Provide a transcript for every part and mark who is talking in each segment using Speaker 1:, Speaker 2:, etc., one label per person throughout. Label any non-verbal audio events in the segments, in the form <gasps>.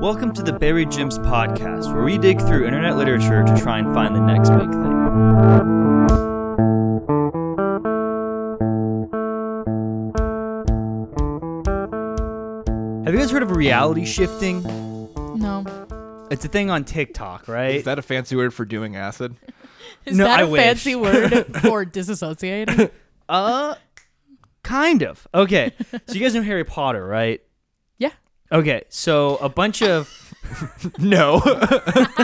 Speaker 1: Welcome to the Buried Gems podcast, where we dig through internet literature to try and find the next big thing. Have you guys heard of reality shifting?
Speaker 2: No.
Speaker 1: It's a thing on TikTok, right?
Speaker 3: Is that a fancy word for doing acid? <laughs>
Speaker 2: Is
Speaker 1: No,
Speaker 2: that
Speaker 1: I
Speaker 2: a
Speaker 1: wish. <laughs>
Speaker 2: fancy word for disassociating?
Speaker 1: Uh, kind of. Okay. so you guys know Harry Potter, right?
Speaker 2: Yeah.
Speaker 1: Okay. So a bunch of
Speaker 3: No.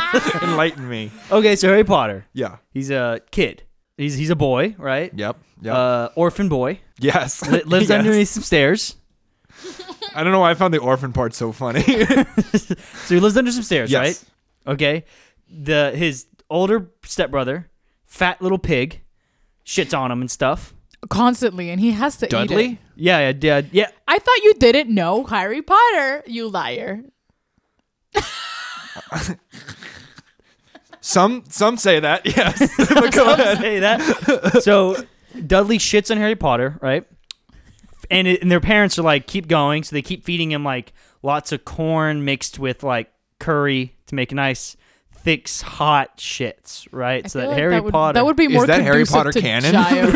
Speaker 3: <laughs> Enlighten me.
Speaker 1: okay. So Harry Potter,
Speaker 3: Yeah.
Speaker 1: he's a kid. He's he's a boy, right?
Speaker 3: Yep. Yep.
Speaker 1: Uh, orphan boy
Speaker 3: yes. <laughs>
Speaker 1: li- lives
Speaker 3: Yes.
Speaker 1: underneath some stairs.
Speaker 3: I don't know why I found the orphan part so funny.
Speaker 1: So he lives under some stairs,
Speaker 3: <laughs> yes.
Speaker 1: right? Okay. The his older stepbrother, fat little pig, shits on him and stuff.
Speaker 2: Constantly, and he has to eat it.
Speaker 3: Dudley?
Speaker 1: Yeah, yeah, yeah. yeah.
Speaker 2: I thought you didn't know Harry Potter, you liar.
Speaker 3: Some some say that. <laughs> Yes.
Speaker 1: <laughs>
Speaker 3: <laughs> but go ahead.
Speaker 1: say that. So Dudley shits on Harry Potter, right? And it, and their parents are like, keep going. So they keep feeding him like lots of corn mixed with like curry to make nice, thick, hot shits, right?
Speaker 2: I
Speaker 1: so
Speaker 2: feel
Speaker 1: that
Speaker 2: like
Speaker 1: Harry
Speaker 2: that would,
Speaker 1: Potter.
Speaker 2: That would be
Speaker 3: Is
Speaker 2: more
Speaker 3: that Harry
Speaker 2: conducive
Speaker 3: Potter
Speaker 2: to
Speaker 3: canon?
Speaker 2: gyro.
Speaker 1: <laughs>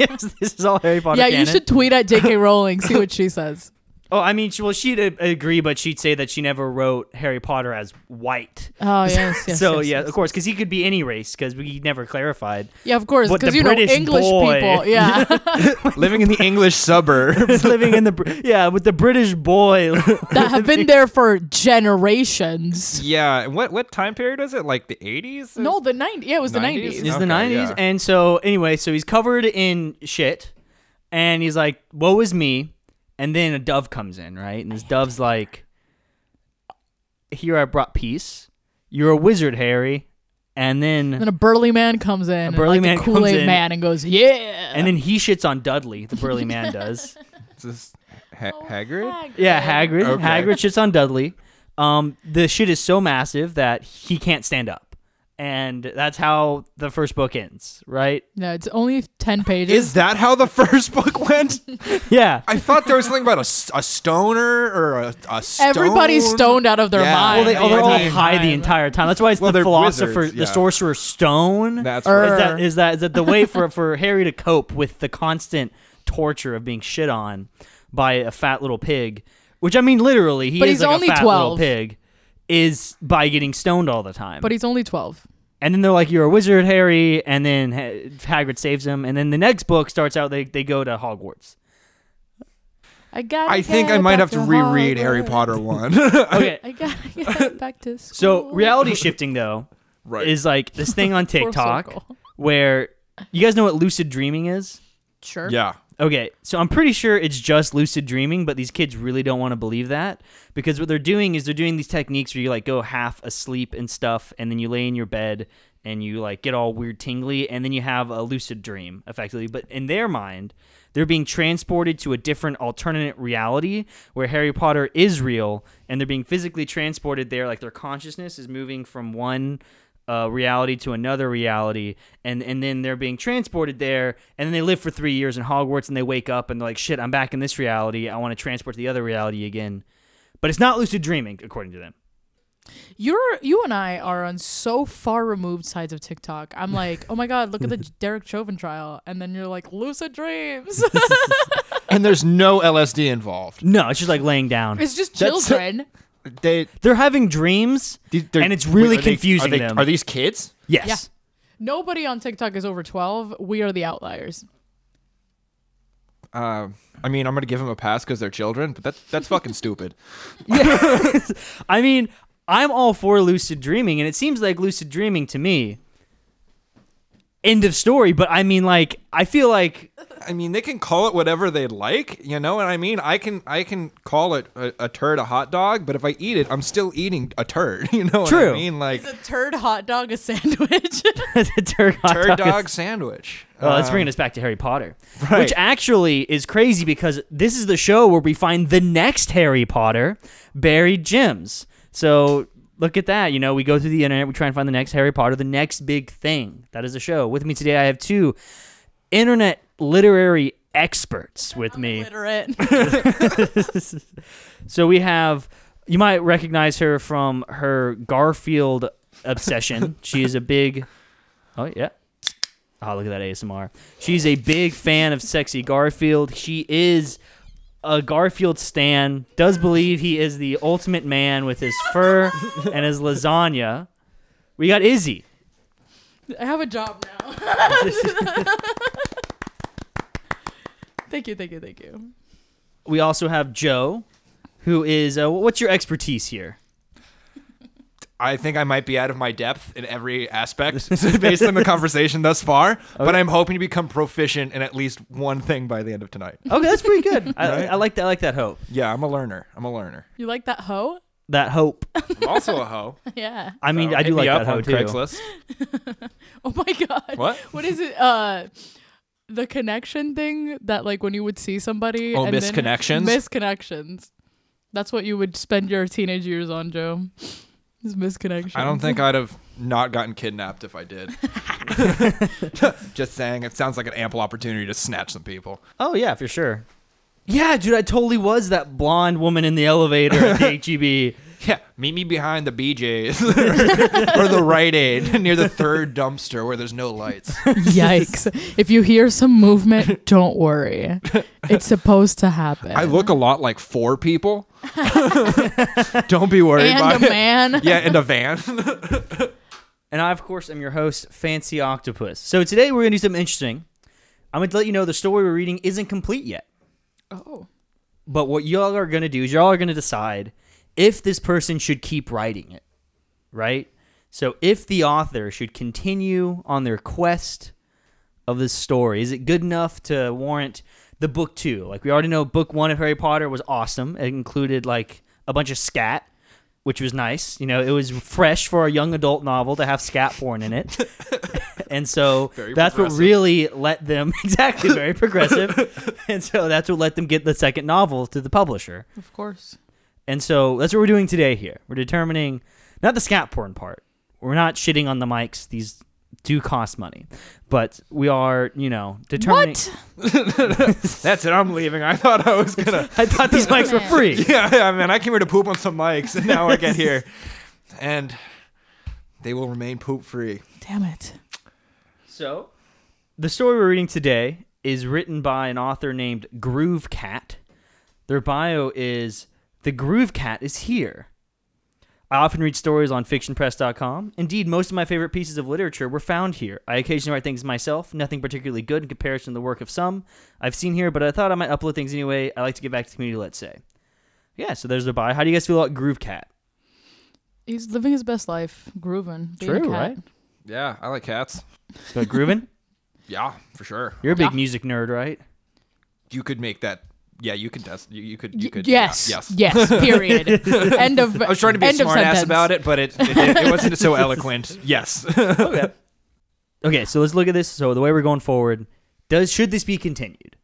Speaker 1: yes, this is all Harry Potter.
Speaker 2: yeah, you
Speaker 1: canon.
Speaker 2: should tweet at J.K. Rowling, see
Speaker 1: <laughs>
Speaker 2: what she says.
Speaker 1: Oh, I mean, she, well, she'd uh, agree, but she'd say that she never wrote Harry Potter as white.
Speaker 2: Oh yes, yes.
Speaker 1: so
Speaker 2: yes,
Speaker 1: yeah,
Speaker 2: yes.
Speaker 1: of course, because he could be any race, because we never <laughs> clarified.
Speaker 2: yeah, of course,
Speaker 1: But the
Speaker 2: because you know
Speaker 1: British
Speaker 2: English
Speaker 1: boy- <laughs>
Speaker 2: people. Yeah,
Speaker 3: Living in the English suburbs.
Speaker 1: Just living in the Br- yeah with the British boy <laughs>
Speaker 2: that have been there
Speaker 1: <laughs>
Speaker 2: for generations.
Speaker 3: <laughs> yeah. and What what time period was it? Like the 80s?
Speaker 2: No, the 90s. Yeah, it was the
Speaker 3: 90s?
Speaker 2: 90s.
Speaker 1: It's
Speaker 3: Yeah.
Speaker 1: the
Speaker 3: Okay,
Speaker 1: 90s.
Speaker 3: yeah.
Speaker 1: And so, anyway, so he's covered in shit. And he's like, woe is me. And then a dove comes in, right? And this dove's like, here I brought peace. You're a wizard, Harry. And
Speaker 2: And
Speaker 1: then.
Speaker 2: then a burly man comes in,
Speaker 1: burly
Speaker 2: and,
Speaker 1: man
Speaker 2: like,
Speaker 1: comes
Speaker 2: the Kool-Aid
Speaker 1: in.
Speaker 2: man, and goes, "Yeah."
Speaker 1: And then he shits on Dudley, the burly man <laughs> does.
Speaker 3: Is this ha-
Speaker 2: Oh,
Speaker 3: Hagrid?
Speaker 1: Yeah, Hagrid.
Speaker 3: Okay.
Speaker 1: Hagrid shits on Dudley. Um, the shit is so massive that he can't stand up. And that's how the first book ends, right?
Speaker 2: No, it's only ten pages.
Speaker 3: Is that how the <laughs> first book went?
Speaker 1: Yeah.
Speaker 3: I thought there was something about a, s- a stoner or a, a stone.
Speaker 2: Everybody's stoned out of their
Speaker 3: Yeah.
Speaker 1: Well,
Speaker 2: mind.
Speaker 1: they,
Speaker 3: the
Speaker 1: oh, they're all
Speaker 3: entire
Speaker 1: high the entire time. That's why it's
Speaker 3: Well,
Speaker 1: the
Speaker 3: they're
Speaker 1: philosopher,
Speaker 3: wizards,
Speaker 1: the
Speaker 3: yeah.
Speaker 1: sorcerer's stone.
Speaker 3: That's
Speaker 2: Er.
Speaker 1: is
Speaker 3: right.
Speaker 1: that is that is that the way for for Harry to cope with the constant torture of being shit on by a fat little pig? Which I mean, literally, he
Speaker 2: But
Speaker 1: is
Speaker 2: he's
Speaker 1: like
Speaker 2: only
Speaker 1: a fat
Speaker 2: 12.
Speaker 1: little pig. Is by getting stoned all the time.
Speaker 2: But he's only twelve.
Speaker 1: and then they're like, "You're a wizard, Harry," and then ha- Hagrid saves him. And then the next book starts out they they go to Hogwarts.
Speaker 2: I got.
Speaker 3: I think I might have to reread Harry Potter one. <laughs>
Speaker 1: Okay,
Speaker 2: I got <laughs> to get back to school. <laughs>
Speaker 1: so reality shifting though
Speaker 3: right.
Speaker 1: is like this thing on
Speaker 2: Full
Speaker 1: TikTok
Speaker 2: circle.
Speaker 1: where you guys know what lucid dreaming is?
Speaker 2: Sure.
Speaker 3: yeah.
Speaker 1: Okay, so I'm pretty sure it's just lucid dreaming, but these kids really don't want to believe that because what they're doing is they're doing these techniques where you like go half asleep and stuff, and then you lay in your bed and you like get all weird tingly, and then you have a lucid dream effectively. But in their mind, they're being transported to a different alternate reality where Harry Potter is real, and they're being physically transported there. Like their consciousness is moving from one uh, reality to another reality, and and then they're being transported there, and then they live for three years in Hogwarts, and they wake up and they're like, shit, I'm back in this reality. I want to transport to the other reality again, but it's not lucid dreaming, according to them.
Speaker 2: You're you and I are on so far removed sides of TikTok.
Speaker 3: <laughs>
Speaker 2: I'm like, oh my god, look at the Derek Chauvin trial, and then you're like, lucid
Speaker 3: <laughs>
Speaker 2: dreams.
Speaker 3: And there's no LSD involved.
Speaker 1: No, it's just like laying down.
Speaker 2: <laughs> it's just
Speaker 3: That's-
Speaker 2: children.
Speaker 3: They,
Speaker 1: they're having dreams,
Speaker 3: they- they're-
Speaker 1: and it's really
Speaker 3: wait, are they-
Speaker 1: confusing
Speaker 3: are they,
Speaker 1: them.
Speaker 3: Are these kids?
Speaker 1: yes,
Speaker 2: Nobody on TikTok is over twelve. We are the outliers.
Speaker 3: Uh, I mean, I'm gonna give them a pass because they're children, but that's that's fucking stupid.
Speaker 1: I mean, I'm all for lucid dreaming, and it seems like lucid dreaming to me. End of story. But I mean, like, I feel like <laughs>
Speaker 3: I mean, they can call it whatever they like, you know what I mean? I can I can call it a, a turd a hot dog, but if I eat it, I'm still eating a turd. <laughs> You know what
Speaker 1: True.
Speaker 3: I mean? Like
Speaker 2: Is a turd hot dog a sandwich?
Speaker 1: the Turk hot
Speaker 3: turd
Speaker 1: dog is-
Speaker 3: dog sandwich.
Speaker 1: Well, let's
Speaker 3: Um,
Speaker 1: bring us back to Harry Potter,
Speaker 3: right.
Speaker 1: which actually is crazy because this is the show where we find the next Harry Potter buried gems. So look at that. You know, we go through the internet, we try and find the next Harry Potter, the next big thing. That is the show. With me today, I have two internet literary
Speaker 2: <laughs>
Speaker 1: experts with me.
Speaker 2: Literate.
Speaker 1: so we have You might recognize her from her Garfield obsession. she is a big. Oh yeah. Oh, look at that ASMR. She's a big fan of sexy Garfield. She is a Garfield stan. Does believe he is the ultimate man with his fur and his lasagna. We got Izzy.
Speaker 2: I have a job <laughs> now. thank you, thank you, thank you.
Speaker 1: We also have Joe, who is uh, what's your expertise here?
Speaker 3: I think I might be out of my depth in
Speaker 1: <laughs>
Speaker 3: every aspect <laughs> based on the conversation thus far, but I'm hoping to become proficient in at least one thing by the end of tonight.
Speaker 1: Okay, that's pretty good. I, I like that. I like that hope.
Speaker 3: Yeah, I'm a learner. I'm a learner.
Speaker 2: You like that hoe?
Speaker 1: That hope.
Speaker 3: I'm also a hoe.
Speaker 2: <laughs> yeah.
Speaker 1: <laughs> I mean,
Speaker 3: So
Speaker 1: I do
Speaker 3: hit
Speaker 1: like
Speaker 3: me
Speaker 1: that
Speaker 3: up
Speaker 1: hope
Speaker 3: on
Speaker 1: too. <laughs>
Speaker 2: <laughs>
Speaker 3: Craigslist.
Speaker 2: Oh my god.
Speaker 3: What?
Speaker 2: What is it? Uh the connection thing that like when you would see somebody
Speaker 3: Oh,
Speaker 2: and then-
Speaker 3: misconnections?
Speaker 2: misconnections. That's what you would spend your teenage years on, Joe. Is misconnections.
Speaker 3: I don't think I'd have not gotten kidnapped if
Speaker 1: <laughs>
Speaker 3: I did. Just saying, it sounds like an ample opportunity to snatch some people.
Speaker 1: Oh yeah, for sure. Yeah, dude, I totally was that blonde woman in the elevator at <laughs> the E HEB.
Speaker 3: Yeah, meet me behind the BJ's <laughs> or <laughs> the Rite Aid near the third dumpster where there's no lights.
Speaker 2: <laughs> Yikes. if you hear some movement,
Speaker 3: <laughs>
Speaker 2: don't worry. It's supposed to happen.
Speaker 3: I look a lot like
Speaker 1: <laughs>
Speaker 3: four people. Don't be worried
Speaker 2: and
Speaker 3: about
Speaker 2: a man.
Speaker 3: <laughs> it. Yeah, and a van.
Speaker 1: And I, of course, am your host, Fancy Octopus. So today we're gonna do something interesting. I'm gonna let you know the story we're reading isn't complete yet.
Speaker 2: Oh.
Speaker 1: But what y'all are gonna do is y'all are gonna decide if this person should keep writing it. Right? So if the author should continue on their quest of this story, is it good enough to warrant the book two? Like we already know book one of Harry Potter was awesome. It included like a bunch of scat, which was nice. You know, it was fresh for a young adult novel to have scat porn in
Speaker 3: <laughs>
Speaker 1: it. and so
Speaker 3: Very
Speaker 1: that's what
Speaker 3: progressive.
Speaker 1: really let them <laughs> exactly very progressive. <laughs> and so that's what let them get the second novel to the publisher.
Speaker 2: Of course.
Speaker 1: And so that's what we're doing today here. We're determining not the scat porn part. We're not shitting on the mics. These do cost money. But we are, you know, determining
Speaker 2: What?
Speaker 3: That's it. I'm leaving. I thought I was gonna.
Speaker 1: <laughs> I thought these mics
Speaker 2: <laughs>
Speaker 1: were
Speaker 3: <laughs>
Speaker 1: free.
Speaker 3: Yeah, yeah, man. I came here to poop on some mics, and now I get <laughs> here, and they will remain poop free.
Speaker 2: Damn it.
Speaker 1: So, the story we're reading today is written by an author named Groove Cat. Their bio is The Groove Cat is Here. I often read stories on fictionpress.com. Indeed, most of my favorite pieces of literature were found here. I occasionally write things myself, nothing particularly good in comparison to the work of some I've seen here, but I thought I might upload things anyway. I like to get back to the community, let's say. Yeah, so there's their bio. How do you guys feel about Groove Cat?
Speaker 2: He's living his best life, grooving. being a cat.
Speaker 3: Yeah, I like cats.
Speaker 1: But Groovin'?
Speaker 3: Yeah, for sure.
Speaker 1: You're a big
Speaker 2: Yeah.
Speaker 1: music nerd, right?
Speaker 3: You could make that. Yeah, you could test. You, you could. You
Speaker 2: Y-
Speaker 3: could. yeah,
Speaker 2: yes. yes.
Speaker 3: <laughs>
Speaker 2: Period. end of.
Speaker 3: I was trying to be a
Speaker 2: end of
Speaker 3: smart ass
Speaker 2: sentence.
Speaker 3: about it, but it, it, it wasn't so eloquent. <laughs> Yes.
Speaker 1: Okay, so let's look at this. So the way we're going forward, does should this be continued?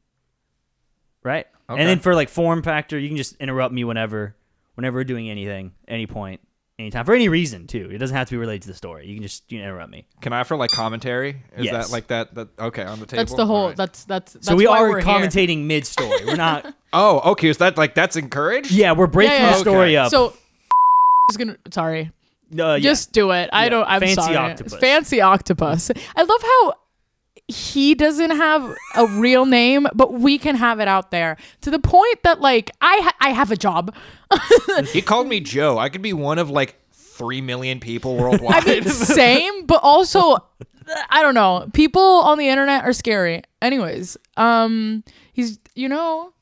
Speaker 1: Right?
Speaker 3: Okay.
Speaker 1: And then for like form factor, you can just interrupt me whenever whenever we're doing anything, any point, anytime. For any reason too. It doesn't have to be related to the story. You can just you can interrupt me.
Speaker 3: Can I offer like commentary? Is
Speaker 1: Yes.
Speaker 3: that like that? That okay on the table.
Speaker 2: That's the whole.
Speaker 3: All right.
Speaker 2: That's that's. that's
Speaker 1: so we
Speaker 2: why
Speaker 1: are
Speaker 2: we're here.
Speaker 1: commentating mid story. We're
Speaker 2: <laughs>
Speaker 1: not
Speaker 3: Oh, okay. Is that like that's encouraged?
Speaker 1: Yeah, we're breaking
Speaker 2: yeah,
Speaker 1: the
Speaker 2: yeah.
Speaker 1: story
Speaker 3: Okay.
Speaker 1: up.
Speaker 2: So, <laughs> is gonna. Sorry.
Speaker 1: uh, yeah.
Speaker 2: Just do it. I
Speaker 1: Yeah.
Speaker 2: don't. I'm
Speaker 1: Fancy
Speaker 2: sorry.
Speaker 1: octopus.
Speaker 2: Fancy octopus. I love how he doesn't have a real name, but we can have it out there to the point that like I ha- I have a job.
Speaker 3: He called me Joe. I could be one of like three million people worldwide.
Speaker 2: I mean,
Speaker 3: <laughs>
Speaker 2: same, but also I don't know. People on the internet are scary. Anyways, um, he's you know.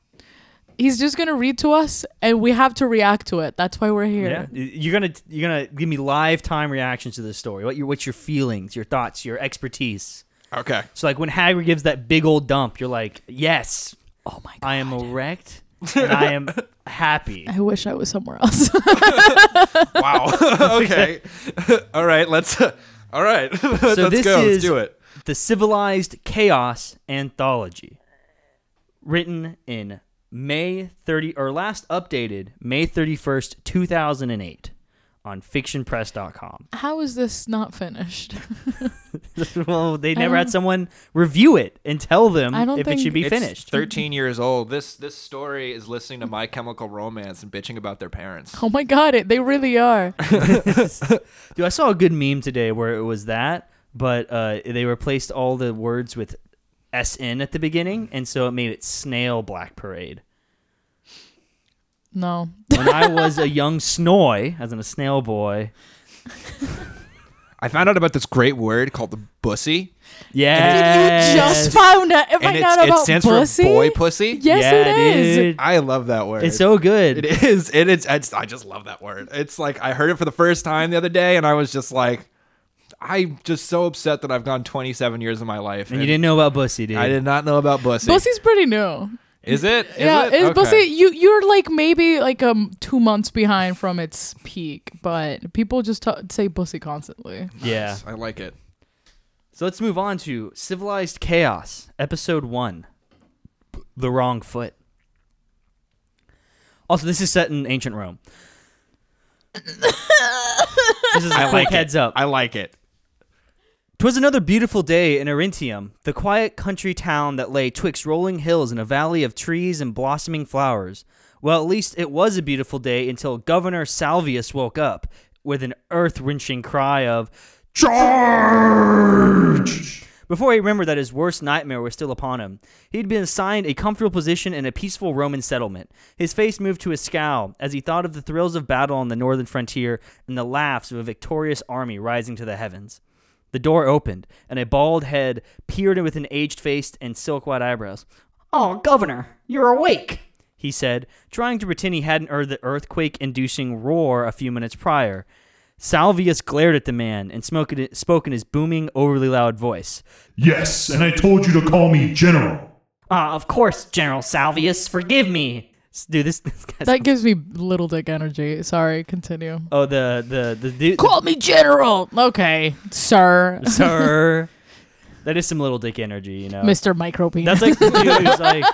Speaker 2: He's just gonna read to us, and we have to react to it. That's why we're here.
Speaker 1: yeah. You're gonna you're gonna give me live time reactions to this story. What your what's your feelings, your thoughts, your expertise.
Speaker 3: okay.
Speaker 1: So like when Hagrid gives that big old dump, you're like, yes,
Speaker 2: Oh my god!
Speaker 1: I am erect and I
Speaker 2: <laughs>
Speaker 1: am happy.
Speaker 2: I wish I was somewhere else. <laughs>
Speaker 3: Wow. <laughs> okay. all right. Let's. <laughs> all right. let's
Speaker 1: this
Speaker 3: go.
Speaker 1: is-
Speaker 3: let's do it.
Speaker 1: The Civilized Chaos Anthology, written in May 30 or last updated May 31st, 2008 on fictionpress.com.
Speaker 2: How is this not finished?
Speaker 1: <laughs>
Speaker 2: <laughs>
Speaker 1: well, they never
Speaker 2: don't-
Speaker 1: had someone review it and tell them
Speaker 2: I don't
Speaker 1: if
Speaker 2: think-
Speaker 1: it should be
Speaker 3: It's
Speaker 1: finished.
Speaker 3: 13 years old. This this story is listening to My Chemical Romance and bitching about their parents.
Speaker 2: oh my god, it, they really are.
Speaker 1: Dude, I saw a good meme today where it was that, but uh, they replaced all the words with SN at the beginning, and so it made it Snail Black Parade.
Speaker 3: <laughs>
Speaker 2: No.
Speaker 1: When I was a young snoy, as in a snail boy.
Speaker 3: I found out about this great word called the bussy,
Speaker 1: Yeah.
Speaker 2: Did you just found out,
Speaker 3: and
Speaker 2: find
Speaker 3: it's,
Speaker 2: out
Speaker 3: it
Speaker 2: about
Speaker 3: stands
Speaker 2: pussy?
Speaker 3: for boy pussy.
Speaker 2: Yes, it is.
Speaker 3: I love that word.
Speaker 1: It's so good.
Speaker 3: It is. It is. It's, I just love that word. It's like I heard it for the first time the other day, and I was just like, I'm just so upset that I've gone 27 years of my life.
Speaker 1: And you didn't know about Bussy, dude.
Speaker 3: I did not know about bussy.
Speaker 2: Pussy's pretty new.
Speaker 3: Is it? Is
Speaker 2: yeah,
Speaker 3: it?
Speaker 2: it's
Speaker 3: Okay.
Speaker 2: pussy. You you're like maybe like um two months behind from its peak, but people just t- say pussy constantly.
Speaker 1: Yeah.
Speaker 3: I like it.
Speaker 1: So let's move on to Civilized Chaos, Episode 1 The Wrong Foot. Also, this is set in ancient
Speaker 2: <laughs>
Speaker 1: Rome. this is a quick heads up.
Speaker 3: I like it.
Speaker 1: Twas another beautiful day in Arentium, the quiet country town that lay twixt rolling hills and a valley of trees and blossoming flowers. Well, at least it was a beautiful day until Governor Salvius woke up with an earth wrenching cry of, Charge! Before he remembered that his worst nightmare was still upon him, he'd been assigned a comfortable position in a peaceful Roman settlement. His face moved to a scowl as he thought of the thrills of battle on the northern frontier and the laughs of a victorious army rising to the heavens. The door opened, and a bald head peered in with an aged face and silk white eyebrows. Oh, Governor, you're awake, he said, trying to pretend he hadn't heard the earthquake inducing roar a few minutes prior. Salvius glared at the man and smoke- spoke in his booming, overly loud voice.
Speaker 4: Yes, and I told you to call me General.
Speaker 1: Ah, of course, General Salvius, forgive me. S- Dude, this, <laughs> this guy's.
Speaker 2: That gives me little dick energy. Sorry, continue.
Speaker 1: oh, the, the, the dude.
Speaker 2: Call me general. Okay, sir,
Speaker 1: <laughs> Sir. That is some little dick energy, you know.
Speaker 2: Mr. Micropenis.
Speaker 1: That's like the dude who's like,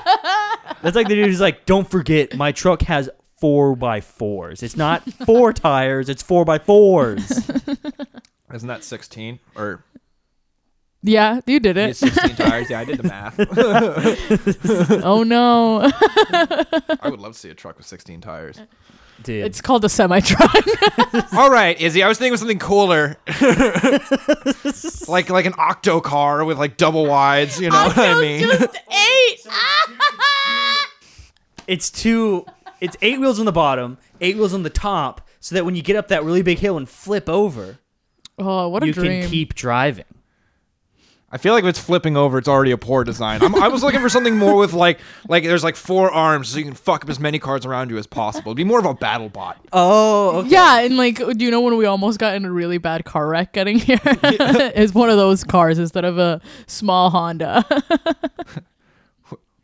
Speaker 1: that's like the dude who's like, don't forget, my truck has four by fours. It's not <laughs> four tires, it's four by fours.
Speaker 3: Isn't that 16 or
Speaker 2: yeah, you
Speaker 1: Eh.
Speaker 2: did it.
Speaker 3: 16 tires? Yeah, I did
Speaker 1: <laughs>
Speaker 3: the math.
Speaker 2: oh no, <laughs>
Speaker 3: I would love to see a truck with 16 tires.
Speaker 1: Dude,
Speaker 2: it's called a semi truck.
Speaker 3: All right, Izzy. I was thinking of
Speaker 1: <laughs>
Speaker 3: something cooler, like like an octo car with like double wides. You know <laughs> what I mean? <laughs>
Speaker 2: eight. <laughs>
Speaker 1: it's two, it's eight wheels on the bottom, eight wheels on the top, so that when you get up that really big hill and flip over,
Speaker 2: Oh, what a
Speaker 1: you
Speaker 2: dream!
Speaker 1: can keep driving.
Speaker 3: I feel like if it's flipping over, it's already a poor design. I'm, I was looking for something more with like like there's like four arms, so you can fuck up as many cards around you as possible. It'd be more of a battle bot.
Speaker 1: Oh, okay.
Speaker 2: yeah, and like, do you know when we almost got in a really bad car wreck getting
Speaker 3: <laughs>
Speaker 2: here? <laughs> it's one of those cars instead of a small Honda.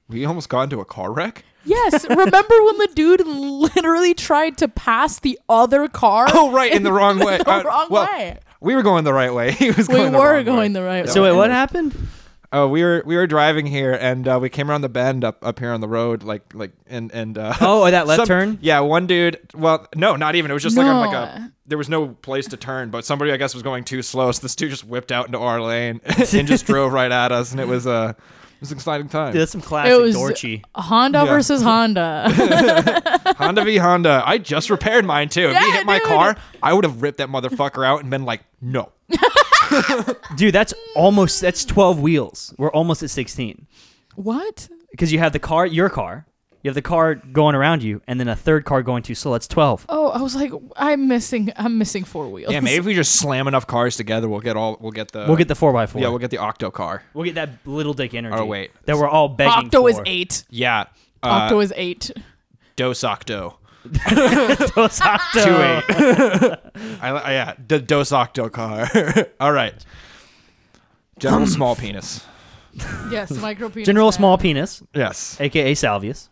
Speaker 3: We almost got into a car wreck.
Speaker 2: yes, remember when the dude literally tried to pass the other car?
Speaker 3: <laughs> Oh, right, in the wrong
Speaker 2: <laughs>
Speaker 3: way. Uh,
Speaker 2: wrong
Speaker 3: well,
Speaker 2: way.
Speaker 3: We were going the right way. <laughs> He was.
Speaker 2: we
Speaker 3: Going the
Speaker 2: were
Speaker 3: wrong
Speaker 2: going
Speaker 3: way.
Speaker 2: the right way.
Speaker 1: So wait, what happened?
Speaker 3: Oh, we were we were driving here, and uh, we came around the bend up up here on the road, like like and and. Uh,
Speaker 1: Oh,
Speaker 3: <laughs>
Speaker 1: that left turn?
Speaker 3: Yeah, one dude. Well, no, not even. It was just like on like
Speaker 2: No.
Speaker 3: a. There was no place to turn, but somebody I guess was going too slow, so this dude just whipped out into our lane <laughs>
Speaker 1: <laughs>
Speaker 3: and just drove right at us, and it was uh, it was an exciting time.
Speaker 1: Dude, <laughs> that's some classic
Speaker 2: it was
Speaker 1: Dorchy.
Speaker 2: Honda
Speaker 3: Yeah.
Speaker 2: versus Honda.
Speaker 3: <laughs> Honda v Honda. I just repaired mine too. If he
Speaker 2: Yeah,
Speaker 3: hit my
Speaker 2: dude.
Speaker 3: car, I would have ripped that motherfucker out and been like, no.
Speaker 1: Dude, that's almost, that's 12 wheels. We're almost at 16.
Speaker 2: what?
Speaker 1: because you have the car, your car, you have the car going around you, and then a third car going too slow. That's twelve.
Speaker 2: Oh, I was like, I'm missing. I'm missing four wheels.
Speaker 3: Yeah, maybe
Speaker 5: <laughs>
Speaker 3: if we just slam enough cars together, we'll get all. We'll get the.
Speaker 1: We'll get the four by four.
Speaker 3: Yeah, we'll get the octo car.
Speaker 1: we'll get that little dick energy.
Speaker 3: Oh, wait.
Speaker 1: that we're all begging
Speaker 2: Octo
Speaker 1: for.
Speaker 2: is eight.
Speaker 3: Yeah. Uh,
Speaker 2: Octo is eight.
Speaker 3: Dos Octo.
Speaker 1: Dos <laughs> Octo. <laughs>
Speaker 3: Two eight. I, I, yeah, the Dos Octo car. <laughs> All right. General Small Penis.
Speaker 2: Yes, micro penis.
Speaker 1: General
Speaker 2: man.
Speaker 1: Small Penis,
Speaker 3: Yes.
Speaker 1: aka Salvius.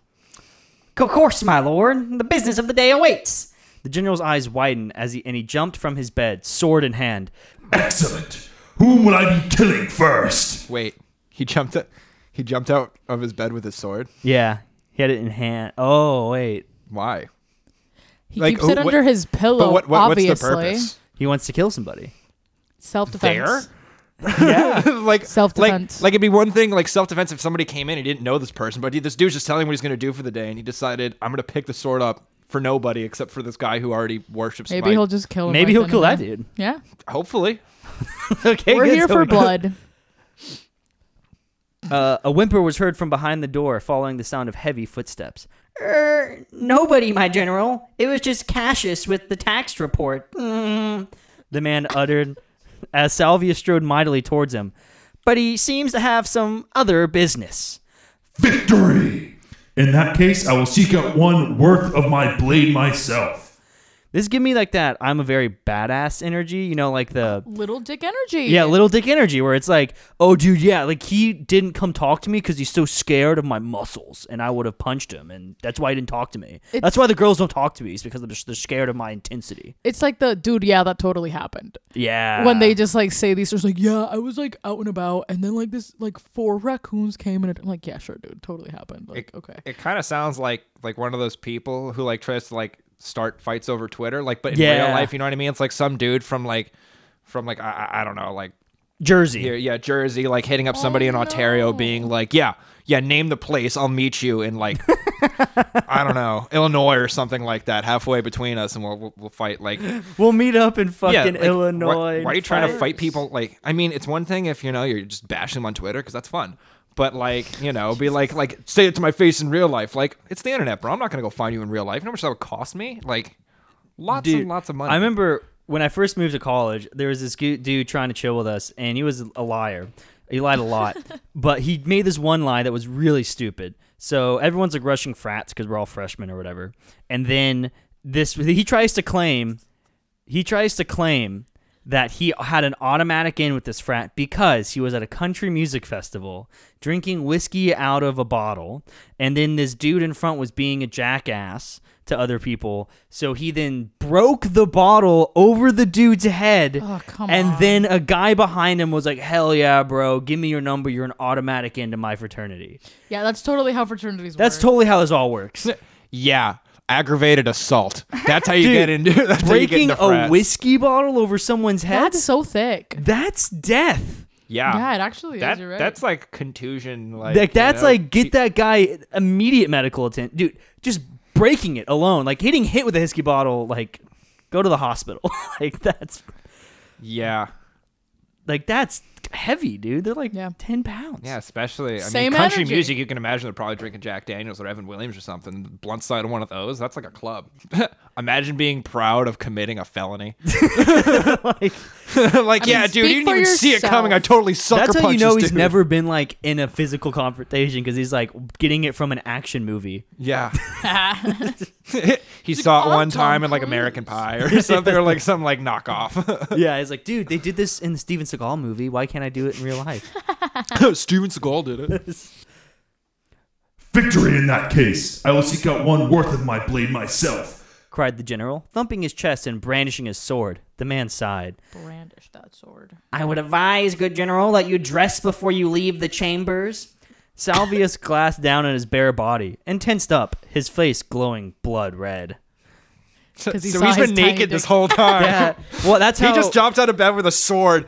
Speaker 1: Of course, my lord. The business of the day awaits. The general's eyes widened as he and he jumped from his bed, sword in hand.
Speaker 4: Excellent. Whom will I be killing first?
Speaker 3: Wait. He jumped. He jumped out of his bed with his sword.
Speaker 1: Yeah, he had it in hand. Oh wait,
Speaker 3: Why?
Speaker 5: He
Speaker 3: Like,
Speaker 5: keeps
Speaker 3: who-
Speaker 5: it
Speaker 3: what-
Speaker 5: under his pillow.
Speaker 3: But what, what what's
Speaker 5: obviously.
Speaker 3: the purpose?
Speaker 1: He wants to kill somebody.
Speaker 5: Self defense.
Speaker 3: There. Yeah, <laughs> like
Speaker 5: Self-defense.
Speaker 3: Like, like it'd be one thing, like self defense, if somebody came in and didn't know this person, but this dude's just telling him what he's gonna do for the day, and he decided I'm gonna pick the sword up for nobody except for this guy who already worships.
Speaker 5: Maybe
Speaker 3: my-"
Speaker 5: he'll just kill. Him
Speaker 1: Maybe he'll
Speaker 5: right then
Speaker 1: kill
Speaker 5: and
Speaker 1: that
Speaker 5: there.
Speaker 1: dude.
Speaker 5: Yeah,
Speaker 3: Hopefully,
Speaker 1: <laughs> Okay,
Speaker 5: we're
Speaker 1: good,
Speaker 5: here
Speaker 1: so
Speaker 5: for
Speaker 1: we-
Speaker 5: blood.
Speaker 1: Uh, a whimper was heard from behind the door, following the sound of heavy footsteps. Er, nobody, my general. It was just Cassius with the tax report. Mm, the man uttered as Salvia strode mightily towards him. But he seems to have some other business.
Speaker 4: Victory! In that case, I will seek out one worth of my blade myself.
Speaker 1: This give me like that I'm a very badass energy, you know, like the
Speaker 5: Little dick energy.
Speaker 1: yeah, little dick energy where it's like, oh dude, yeah, like he didn't come talk to me because he's so scared of my muscles, and I would have punched him, and that's why he didn't talk to me.
Speaker 5: It's-
Speaker 1: that's why the girls don't talk to me is because they're, just- they're scared of my intensity.
Speaker 5: It's like the dude. Yeah, that totally happened.
Speaker 1: Yeah,
Speaker 5: when
Speaker 3: Ah.
Speaker 5: they just like say these, there's like, yeah, I was like out and about, and then like this, like four raccoons came and I'm like, yeah, sure, dude, totally happened. Like, okay,
Speaker 3: it kind of sounds like like one of those people who like tries to like start fights over Twitter, like but in
Speaker 1: Yeah.
Speaker 3: real life, you know what I mean? It's like some dude from like from like I, I- I don't know, like
Speaker 1: Jersey. Oh,
Speaker 3: here, yeah, Jersey, like hitting up somebody in Ontario, being like, yeah, yeah, name the place, I'll meet you
Speaker 1: <laughs>
Speaker 3: in like I don't know, Illinois or something like that, halfway between us, and we'll we'll, we'll fight like
Speaker 1: We'll meet up in
Speaker 3: yeah,
Speaker 1: fucking
Speaker 3: like, why-
Speaker 1: Illinois.
Speaker 3: Why, are you trying to
Speaker 1: Fire-
Speaker 3: fight people? Like, I mean, it's one thing if you know you're just bashing them on Twitter because that's fun. But like, you know, be like, like, say it to my face in real life. Like, it's the internet, bro. I'm not gonna go find you in real life. You know how much that would cost me? Like, lots
Speaker 1: Dude,
Speaker 3: and lots of money.
Speaker 1: I remember when I first moved to college, there was this gu- dude trying to chill with us, and he was a liar. He lied a
Speaker 3: <laughs>
Speaker 1: lot, but he made this one lie that was really stupid. So everyone's like rushing frats because we're all freshmen or whatever. And then this, he tries to claim, he tries to claim that he had an automatic in with this frat because he was at a country music festival drinking whiskey out of a bottle and then this dude in front was being a jackass to other people so he then broke the bottle over the dude's head
Speaker 5: Oh, come
Speaker 1: and
Speaker 5: on.
Speaker 1: then a guy behind him was like hell yeah bro give me your number you're an automatic into my fraternity
Speaker 5: yeah, that's totally how fraternities
Speaker 1: that's
Speaker 5: work.
Speaker 1: totally how this all
Speaker 3: <laughs>
Speaker 1: works
Speaker 3: yeah, aggravated assault. That's how you
Speaker 1: <laughs> Dude,
Speaker 3: get into. That's how you get
Speaker 1: breaking
Speaker 3: into
Speaker 1: a
Speaker 3: frats.
Speaker 1: whiskey bottle over someone's head
Speaker 5: That's so thick.
Speaker 1: that's death
Speaker 3: Yeah,
Speaker 5: Yeah, it actually is.
Speaker 3: that,
Speaker 5: You're right. <laughs>
Speaker 3: That's like contusion. Like,
Speaker 1: Like
Speaker 3: you
Speaker 1: that's
Speaker 3: know?
Speaker 1: like get that guy immediate medical attention, dude. Just breaking it alone, like hitting hit with a whiskey bottle, like go to the hospital. <laughs> like that's
Speaker 3: Yeah,
Speaker 1: like that's heavy, dude. They're like
Speaker 5: Yeah.
Speaker 1: ten pounds.
Speaker 3: yeah. Especially, I
Speaker 5: Same
Speaker 3: mean, country
Speaker 5: energy.
Speaker 3: music. You can imagine they're probably drinking Jack Daniels or Evan Williams or something. Blunt side of one of those. That's like a club. <laughs> imagine being proud of committing
Speaker 1: <laughs>
Speaker 3: a felony. <laughs>
Speaker 1: like,
Speaker 3: like,
Speaker 5: I
Speaker 3: yeah, dude, you
Speaker 5: mean, speak
Speaker 3: didn't
Speaker 5: for
Speaker 3: even see it
Speaker 5: yourself.
Speaker 3: coming. I totally sucker
Speaker 1: that's how you
Speaker 3: punched
Speaker 1: know
Speaker 3: this
Speaker 1: he's
Speaker 3: dude.
Speaker 1: never been like in a physical confrontation because he's like getting it from an action
Speaker 3: <laughs>
Speaker 1: movie. <laughs>
Speaker 3: Yeah. he saw it
Speaker 5: "Oh,
Speaker 3: one
Speaker 5: Tom
Speaker 3: time in like
Speaker 5: Cruise."
Speaker 3: American
Speaker 1: <laughs>
Speaker 3: Pie or something, or like some like knockoff. <laughs>
Speaker 1: yeah, he's like, dude, they did this in the Steven Seagal movie. Why can't I do it in real life?
Speaker 3: Steven Seagal did it.
Speaker 4: Victory in that case, I will seek out one worth of my blade myself.
Speaker 1: Cried the general, thumping his chest and brandishing his sword. The man sighed.
Speaker 5: brandish that sword.
Speaker 1: I would advise, good general, that you dress before you leave the chambers. Salvius glanced down at his bare body and tensed up, his face glowing blood red.
Speaker 3: So,
Speaker 5: <laughs> 'Cause he
Speaker 3: so
Speaker 5: saw
Speaker 3: he's
Speaker 5: his
Speaker 3: been
Speaker 5: tiny
Speaker 3: naked this
Speaker 5: dick. <laughs>
Speaker 3: whole time.
Speaker 1: Yeah, well, that's
Speaker 3: He
Speaker 1: how
Speaker 3: just jumped out of bed with a sword,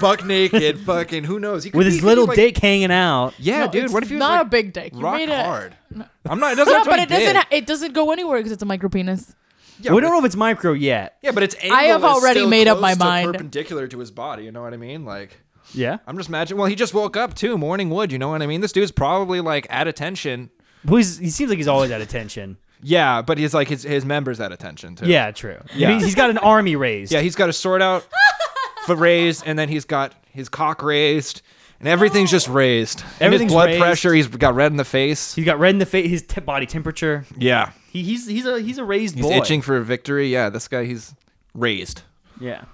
Speaker 3: buck <laughs> naked, fucking who knows? He could
Speaker 1: with
Speaker 3: be-
Speaker 1: his
Speaker 3: he could be,
Speaker 1: little
Speaker 3: like-
Speaker 1: dick hanging out.
Speaker 3: Yeah,
Speaker 5: No,
Speaker 3: dude.
Speaker 5: it's
Speaker 3: What if he was
Speaker 5: not
Speaker 3: like,
Speaker 5: a big dick? You
Speaker 3: rock
Speaker 5: made it.
Speaker 3: hard? I'm not. It doesn't.
Speaker 5: No, <laughs>
Speaker 3: that's what
Speaker 5: but
Speaker 3: he
Speaker 5: it doesn't.
Speaker 3: did.
Speaker 5: Ha- it doesn't go anywhere because it's a micro penis.
Speaker 3: yeah,
Speaker 1: we
Speaker 3: but-
Speaker 1: don't know if it's micro yet.
Speaker 3: Yeah, but it's.
Speaker 5: I have
Speaker 3: angle is
Speaker 5: already
Speaker 3: still
Speaker 5: made up
Speaker 3: close
Speaker 5: my
Speaker 3: to
Speaker 5: mind.
Speaker 3: Perpendicular to his body. You know what I mean? Like.
Speaker 1: Yeah.
Speaker 3: I'm just imagining. Well, he just woke up too, morning wood. You know what I mean? This dude's probably like at attention.
Speaker 1: Well, he's, he seems like he's always at attention.
Speaker 3: Yeah, but he's like his his members at attention too.
Speaker 1: Yeah, true.
Speaker 3: Yeah.
Speaker 1: He- he's got an army raised.
Speaker 3: yeah. He's got his sword
Speaker 5: <laughs>
Speaker 3: out for raised, and then he's got his cock raised, and everything's just raised. And his
Speaker 1: Everything's
Speaker 3: blood
Speaker 1: raised.
Speaker 3: pressure. He's got red in the face.
Speaker 1: He's got red in the face, his t- body temperature.
Speaker 3: Yeah,
Speaker 1: He, he's he's a he's a raised
Speaker 3: he's
Speaker 1: boy.
Speaker 3: itching for victory. Yeah, this guy he's raised.
Speaker 1: Yeah.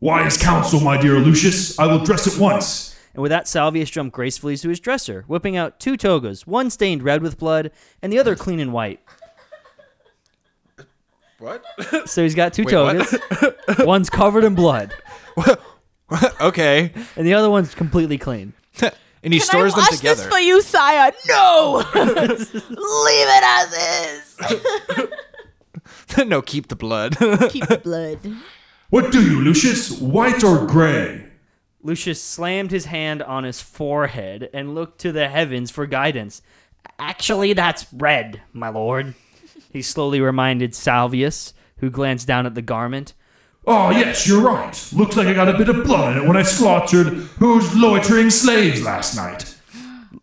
Speaker 4: Wise counsel, my dear Lucius, I will dress at once.
Speaker 1: and with that Salvius jumped gracefully to his dresser, whipping out two togas, one stained red with blood and the other clean and white.
Speaker 3: What?
Speaker 1: So he's got two
Speaker 3: what?
Speaker 1: <laughs> togas. one's covered in blood,
Speaker 3: <laughs> okay.
Speaker 1: and the other onene's completely clean.
Speaker 3: And he stores them together.
Speaker 5: you,
Speaker 3: <laughs>
Speaker 5: Saya? No, leave it as
Speaker 3: <laughs>
Speaker 5: is.
Speaker 3: no, keep the blood.
Speaker 2: Keep the blood.
Speaker 4: What do you, Lucius? White or gray?
Speaker 1: Lucius slammed his hand on his forehead and looked to the heavens for guidance. Actually, that's red, my lord. He slowly reminded Salvius, who glanced down at the garment.
Speaker 4: Oh, yes, you're right. Looks like I got a bit of blood in it when I slaughtered whose loitering slaves last night.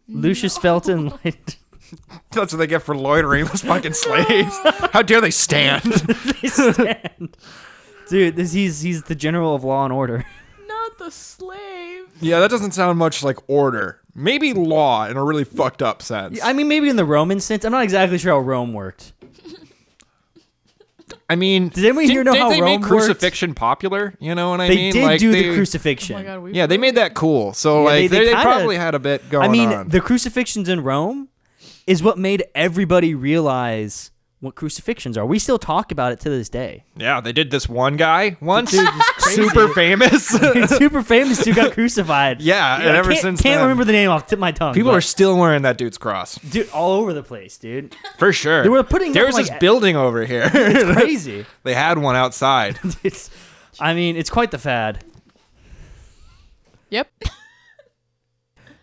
Speaker 1: Lucius felt enlightened.
Speaker 3: That's what they get for loitering, those fucking slaves. How dare they <laughs> stand?
Speaker 2: <laughs>
Speaker 1: stand. Dude, this, he's he's the general of law and order.
Speaker 2: Not the slave.
Speaker 5: Oh
Speaker 3: yeah, that doesn't sound much like order. Maybe law in a really fucked up sense.
Speaker 1: I mean, maybe in the Roman sense. I'm not exactly sure how Rome worked.
Speaker 3: I mean,
Speaker 1: Does anyone here know
Speaker 3: did
Speaker 1: how
Speaker 3: they
Speaker 1: Rome
Speaker 3: make
Speaker 1: worked?
Speaker 3: crucifixion popular? You know what I
Speaker 1: They
Speaker 3: mean?
Speaker 1: did
Speaker 3: Like,
Speaker 1: do
Speaker 3: they-
Speaker 1: the crucifixion.
Speaker 2: Oh my god, we
Speaker 3: Yeah, they made that cool. So
Speaker 1: Yeah,
Speaker 3: like, they, they
Speaker 1: kinda-
Speaker 3: probably had a bit going.
Speaker 1: I mean,
Speaker 3: on.
Speaker 1: the crucifixions in Rome is what made everybody realize what crucifixions are. We still talk about it to this
Speaker 3: <laughs>
Speaker 1: day.
Speaker 3: yeah, they did this one guy once,
Speaker 1: crazy.
Speaker 3: <laughs> super famous.
Speaker 1: <laughs> It's super famous who got crucified.
Speaker 3: <laughs> Yeah, and
Speaker 1: I
Speaker 3: ever
Speaker 1: can't-
Speaker 3: since
Speaker 1: can't
Speaker 3: then-
Speaker 1: remember the name off the tip of my tongue.
Speaker 3: People
Speaker 1: but-
Speaker 3: are still wearing that dude's cross
Speaker 1: dude all over the place,
Speaker 3: <laughs>
Speaker 1: dude.
Speaker 3: for sure.
Speaker 1: They were putting up,
Speaker 3: There's
Speaker 1: like,
Speaker 3: this building over here.
Speaker 1: <laughs>
Speaker 3: <laughs>
Speaker 1: It's crazy.
Speaker 3: they had
Speaker 1: <laughs>
Speaker 3: one outside.
Speaker 1: it's, I mean, it's quite the fad.
Speaker 2: Yep.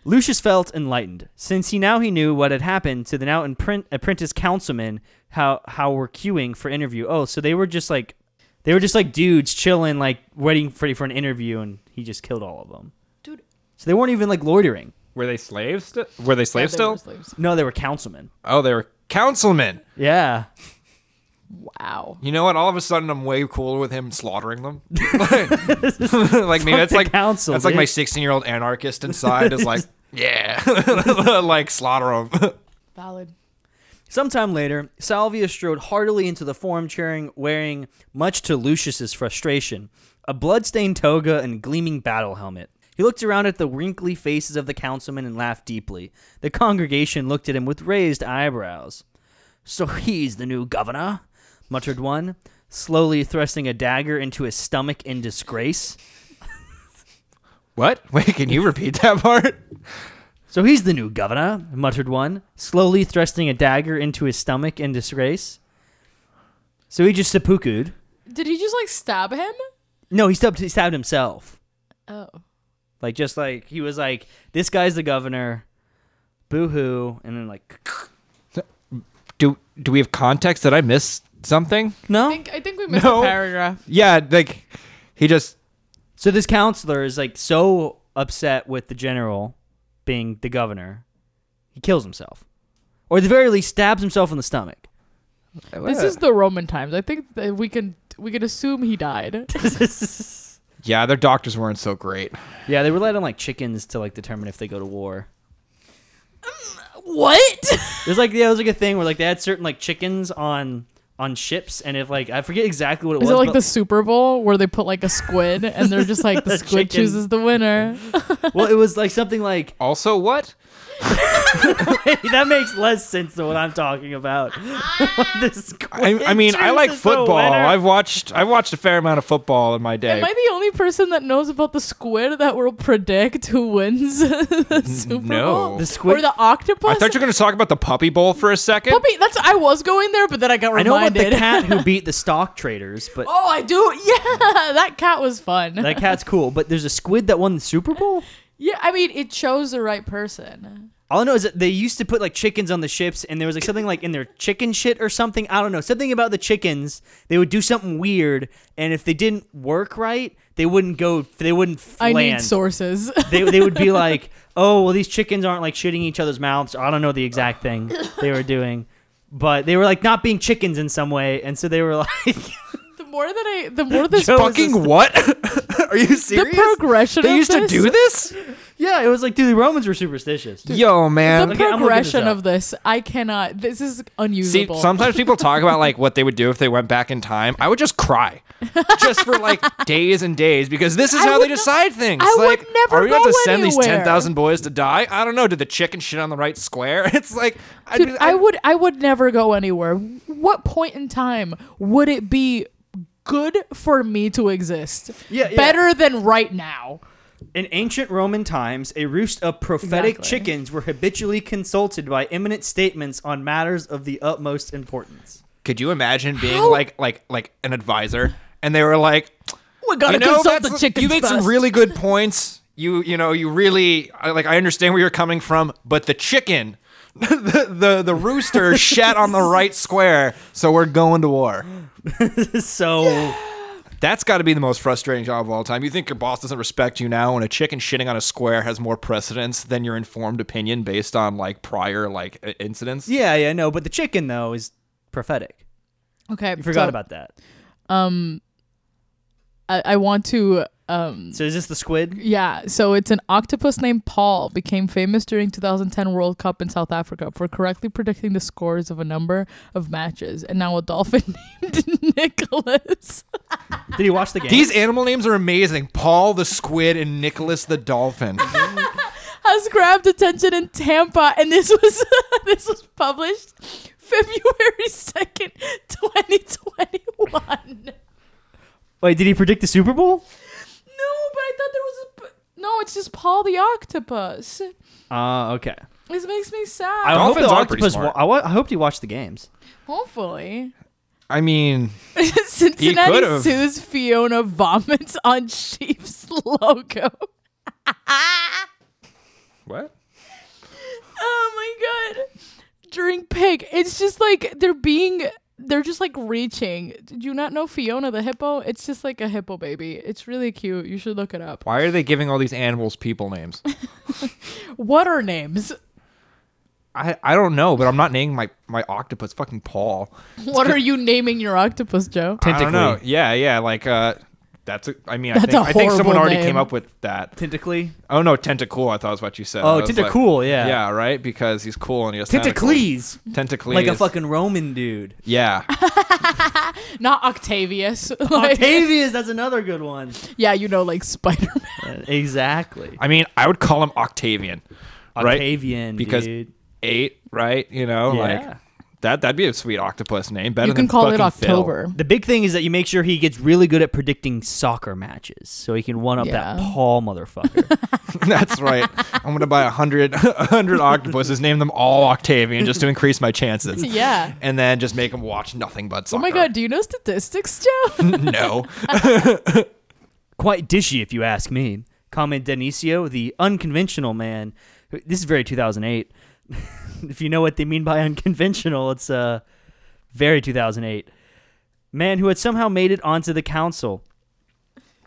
Speaker 1: Lucius felt enlightened, since he now he knew what had happened to the now imprint, apprentice councilmen. How how were queuing for interview? Oh, so they were just like, they were just like dudes chilling, like waiting for for an interview, and he just killed all of them.
Speaker 2: Dude.
Speaker 1: So they weren't even like loitering.
Speaker 3: Were they slaves? St- were they
Speaker 2: Yeah,
Speaker 3: slaves
Speaker 2: they
Speaker 3: still?
Speaker 2: were slaves.
Speaker 1: No, they were councilmen.
Speaker 3: Oh, they were councilmen.
Speaker 1: Yeah,
Speaker 2: Wow.
Speaker 3: You know what? All of a sudden, I'm way cooler with him
Speaker 1: <laughs>
Speaker 3: slaughtering them. <laughs> like maybe
Speaker 1: the
Speaker 3: that's like
Speaker 1: council,
Speaker 3: That's like my
Speaker 1: dude.
Speaker 3: 16 year old anarchist inside
Speaker 1: <laughs>
Speaker 3: is like, yeah, <laughs> like slaughter <laughs> them.
Speaker 2: Valid.
Speaker 1: Sometime later, Salvia strode heartily into the forum chairing, wearing, much to Lucius's frustration, a bloodstained toga and gleaming battle helmet. He looked around at the wrinkly faces of the councilmen and laughed deeply. The congregation looked at him with raised eyebrows. So he's the new governor, muttered one, slowly thrusting a dagger into his stomach in disgrace.
Speaker 3: what? Wait, can you repeat that part?
Speaker 1: So he's the new governor, muttered one, slowly thrusting a dagger into his stomach in disgrace. So he just seppuku'd.
Speaker 2: Did he just like stab him?
Speaker 1: No, he stabbed, he stabbed himself.
Speaker 2: Oh.
Speaker 1: Like, just like, he was like, this guy's the governor, boo hoo. And then, like, <laughs>
Speaker 3: Do Do we have context? Did I miss something?
Speaker 2: I
Speaker 1: no.
Speaker 2: think I think we missed
Speaker 3: No.
Speaker 2: a paragraph.
Speaker 3: Yeah, like he just
Speaker 1: So this counselor is like so upset with the general being the governor, he kills himself. Or at the very least, stabs himself in the stomach.
Speaker 2: This is the Roman times. I think that we can we can assume he died.
Speaker 3: yeah. Their doctors weren't so great.
Speaker 1: yeah, they relied on like chickens to like determine if they go to war.
Speaker 2: <laughs> what?
Speaker 1: There's like yeah, it was like a thing where like they had certain like chickens on on ships, and if like I forget exactly what it was.
Speaker 2: Is it like
Speaker 1: but-
Speaker 2: the Super Bowl where they put like a squid and they're
Speaker 1: <laughs>
Speaker 2: just like the squid
Speaker 1: chicken.
Speaker 2: chooses the winner?
Speaker 1: Well, it was like something like <laughs>
Speaker 3: Also, what?
Speaker 1: that makes less sense than what I'm talking about. <laughs>
Speaker 2: <laughs>
Speaker 1: This-
Speaker 3: I, I mean, I
Speaker 1: Chooses
Speaker 3: like
Speaker 1: the
Speaker 3: football.
Speaker 1: winner.
Speaker 3: I've watched I've watched a fair amount of football in my day.
Speaker 2: Am I the only person that knows about the squid that will predict who wins <laughs> the Super
Speaker 3: no.
Speaker 2: Bowl?
Speaker 1: The squid-
Speaker 2: or the octopus?
Speaker 3: I thought you were going to talk about the Puppy Bowl for a second.
Speaker 2: Puppy, that's I was going there, but then I got
Speaker 1: I
Speaker 2: reminded.
Speaker 1: know about the cat who beat the stock traders, but
Speaker 2: <laughs> oh, I do. Yeah, that cat was fun.
Speaker 1: that cat's cool. But there's a squid that won the Super Bowl.
Speaker 2: yeah, I mean, it chose the right person.
Speaker 1: All I know is that they used to put like chickens on the ships, and there was like something like in their chicken shit or something. I don't know. Something about the chickens. They would do something weird, and if they didn't work right, they wouldn't go. They wouldn't.
Speaker 2: I need
Speaker 1: land.
Speaker 2: sources. <laughs>
Speaker 1: they, they would be like, oh, well, these chickens aren't like shitting each other's mouths. I don't know the exact thing they were doing, but they were like not being chickens in some way. And so they were like, <laughs>
Speaker 2: the more that I, the
Speaker 3: <laughs>
Speaker 2: more this
Speaker 1: Joe-
Speaker 3: Fucking what? <laughs> Are you serious?
Speaker 2: the progression
Speaker 3: they
Speaker 2: of
Speaker 3: used
Speaker 2: this,
Speaker 3: to do this?
Speaker 1: yeah, it was like, dude, the Romans were superstitious.
Speaker 3: Yo, man.
Speaker 2: the
Speaker 1: Okay, I'm looking
Speaker 2: progression
Speaker 1: this up.
Speaker 2: of this i cannot this is
Speaker 3: See,
Speaker 2: unusable
Speaker 3: sometimes people talk about like what they would do if they went back in time. I would just cry, just
Speaker 2: <laughs>
Speaker 3: for like days and days, because this is
Speaker 2: I
Speaker 3: how
Speaker 2: would
Speaker 3: they
Speaker 2: no-
Speaker 3: decide things.
Speaker 2: I would
Speaker 3: like,
Speaker 2: never
Speaker 3: are we about
Speaker 2: go
Speaker 3: to send these
Speaker 2: anywhere.
Speaker 3: ten thousand boys to die? I don't know. Did the chicken shit on the right square? <laughs> It's like, I'd
Speaker 2: Dude,
Speaker 3: be-
Speaker 2: i would i would never go anywhere what point in time would it be good for me to exist
Speaker 1: Yeah, yeah.
Speaker 2: better than right now
Speaker 1: In ancient Roman times, a roost of prophetic
Speaker 2: Exactly.
Speaker 1: chickens were habitually consulted by eminent statements on matters of the utmost importance.
Speaker 3: Could you imagine being
Speaker 2: How-
Speaker 3: like like like an advisor and they were like,
Speaker 2: We gotta
Speaker 3: you know,
Speaker 2: consult
Speaker 3: that's-
Speaker 2: the chickens
Speaker 3: you made some
Speaker 2: first.
Speaker 3: really good points. You you know you really I- like I understand where you're coming from, but the chicken, <laughs> the, the the
Speaker 2: <laughs>
Speaker 3: rooster shat on the right square, so we're going to war.
Speaker 1: so
Speaker 3: That's got to be the most frustrating job of all time. You think your boss doesn't respect you now when a chicken shitting on a square has more precedence than your informed opinion based on like prior like i- incidents?
Speaker 1: yeah, yeah, no. But the chicken though is prophetic.
Speaker 2: Okay,
Speaker 1: You forgot
Speaker 2: so
Speaker 1: about that.
Speaker 2: I, I want to. Um,
Speaker 1: So is this the squid?
Speaker 2: yeah, so it's an octopus named Paul became famous during 2010 World Cup in South Africa for correctly predicting the scores of a number of matches, and now a dolphin <laughs> named Nicholas.
Speaker 1: Did he watch the game?
Speaker 3: These animal names are amazing. Paul the squid and Nicholas the dolphin.
Speaker 2: has grabbed attention in Tampa, and this was <laughs> this was published February second, twenty twenty one.
Speaker 1: Wait, did he predict the Super Bowl?
Speaker 2: No, but I thought there was a. p- No, it's just Paul the octopus.
Speaker 1: Uh, okay.
Speaker 2: This makes me
Speaker 1: I
Speaker 2: sad.
Speaker 1: hope
Speaker 3: Dolphins
Speaker 1: the
Speaker 3: are pretty
Speaker 1: octopus. Wa-
Speaker 3: smart.
Speaker 1: I, wa- I hope he watched the games.
Speaker 2: Hopefully,
Speaker 3: I mean,
Speaker 2: <laughs> Cincinnati
Speaker 3: could've.
Speaker 2: sues Fiona vomits on Chiefs logo.
Speaker 3: what?
Speaker 2: Oh my god. During pig, it's just like they're being they're just like reaching. Did you not know Fiona the hippo? It's just like a hippo baby. It's really cute. You should look it up.
Speaker 3: Why are they giving all these animals people names? <laughs>
Speaker 2: What are names? <laughs>
Speaker 3: I, I don't know, but I'm not naming my, my octopus fucking Paul.
Speaker 2: What are you naming your octopus, Joe?
Speaker 3: I don't know.
Speaker 1: Tentacly.
Speaker 3: Yeah, yeah, like uh that's a, I mean I
Speaker 2: That's
Speaker 3: think
Speaker 2: a
Speaker 3: I think someone
Speaker 2: horrible
Speaker 3: already
Speaker 2: name.
Speaker 3: came up with that.
Speaker 1: Tentacly.
Speaker 3: Oh no, tentacool I thought was what you said.
Speaker 1: Oh,
Speaker 3: I was
Speaker 1: Tentacool, yeah.
Speaker 3: Yeah, right? Because he's cool and he has tentacles.
Speaker 1: Tentacles.
Speaker 3: Tentacles.
Speaker 1: Like a fucking Roman <laughs> dude.
Speaker 3: Yeah.
Speaker 2: Not Octavius. <laughs> like,
Speaker 1: Octavius, that's another good one.
Speaker 2: yeah, you know, like Spider Man.
Speaker 1: <laughs> exactly.
Speaker 3: I mean, I would call him Octavian. Right?
Speaker 1: Octavian,
Speaker 3: Because-
Speaker 1: dude.
Speaker 3: Eight, right? You know,
Speaker 1: Yeah.
Speaker 3: like that that'd be a sweet octopus name. Better
Speaker 2: You can
Speaker 3: than
Speaker 2: call it
Speaker 3: fucking Phil.
Speaker 2: October.
Speaker 1: The big thing is that you make sure he gets really good at predicting soccer matches, so he can one up that
Speaker 2: Yeah.
Speaker 1: Paul motherfucker.
Speaker 3: <laughs> That's right. I'm gonna buy a hundred, <laughs> a hundred octopuses, name them all Octavian,
Speaker 1: <laughs>
Speaker 3: just to increase my chances.
Speaker 2: Yeah.
Speaker 3: And then just make them watch nothing but
Speaker 2: Oh
Speaker 3: soccer.
Speaker 2: my god, do you know statistics,
Speaker 1: <laughs>
Speaker 2: Joe?
Speaker 3: <laughs> No.
Speaker 1: Quite dishy, if you ask me. Comment Denisio, the unconventional man. who- This is very 2008. <laughs> if you know what they mean by unconventional, it's uh, very 2008. Man who had somehow made it onto the council,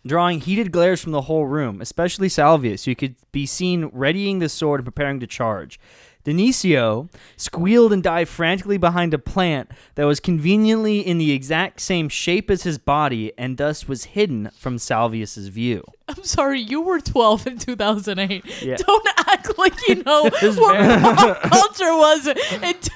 Speaker 1: drawing heated glares from the whole room, especially Salvius, who could be seen readying the sword and preparing to charge. Denisio squealed and dived frantically behind a plant that was conveniently in the exact same shape as his body and thus was hidden from Salvius's view.
Speaker 2: I'm sorry, you were 12 in 2008.
Speaker 1: Yeah.
Speaker 2: Don't act like
Speaker 1: <laughs>
Speaker 2: you know what pop culture was in 2008.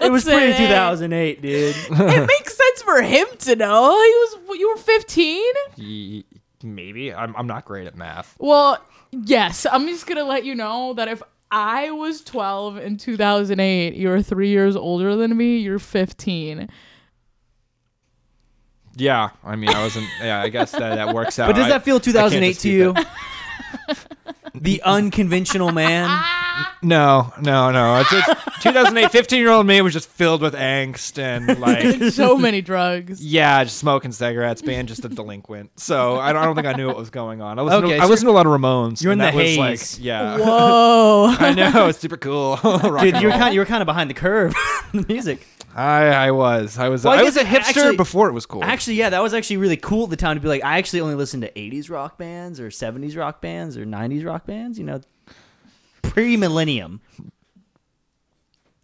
Speaker 1: It was
Speaker 2: eh?
Speaker 1: pre 2008,
Speaker 3: <laughs>
Speaker 1: dude.
Speaker 2: It makes sense for him to know. He was you were 15?
Speaker 3: Y- Maybe I'm, I'm not great at math.
Speaker 2: Well, yes. I'm just going to let you know that if I was 12 in 2008, you're 3 years older than me, you're 15.
Speaker 3: Yeah, I mean, I wasn't. Yeah, I guess that,
Speaker 1: <laughs>
Speaker 3: that works out.
Speaker 1: But does
Speaker 3: I-
Speaker 1: that
Speaker 3: I
Speaker 1: feel
Speaker 3: can't
Speaker 1: 2008 to
Speaker 3: dispute
Speaker 1: you?
Speaker 3: that.
Speaker 1: <laughs>
Speaker 3: <laughs>
Speaker 1: the unconventional man.
Speaker 3: <laughs> No, no, no. It's,
Speaker 1: <laughs>
Speaker 3: it's 2008. 15 year old me was just filled with angst
Speaker 1: <laughs>
Speaker 3: and like,
Speaker 2: So many drugs.
Speaker 3: yeah, just smoking cigarettes, being just a delinquent. So I don't, I don't think I knew what was going on. I listened,
Speaker 1: Okay,
Speaker 3: to, I
Speaker 1: so
Speaker 3: listened to a lot of Ramones.
Speaker 1: you're in
Speaker 3: and
Speaker 1: the
Speaker 3: that was
Speaker 1: haze.
Speaker 3: like, yeah.
Speaker 2: Whoa.
Speaker 3: <laughs> I know, it's super cool. <laughs> Rock
Speaker 1: Dude,
Speaker 3: and
Speaker 1: you were
Speaker 3: roll.
Speaker 1: kind you were kind of behind the curve <laughs> in the music.
Speaker 3: I, I was. I was.
Speaker 1: Well, I
Speaker 3: I, was a
Speaker 1: guess
Speaker 3: hipster
Speaker 1: actually-
Speaker 3: before it was cool.
Speaker 1: Actually, yeah, that was actually really cool at the time to be like, I actually only listened to 80s rock bands or 70s rock bands or 90s rock bands, you know, pre millennium.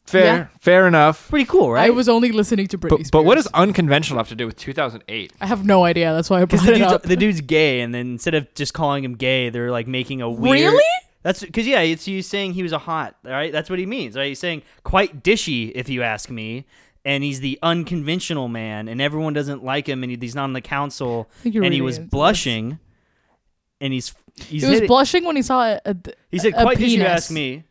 Speaker 3: fair,
Speaker 2: Yeah.
Speaker 3: fair enough.
Speaker 1: Pretty cool, <laughs> right?
Speaker 2: I was only listening to Britney
Speaker 3: But, but what
Speaker 2: Spears.
Speaker 3: does unconventional have to do with 2008?
Speaker 2: I have no idea. That's why I
Speaker 1: because
Speaker 2: brought
Speaker 1: the,
Speaker 2: it up.
Speaker 1: dude's- the dude's gay, and then instead of just calling him gay, they're like making a weird.
Speaker 2: Really?
Speaker 1: That's because yeah, it's you saying he was a hot, right? That's what he means, right? He's saying quite dishy, if you ask me, and he's the unconventional man, and everyone doesn't like him, and he- he's not on the council,
Speaker 2: think
Speaker 1: and
Speaker 2: you're
Speaker 1: he
Speaker 2: really
Speaker 1: was
Speaker 2: into this.
Speaker 1: blushing, and he's he's
Speaker 2: he was
Speaker 1: hitting-
Speaker 2: blushing when he saw a, a
Speaker 1: He said,
Speaker 2: a
Speaker 1: "Quite dishy, you
Speaker 2: penis.
Speaker 1: ask me."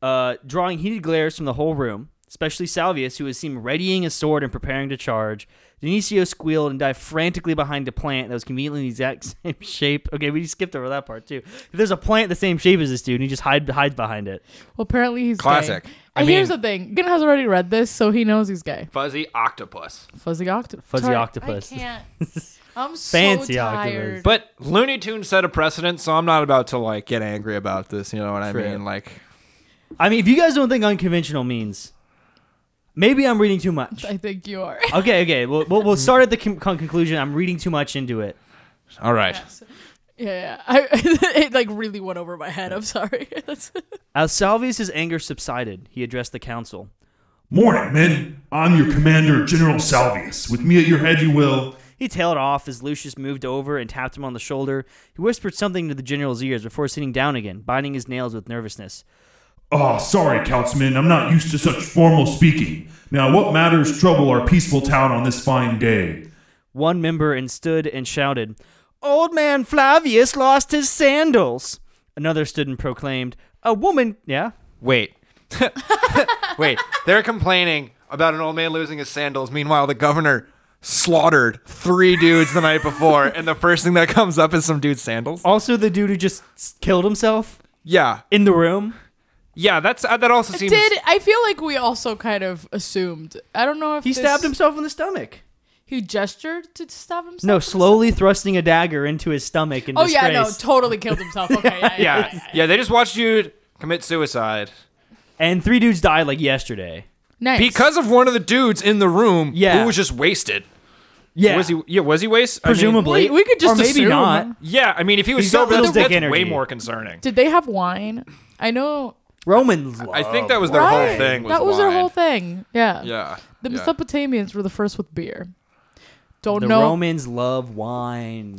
Speaker 1: Uh, drawing heated glares from the whole room, especially Salvius, who was seen readying his sword and preparing to charge. Denisio squealed and dived frantically behind a plant that was conveniently in the exact <laughs> same shape. Okay, we skipped over that part too. There's a plant the same shape as this dude, and he just hide, hides behind it.
Speaker 2: Well, apparently he's gay.
Speaker 3: Classic. I
Speaker 2: And here's
Speaker 3: mean-
Speaker 2: the thing: Gin has already read this, so he knows he's gay.
Speaker 3: Fuzzy octopus.
Speaker 2: Fuzzy octopus.
Speaker 1: Fuzzy octopus. <laughs>
Speaker 2: I can't. I'm so
Speaker 1: Fancy octopus.
Speaker 2: tired.
Speaker 3: But Looney Tunes set a precedent, so I'm not about to like get angry about this. You know what
Speaker 1: True.
Speaker 3: I mean? Like,
Speaker 1: I mean, if you guys don't think unconventional means, maybe I'm reading too
Speaker 2: <laughs>
Speaker 1: much.
Speaker 2: I think you are.
Speaker 1: Okay, okay. We'll, we'll, we'll start at the con- conclusion. I'm reading too much into it.
Speaker 3: all right.
Speaker 2: Yeah, yeah. I, <laughs> it like really went over my head. I'm sorry. <laughs> That's-
Speaker 1: As Salvius's anger subsided, he addressed the council.
Speaker 4: Morning, men. I'm your commander, General Salvius. With me at your head, you will.
Speaker 1: He tailed off as Lucius moved over and tapped him on the shoulder. He whispered something into the general's ears before sitting down again, biting his nails with nervousness.
Speaker 4: Ah, sorry, Councilman. I'm not used to such formal speaking. Now, what matters trouble our peaceful town on this fine day?
Speaker 1: One member and stood and shouted, Old man Flavius lost his sandals. Another stood and proclaimed, A woman. Yeah? <laughs>
Speaker 3: Wait, <laughs> wait. They're complaining about an old man losing his sandals. Meanwhile, the governor slaughtered three dudes the night before, and the first thing that comes up is some dude's sandals.
Speaker 1: Also, the dude who just s- killed himself
Speaker 3: Yeah,
Speaker 1: in the room.
Speaker 3: yeah. That's uh, that also seems.
Speaker 2: Did I feel like we also kind of assumed? I don't know if
Speaker 1: He
Speaker 2: this-
Speaker 1: stabbed himself in the stomach.
Speaker 2: He gestured to stab himself.
Speaker 1: No, slowly thrusting a dagger into his stomach in
Speaker 2: Oh
Speaker 1: disgrace.
Speaker 2: yeah, no, totally
Speaker 1: <laughs>
Speaker 2: killed himself. Okay, yeah, yeah. yeah.
Speaker 3: yeah, yeah. They just watched dude commit suicide
Speaker 1: and three dudes died like yesterday.
Speaker 2: Nice.
Speaker 3: because of one of the dudes in the room
Speaker 1: Yeah.
Speaker 3: who was just wasted.
Speaker 1: Yeah.
Speaker 3: Was he? Yeah, was he wasted?
Speaker 1: presumably.
Speaker 2: We- we could just
Speaker 1: or maybe
Speaker 2: assume.
Speaker 1: not.
Speaker 3: yeah, I mean, if he was
Speaker 1: He's got
Speaker 3: sober,
Speaker 1: little
Speaker 3: that's,
Speaker 1: dick
Speaker 3: that's way
Speaker 1: energy.
Speaker 3: more concerning.
Speaker 2: did they have wine? I know.
Speaker 1: Romans.
Speaker 3: I think that was their whole
Speaker 2: Right.
Speaker 3: thing. Was
Speaker 2: that was their
Speaker 3: wine.
Speaker 2: whole thing. Yeah.
Speaker 3: Yeah.
Speaker 2: The
Speaker 3: yeah.
Speaker 2: Mesopotamians were the first with beer. Don't
Speaker 1: the
Speaker 2: know.
Speaker 1: Romans love wine.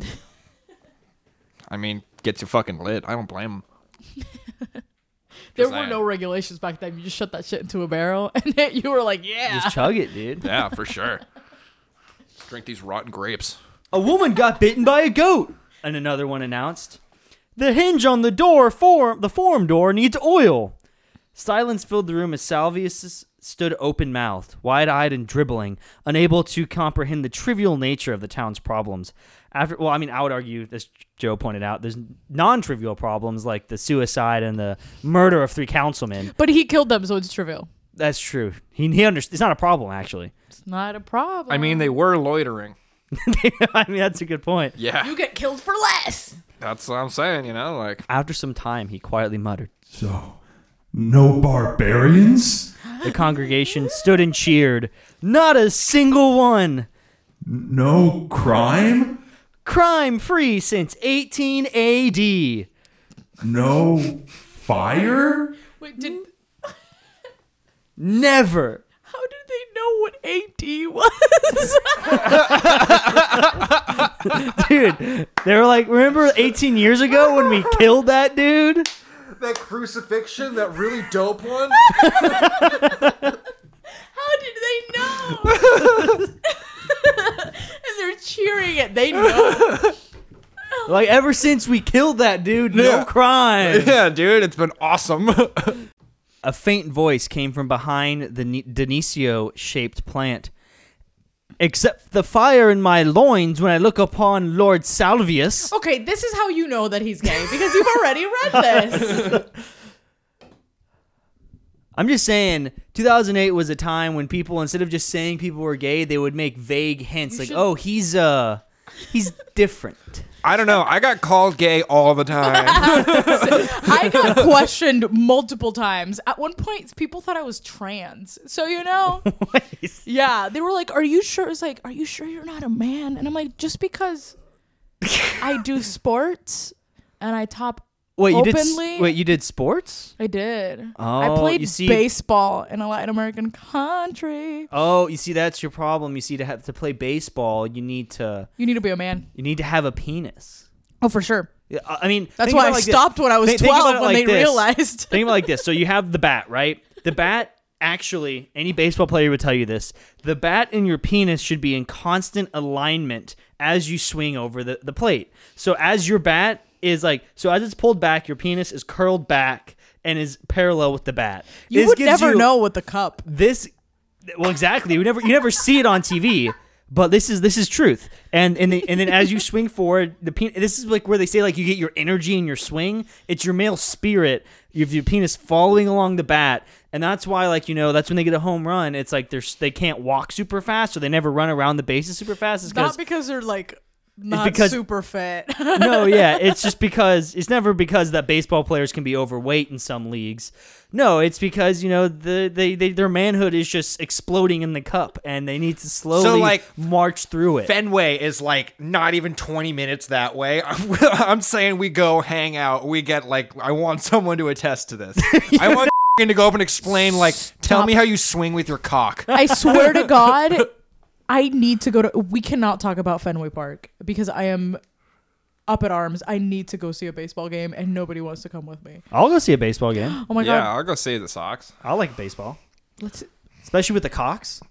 Speaker 3: I mean, gets you fucking lit. I don't blame him.
Speaker 2: <laughs> there
Speaker 3: Just
Speaker 2: were <laughs>
Speaker 3: saying.
Speaker 2: no regulations back then. You just shut that shit into a barrel, <laughs> and you were like, yeah.
Speaker 1: Just chug it, dude.
Speaker 3: Yeah, for sure. Drink these rotten grapes.
Speaker 1: A woman got bitten by a goat, and another one announced. The hinge on the door form the forum door needs oil. Silence filled the room as Salvius stood open mouthed, wide eyed and dribbling, unable to comprehend the trivial nature of the town's problems. After well, I mean, I would argue, as Joe pointed out, there's non trivial problems like the suicide and the murder of three councilmen.
Speaker 2: But he killed them, so it's trivial.
Speaker 1: That's true. He, he understands. It's not a problem, actually. <laughs>
Speaker 2: It's not a problem.
Speaker 3: I mean, they were loitering.
Speaker 1: I mean, that's a good point.
Speaker 3: Yeah.
Speaker 2: you get killed for less.
Speaker 3: That's what I'm saying, you know? Like,
Speaker 1: After some time, he quietly muttered.
Speaker 4: So, no barbarians?
Speaker 1: The congregation stood and cheered. Not a single one.
Speaker 4: No crime?
Speaker 1: Crime free since 18 AD.
Speaker 4: No fire?
Speaker 2: Wait,
Speaker 1: Hmm?
Speaker 2: did
Speaker 1: Never. <laughs>
Speaker 2: how did they know what AD was? <laughs>
Speaker 1: Dude, they were like, remember 18 years ago when we killed that dude?
Speaker 3: that crucifixion, that really dope one?
Speaker 2: <laughs> how did they know? <laughs> and they're cheering it.
Speaker 1: <laughs>
Speaker 2: They know.
Speaker 1: Like, ever since we killed that dude, no
Speaker 3: Yeah.
Speaker 1: crime.
Speaker 3: yeah, dude, it's been awesome. <laughs>
Speaker 1: A faint voice came from behind the ne- Denisio shaped plant. Except the fire in my loins when I look upon Lord Salvius.
Speaker 2: Okay, this is how you know that he's gay because you've already read this.
Speaker 1: I'm just saying, 2008 was a time when people, instead of just saying people were gay, they would make vague hints like,
Speaker 2: should-
Speaker 1: "Oh, he's uh, he's different."
Speaker 3: I don't know. I got called gay all the time.
Speaker 1: <laughs>
Speaker 2: I got questioned multiple times. At one point, people thought I was trans. So you know.
Speaker 1: <laughs>
Speaker 2: Yeah, they were like, "Are you sure?" It's like, "Are you sure you're not a man?" And I'm like, "Just because
Speaker 1: <laughs>
Speaker 2: I do sports and I top,
Speaker 1: Wait, you did s-
Speaker 2: Openly?
Speaker 1: wait, you did sports?
Speaker 2: I did.
Speaker 1: Oh,
Speaker 2: I played
Speaker 1: you see-
Speaker 2: baseball in a Latin American country.
Speaker 1: Oh, you see, that's your problem. You see, to have to play baseball, you need to
Speaker 2: You need to be a man.
Speaker 1: you need to have a penis.
Speaker 2: Oh, for sure.
Speaker 1: Yeah, I I mean,
Speaker 2: That's
Speaker 1: think about
Speaker 2: why I
Speaker 1: it like this.
Speaker 2: stopped when I was
Speaker 1: Think- think about
Speaker 2: 12
Speaker 1: it
Speaker 2: when
Speaker 1: like
Speaker 2: they
Speaker 1: this.
Speaker 2: realized.
Speaker 1: Think about it like this. So you have the bat, right? The bat actually, any baseball player would tell you this. The bat and your penis should be in constant alignment as you swing over the, the plate. So as your bat is like so as it's pulled back, your penis is curled back and is parallel with the bat.
Speaker 5: You
Speaker 1: This
Speaker 5: would
Speaker 1: gives
Speaker 5: never
Speaker 1: you-
Speaker 5: know with the cup.
Speaker 1: this well exactly you never you never see it on tv but this is this is truth and and, the, and then as you swing forward the penis this is like where they say like you get your energy in your swing it's your male spirit you have your penis following along the bat and that's why like you know that's when they get a home run it's like they're s- they can't walk super fast or they never run around the bases super fast it's
Speaker 5: Not
Speaker 1: because
Speaker 5: because they're like not
Speaker 1: because-
Speaker 2: <laughs>
Speaker 5: super fit.
Speaker 1: no, yeah, it's just because it's never because that baseball players can be overweight in some leagues. No, it's because you know the they, they their manhood is just exploding in the cup, and they need to slowly
Speaker 3: like,
Speaker 1: march through it.
Speaker 3: Fenway is like not even 20 minutes that way. <laughs> I'm saying we go hang out. We get like, I want <laughs> someone to attest to <laughs> this. I want to go up and explain, like, tell me how you swing with your <laughs> cock.
Speaker 5: I swear
Speaker 3: <laughs>
Speaker 5: to God, I need to go to. We cannot talk about Fenway Park because I am up at arms. I need to go see a baseball game, and nobody wants to come with me.
Speaker 1: I'll go see a baseball
Speaker 5: <gasps>
Speaker 1: game.
Speaker 5: Oh my
Speaker 3: Yeah,
Speaker 5: God!
Speaker 3: I'll go save the socks.
Speaker 1: I like baseball,
Speaker 5: Let's.
Speaker 1: especially with the cocks.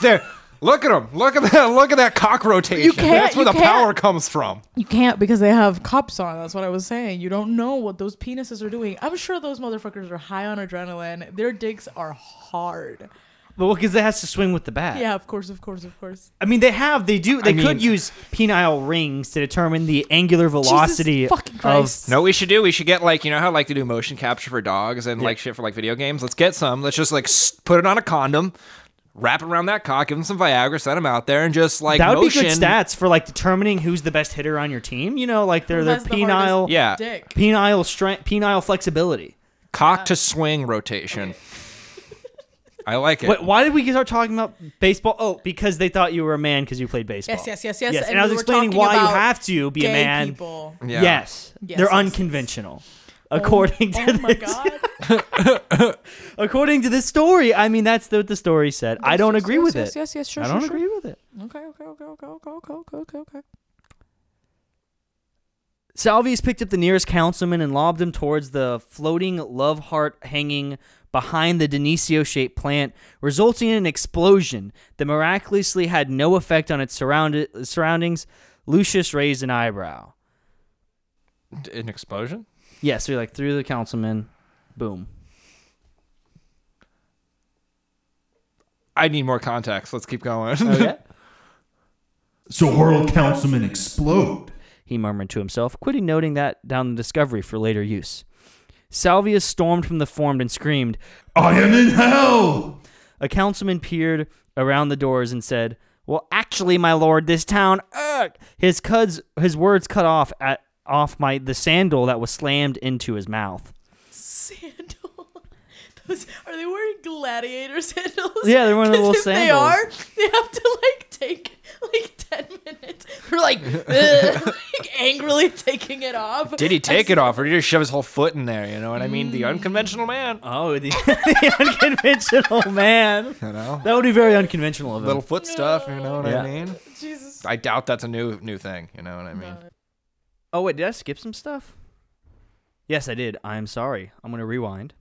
Speaker 3: There. Look at him. Look at <laughs> that. Look at that cock rotation.
Speaker 5: You can't-
Speaker 3: That's where
Speaker 5: you
Speaker 3: the power
Speaker 5: can't.
Speaker 3: comes from.
Speaker 5: You can't because they have cups on. That's what I was saying. You don't know what those penises are doing. I'm sure those motherfuckers are high on adrenaline. Their dicks are hard.
Speaker 1: Well, because it has to swing with the bat.
Speaker 5: Yeah, of course, of course, of course.
Speaker 1: I mean they have they do they could
Speaker 3: mean-
Speaker 1: use penile rings to determine the angular <laughs> velocity
Speaker 5: Jesus fucking
Speaker 1: of
Speaker 5: Christ.
Speaker 3: No, we should do. We should get like you know how like to do motion capture for dogs and like shit for like video games. Let's get some. Let's just like s- put it on a condom, wrap it around that cock, give him some Viagra, set him out there, and just like
Speaker 1: that would
Speaker 3: motion.
Speaker 1: be good stats for like determining who's the best hitter on your team. You know, like their their
Speaker 5: That's the hardest
Speaker 1: penile
Speaker 3: Yeah.
Speaker 5: Dick.
Speaker 1: penile strength, penile flexibility.
Speaker 3: Cock to swing rotation. <laughs> I like it.
Speaker 1: Wait, why did we start talking about baseball? Oh, because they thought you were a man because you played baseball.
Speaker 5: Yes, yes, yes, yes.
Speaker 1: and, I was
Speaker 5: we were
Speaker 1: explaining
Speaker 5: talking
Speaker 1: why you
Speaker 5: about
Speaker 1: have to be a
Speaker 5: gay
Speaker 1: man.
Speaker 5: People.
Speaker 3: Yeah.
Speaker 1: Yes, they're
Speaker 5: Yes, yes, yes.
Speaker 1: unconventional. According to
Speaker 5: Oh my
Speaker 1: this,
Speaker 5: god.
Speaker 1: according to this story, I mean that's what the story said. I don't
Speaker 5: Yes,
Speaker 1: agree
Speaker 5: yes,
Speaker 1: with
Speaker 5: yes,
Speaker 1: it.
Speaker 5: Yes, yes, sure,
Speaker 1: I
Speaker 5: sure,
Speaker 1: don't
Speaker 5: sure.
Speaker 1: agree with it.
Speaker 5: Okay, okay, okay, okay, okay, okay, okay, okay, okay.
Speaker 1: Salvius picked up the nearest councilman and lobbed him towards the floating love heart hanging behind the Denisio shaped plant, resulting in an explosion that miraculously had no effect on its surround- surroundings. Lucius raised an eyebrow.
Speaker 3: An explosion?
Speaker 1: Yeah, so he like threw the councilman. Boom.
Speaker 3: I need more context. Let's
Speaker 1: <laughs>
Speaker 3: keep going.
Speaker 4: So Harl Councilman explode.
Speaker 1: he murmured to himself, quitting noting that down the discovery for later use. Salvius stormed from the formed and screamed,
Speaker 4: I am in hell.
Speaker 1: A councilman peered around the doors and said, "Well, actually, my lord, this town." Ugh. His cuds, his words cut off at off my the sandal that was slammed into his mouth.
Speaker 5: Sandal. <laughs> Those, are they wearing gladiator <laughs> sandals?
Speaker 1: Yeah, they're wearing the
Speaker 5: 'Cause
Speaker 1: little
Speaker 5: <laughs> if They
Speaker 1: sandals.
Speaker 5: are. They have to like take like ten minutes.
Speaker 3: <laughs>
Speaker 5: They're like, <laughs> ugh, like angrily taking it off.
Speaker 3: Did he take it off, or did he just shove his whole foot in there? You know what I mean?
Speaker 1: Mm.
Speaker 3: The unconventional man.
Speaker 1: Oh, the, <laughs> the unconventional man.
Speaker 3: You know,
Speaker 1: That would be very unconventional of him.
Speaker 3: little foot stuff. You know what
Speaker 1: Yeah.
Speaker 3: I mean?
Speaker 5: Jesus.
Speaker 3: I doubt that's a new new thing. You know what I mean?
Speaker 1: Oh wait, did I skip some stuff? Yes, I did. I'm sorry. I'm gonna rewind.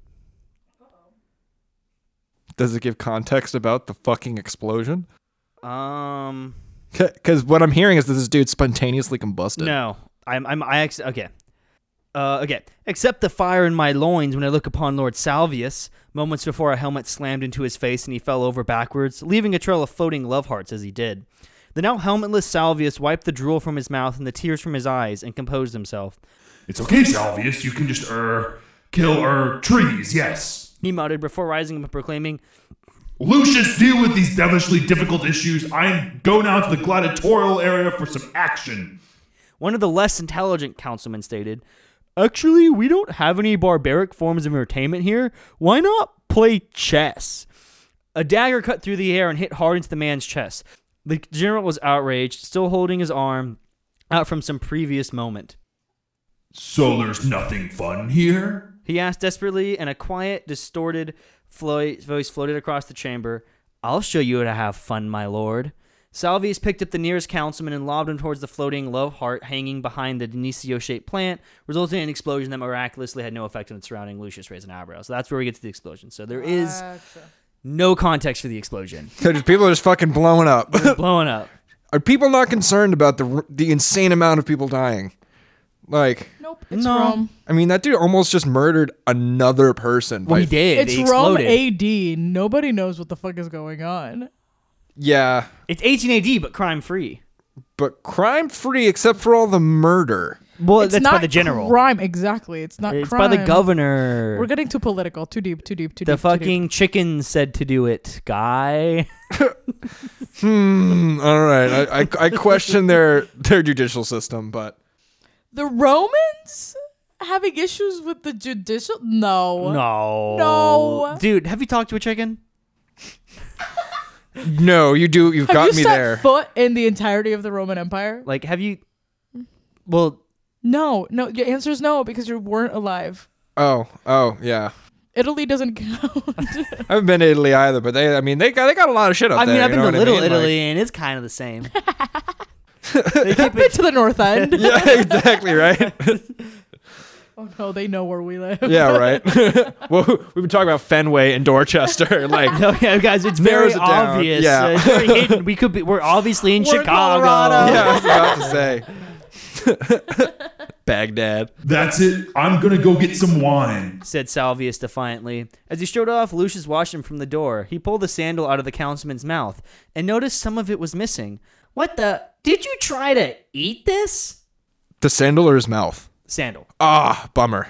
Speaker 3: Does it give context about the fucking explosion?
Speaker 1: Um,
Speaker 3: Because what I'm hearing is that this dude spontaneously combusted.
Speaker 1: no, I'm I'm I ex- okay. Uh, okay. Except the fire in my loins when I look upon Lord Salvius. Moments before a helmet slammed into his face and he fell over backwards, leaving a trail of floating love hearts as he did. The now helmetless Salvius wiped the drool from his mouth and the tears from his eyes and composed himself.
Speaker 4: It's okay, Salvius. You can just er kill er trees. Yes.
Speaker 1: He muttered before rising up and proclaiming,
Speaker 4: Lucius, deal with these devilishly difficult issues. I'm go now to the gladiatorial area for some action.
Speaker 1: One of the less intelligent councilmen stated, Actually, we don't have any barbaric forms of entertainment here. Why not play chess? A dagger cut through the air and hit hard into the man's chest. The general was outraged, still holding his arm out from some previous moment.
Speaker 4: So there's nothing fun here?
Speaker 1: He asked desperately, and a quiet, distorted flo- voice floated across the chamber I'll show you how to have fun, my lord. Salvius picked up the nearest councilman and lobbed him towards the floating love heart hanging behind the Denisio shaped plant, resulting in an explosion that miraculously had no effect on its surrounding Lucius raised an eyebrow. So that's where we get to the explosion. So there is no context for the explosion.
Speaker 3: people are just fucking blowing up.
Speaker 1: It's blowing <laughs> up.
Speaker 3: are people not concerned about the the insane amount of people dying? Like,
Speaker 5: No, Nope. It's
Speaker 1: No.
Speaker 5: <laughs> Rome.
Speaker 3: I mean, that dude almost just murdered another person.
Speaker 1: Well,
Speaker 3: by-
Speaker 1: he did.
Speaker 5: It's
Speaker 1: he
Speaker 5: Rome
Speaker 1: exploded.
Speaker 5: AD. Nobody knows what the fuck is going on.
Speaker 3: Yeah,
Speaker 1: It's 18 AD, but crime free.
Speaker 3: but crime free except for all the murder.
Speaker 1: Well,
Speaker 5: It's
Speaker 1: that's
Speaker 5: not
Speaker 1: by the general.
Speaker 5: Crime, exactly. It's not
Speaker 1: It's
Speaker 5: crime.
Speaker 1: by the governor.
Speaker 5: We're getting too political. Too deep. Too deep. Too
Speaker 1: the
Speaker 5: deep. Too deep.
Speaker 1: fucking chicken said to do it, guy.
Speaker 3: Hmm. All right, I, I, I question their their judicial system, but
Speaker 5: The Romans having issues with the judicial? No.
Speaker 1: No.
Speaker 5: No.
Speaker 1: Dude, have you talked to a chicken?
Speaker 3: no, you do. You've
Speaker 5: Have
Speaker 3: got
Speaker 5: you
Speaker 3: me
Speaker 5: set
Speaker 3: there.
Speaker 5: foot in the entirety of the Roman Empire?
Speaker 1: Like, have you. Well,
Speaker 5: No. No. Your answer is no because you weren't alive.
Speaker 3: oh, oh, yeah.
Speaker 5: Italy doesn't <laughs> count.
Speaker 3: I haven't been to Italy either, but they. I mean, they got they got a lot of shit up
Speaker 1: I mean,
Speaker 3: there.
Speaker 1: I've
Speaker 3: you
Speaker 1: been
Speaker 3: know
Speaker 1: to
Speaker 3: what I
Speaker 1: Little
Speaker 3: mean? Like-
Speaker 1: Italy, and it's kind of the same. <laughs> they keep
Speaker 5: Bit
Speaker 1: it.
Speaker 5: to the
Speaker 1: <laughs>
Speaker 5: north end.
Speaker 3: <laughs> yeah, exactly right.
Speaker 5: Oh no, they know where we live. <laughs>
Speaker 3: Yeah, right. <laughs> well, we've been talking about Fenway and Dorchester. <laughs>
Speaker 1: <laughs>
Speaker 3: Like,
Speaker 1: No, yeah, guys, it's very
Speaker 3: Narrows it down.
Speaker 1: obvious.
Speaker 3: Yeah.
Speaker 1: Uh, it's very hidden. We could be.
Speaker 3: <laughs>
Speaker 1: We're obviously in
Speaker 5: We're in
Speaker 1: Chicago. <laughs>
Speaker 5: Colorado.
Speaker 3: yeah, I was about to say <laughs> Baghdad.
Speaker 4: That's it. I'm gonna go get some wine.
Speaker 1: said Salvius defiantly. As he strode off, Lucius watched him from the door. He pulled the sandal out of the councilman's mouth and noticed some of it was missing. What the? Did you try to eat this?
Speaker 3: The sandal or his mouth?
Speaker 1: Sandal,
Speaker 3: Ah, bummer.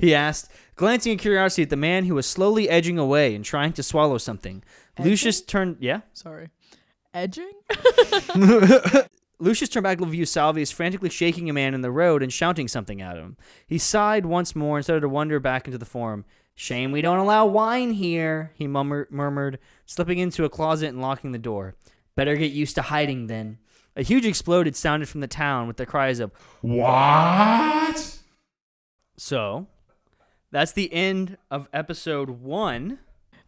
Speaker 1: he asked, glancing in curiosity at the man who was slowly edging away and trying to swallow something. Lucius turned. Yeah?
Speaker 5: Sorry. Edging?
Speaker 1: Lucius turned back to view Salvius frantically shaking a man in the road and shouting something at him. He sighed once more and started to wander back into the forum. Shame we don't allow wine here, he mummer- murmured, slipping into a closet and locking the door. Better get used to hiding then. A huge exploded sounded from the town with the cries of,
Speaker 4: What?
Speaker 1: So, that's the end of episode one.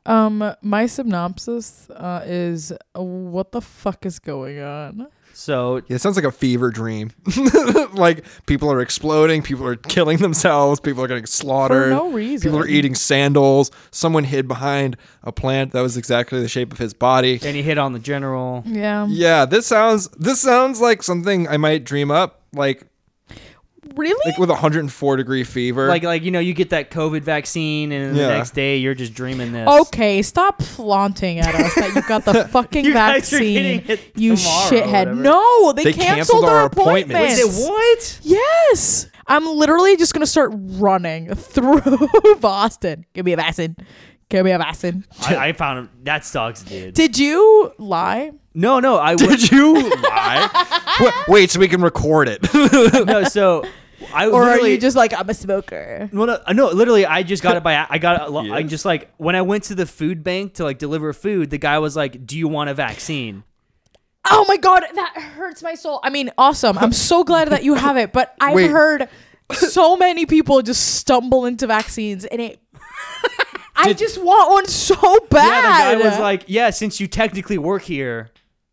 Speaker 5: Um, my synopsis uh, is uh, what the fuck is going on?
Speaker 1: So,
Speaker 3: Yeah, it sounds like a fever dream. <laughs> like people are exploding, people are killing themselves, people are getting slaughtered.
Speaker 5: no reason.
Speaker 3: People are eating sandals. Someone hid behind a plant that was exactly the shape of his body.
Speaker 1: and he hit on the general.
Speaker 5: Yeah.
Speaker 3: Yeah, this sounds this sounds like something I might dream up, like
Speaker 5: Really?
Speaker 3: like with a 104 degree fever.
Speaker 1: Like, like you know, you get that COVID vaccine, and
Speaker 3: Yeah.
Speaker 1: the next day you're just dreaming this.
Speaker 5: Okay, stop flaunting at us that you got the fucking
Speaker 1: You guys are
Speaker 5: vaccine.
Speaker 1: getting it
Speaker 5: you
Speaker 1: tomorrow or
Speaker 5: shithead.
Speaker 1: whatever.
Speaker 5: No, they,
Speaker 3: They
Speaker 5: canceled,
Speaker 3: canceled
Speaker 5: our,
Speaker 3: our
Speaker 5: appointment.
Speaker 3: appointments.
Speaker 1: Wait, what?
Speaker 5: Yes. I'm literally just going to start running <laughs> through Boston. Give me a vaccine. Give me a vaccine.
Speaker 1: I, I found him. That sucks, dude.
Speaker 5: Did you lie?
Speaker 1: No, no, I would.
Speaker 3: Did you lie? Wait- Wait, so we can record it.
Speaker 1: <laughs>
Speaker 3: <laughs>
Speaker 1: no. So I
Speaker 5: Or are
Speaker 1: literally
Speaker 5: you just like, I'm a smoker?
Speaker 1: Well, no, no, literally, I just got it by. I got. it- I
Speaker 3: Yes.
Speaker 1: just like when I went to the food bank to like deliver food. The guy was like, "Do you want a vaccine?"
Speaker 5: Oh my god, that hurts my soul. I mean, awesome. I'm so glad that you have it, but I've
Speaker 3: Wait.
Speaker 5: heard so many people just stumble into vaccines
Speaker 1: <laughs>
Speaker 5: and it I just want one so
Speaker 1: Yeah,
Speaker 5: bad.
Speaker 1: the guy was like, "Yeah, since you technically work here,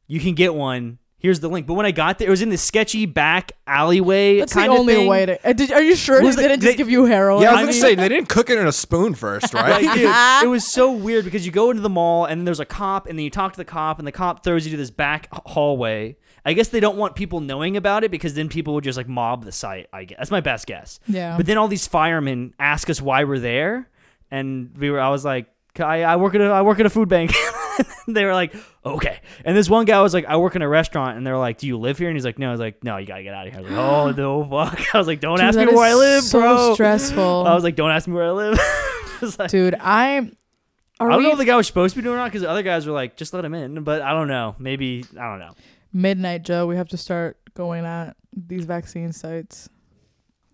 Speaker 1: you can get one." Here's the link. But when I got there, it was in this sketchy back alleyway.
Speaker 5: That's the
Speaker 1: kind of
Speaker 5: only
Speaker 1: thing.
Speaker 5: way to. Uh, did, are you sure they
Speaker 1: Was it-
Speaker 5: didn't just
Speaker 1: they-
Speaker 5: give you heroin?
Speaker 3: yeah, I was
Speaker 1: I
Speaker 3: gonna
Speaker 1: mean-
Speaker 3: say they didn't cook it in a spoon first, right?
Speaker 1: Like, dude,
Speaker 5: Uh-huh.
Speaker 1: it was so weird because you go into the mall and there's a cop, and then you talk to the cop, and the cop throws you to this back h- hallway. I guess they don't want people knowing about it because then people would just like mob the site. I guess that's my best guess.
Speaker 5: Yeah.
Speaker 1: But then all these firemen ask us why we're there, and we were. I was like, I, I work at a I work at a food bank. <laughs> they were like, okay. And this one guy was like, I work in a restaurant, and they're like, Do you live here? And he's like, No. I was like, No, you gotta get out of here. I was like, oh
Speaker 5: <gasps>
Speaker 1: no, fuck. <laughs> I was like, Don't
Speaker 5: Dude,
Speaker 1: ask me
Speaker 5: that is
Speaker 1: where I live,
Speaker 5: so
Speaker 1: bro.
Speaker 5: stressful.
Speaker 1: <laughs> I was like, Don't ask me where I live. <laughs> It's like-
Speaker 5: Dude, I. Are
Speaker 1: I don't
Speaker 5: we
Speaker 1: know if the guy was supposed to be doing it or not because the other guys were like, just let him in. But I don't know. Maybe, I don't know.
Speaker 5: midnight, Joe? We have to start going at these vaccine sites.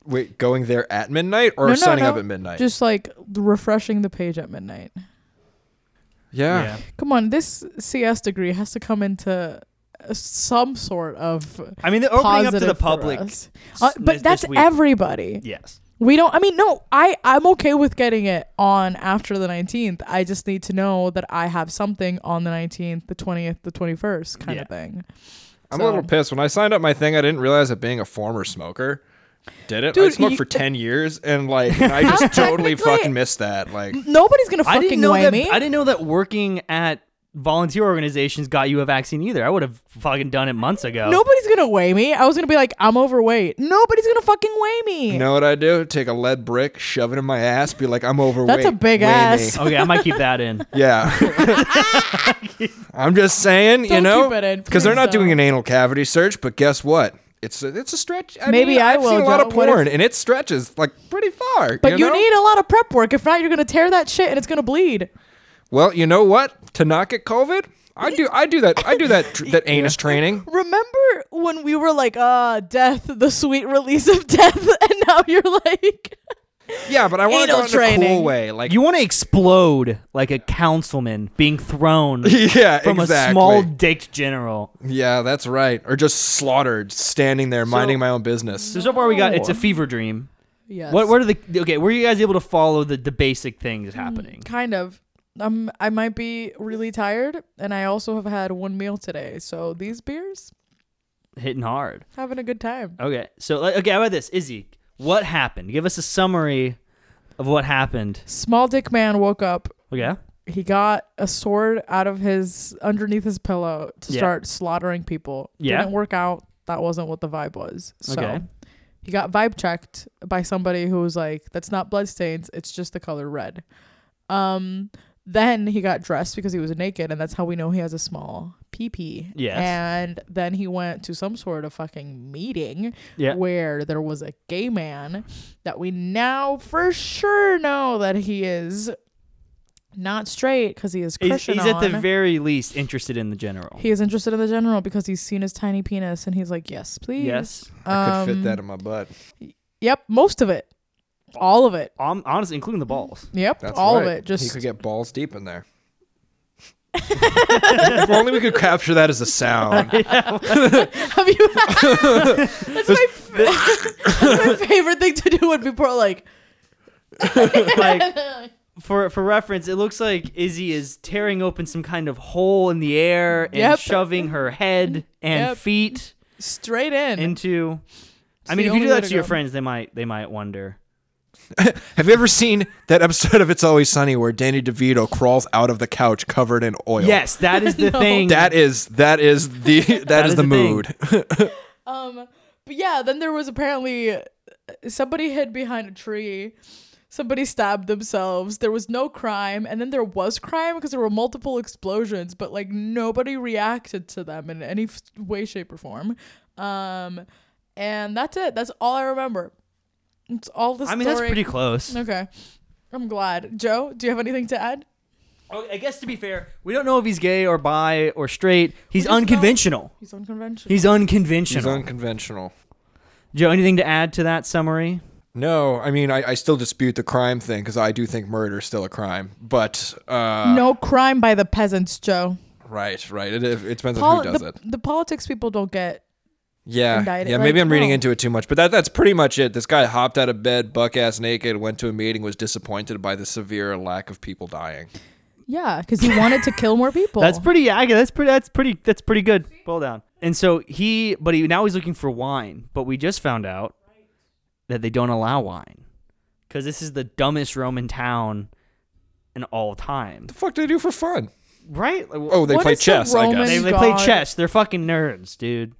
Speaker 3: Wait, going there at midnight or
Speaker 5: No, no,
Speaker 3: signing up
Speaker 5: no.
Speaker 3: at midnight?
Speaker 5: Just like refreshing the page at midnight.
Speaker 3: yeah.
Speaker 5: Come on, this CS degree has to come into uh, some sort of
Speaker 1: I mean, they're opening up to
Speaker 5: positive
Speaker 1: the
Speaker 5: for
Speaker 1: public.
Speaker 5: us.
Speaker 1: s-
Speaker 5: Uh,
Speaker 1: this-
Speaker 5: but
Speaker 1: this
Speaker 5: that's
Speaker 1: week.
Speaker 5: everybody.
Speaker 1: Yes.
Speaker 5: We don't. I mean, no. I I'm okay with getting it on after the 19th. I just need to know that I have something on the 19th, the 20th, the 21st, kind
Speaker 1: Yeah.
Speaker 5: of thing.
Speaker 3: I'm
Speaker 5: So-
Speaker 3: a little pissed. When I signed up my thing, I didn't realize that being a former smoker did it. I
Speaker 5: Dude,
Speaker 3: smoked
Speaker 5: you-
Speaker 3: for 10 years and
Speaker 5: <laughs>
Speaker 3: like I just totally
Speaker 5: Technically-
Speaker 3: fucking missed that. Like
Speaker 5: Nobody's gonna
Speaker 1: I
Speaker 5: fucking
Speaker 1: didn't know
Speaker 5: weigh
Speaker 1: that.
Speaker 5: me.
Speaker 1: I didn't know that working at volunteer organizations got you a vaccine either. I would have fucking done it months ago.
Speaker 5: Nobody's gonna weigh me. I was gonna be like, I'm overweight. Nobody's gonna fucking weigh me.
Speaker 3: You know what I do? Take a lead brick, shove it in my ass, be like, I'm overweight.
Speaker 5: a big
Speaker 3: weigh me.
Speaker 5: ass.
Speaker 1: Okay, I might keep that
Speaker 5: <laughs>
Speaker 1: in.
Speaker 3: Yeah. I'm just saying, you
Speaker 5: Don't
Speaker 3: know,
Speaker 5: keep it in,
Speaker 3: because they're
Speaker 5: please
Speaker 3: not doing
Speaker 5: don't.
Speaker 3: an anal cavity search. But guess what? It's a, it's a stretch. I
Speaker 5: Maybe
Speaker 3: mean,
Speaker 5: I
Speaker 3: I've seen
Speaker 5: will,
Speaker 3: a lot
Speaker 5: Joe.
Speaker 3: of
Speaker 5: What if-
Speaker 3: porn, and it stretches like pretty far.
Speaker 5: But you,
Speaker 3: know?
Speaker 5: need a lot of prep work. If not, you're gonna tear that shit and it's gonna bleed.
Speaker 3: Well, you know what? To not get COVID, I do. I do that. I do that. tr-
Speaker 5: <laughs>
Speaker 3: that anus training.
Speaker 5: Remember when we were like, uh, death, the sweet release of death, <laughs> and now you're like
Speaker 3: Yeah, but I want to
Speaker 5: Anal
Speaker 3: go in a
Speaker 5: training.
Speaker 3: cool way. Like
Speaker 1: You want to explode like a councilman being
Speaker 5: <laughs>
Speaker 1: thrown
Speaker 3: <laughs> Yeah,
Speaker 1: from a
Speaker 3: exactly.
Speaker 1: small dicked general.
Speaker 3: Yeah, that's right. Or just slaughtered, standing there minding
Speaker 1: So-
Speaker 3: my own business.
Speaker 1: So so far we got it's a fever dream.
Speaker 5: Yes.
Speaker 1: What what are the okay? Were you guys able to follow the the basic things
Speaker 5: Mm.
Speaker 1: happening?
Speaker 5: kind of. Um I might be really tired and I also have had one meal today. So these beers
Speaker 1: Hitting hard.
Speaker 5: having a good time.
Speaker 1: Okay, so like, okay, how about this, Izzy? What happened? Give us a summary of what happened.
Speaker 5: Small dick man woke up
Speaker 1: Okay,
Speaker 5: he got a sword out of his underneath his pillow to
Speaker 1: Yeah.
Speaker 5: start slaughtering people.
Speaker 1: Yeah.
Speaker 5: Didn't work out. That wasn't what the vibe was. So
Speaker 1: Okay.
Speaker 5: he got vibe checked by somebody who was like, That's not bloodstains, it's just the color red. Um then he got dressed because he was naked and that's how we know he has a small pee pee.
Speaker 1: Yes.
Speaker 5: And then he went to some sort of fucking meeting
Speaker 1: Yeah.
Speaker 5: where there was a gay man that we now for sure know that he is not straight because he is
Speaker 1: he's,
Speaker 5: crushing
Speaker 1: he's at the
Speaker 5: on-
Speaker 1: very least interested in the general.
Speaker 5: he is interested in the general because he's seen his tiny penis and he's like, yes, please.
Speaker 1: Yes,
Speaker 3: I could fit
Speaker 5: Um,
Speaker 3: that in my butt.
Speaker 5: Yep, most of it, all of it.
Speaker 1: um, honestly, including the
Speaker 5: <laughs>
Speaker 1: balls.
Speaker 5: Yep,
Speaker 3: That's
Speaker 5: all of
Speaker 3: right.
Speaker 5: it. Just
Speaker 3: he could get balls deep in <laughs> there. if only we could capture that as a sound.
Speaker 5: have
Speaker 3: <laughs>
Speaker 5: you? <laughs> that's, my fa- <laughs> that's my favorite thing to do when people are like,
Speaker 1: like
Speaker 5: Oh
Speaker 1: for for reference, it looks like Izzy is tearing open some kind of hole in the air and
Speaker 5: Yep.
Speaker 1: shoving her head and
Speaker 5: Yep.
Speaker 1: feet
Speaker 5: straight in.
Speaker 1: into. I
Speaker 5: the
Speaker 1: mean, if you
Speaker 5: only
Speaker 1: do
Speaker 5: way
Speaker 1: that
Speaker 5: to
Speaker 1: to your
Speaker 5: go.
Speaker 1: friends, they might they might wonder.
Speaker 3: Have you ever seen that episode of It's Always Sunny where Danny DeVito crawls out of the couch covered in oil?
Speaker 1: Yes, that
Speaker 5: <laughs>
Speaker 1: is the thing.
Speaker 3: That is that is the <laughs> that, that is,
Speaker 1: is
Speaker 3: the,
Speaker 1: the thing.
Speaker 3: mood.
Speaker 5: Um, but yeah, then there was apparently uh, somebody hid behind a tree. Somebody stabbed themselves. There was no crime, and then there was crime because there were multiple explosions, but like nobody reacted to them in any f- way, shape, or form. Um, and that's it. That's all I remember. It's all the
Speaker 1: I
Speaker 5: story.
Speaker 1: mean, that's pretty close.
Speaker 5: Okay, I'm glad. Joe, do you have anything to add?
Speaker 1: Oh, I guess to be fair, we don't know if he's gay or bi or straight. He's
Speaker 5: just know-
Speaker 1: unconventional.
Speaker 5: He's unconventional.
Speaker 1: He's unconventional.
Speaker 3: He's unconventional.
Speaker 1: Joe, anything to add to that summary?
Speaker 3: No, I mean I, I still dispute the crime thing because I do think murder is still a crime. But uh,
Speaker 5: no crime by the peasants, Joe.
Speaker 3: right, right. It, it depends
Speaker 5: Poli-
Speaker 3: on who does
Speaker 5: the,
Speaker 3: it.
Speaker 5: the politics people don't get
Speaker 3: Yeah,
Speaker 5: indicted,
Speaker 3: yeah.
Speaker 5: like,
Speaker 3: maybe I'm reading
Speaker 5: no.
Speaker 3: into it too much, but that that's pretty much it. This guy hopped out of bed, buck ass naked, went to a meeting, was disappointed by the severe lack of people dying.
Speaker 5: Yeah, because he wanted to kill more people.
Speaker 1: That's pretty. I guess that's pretty. That's pretty. That's pretty good. Well done. And so he, but he now he's looking for wine. But we just found out that they don't allow wine because this is the dumbest Roman town in all time,
Speaker 3: The fuck do they do for fun?
Speaker 1: right? Like,
Speaker 3: Oh, they
Speaker 5: What
Speaker 3: play
Speaker 5: is the
Speaker 3: chess, I
Speaker 5: Roman-
Speaker 3: guess.
Speaker 1: they, they play
Speaker 5: God.
Speaker 1: chess. They're fucking nerds, dude.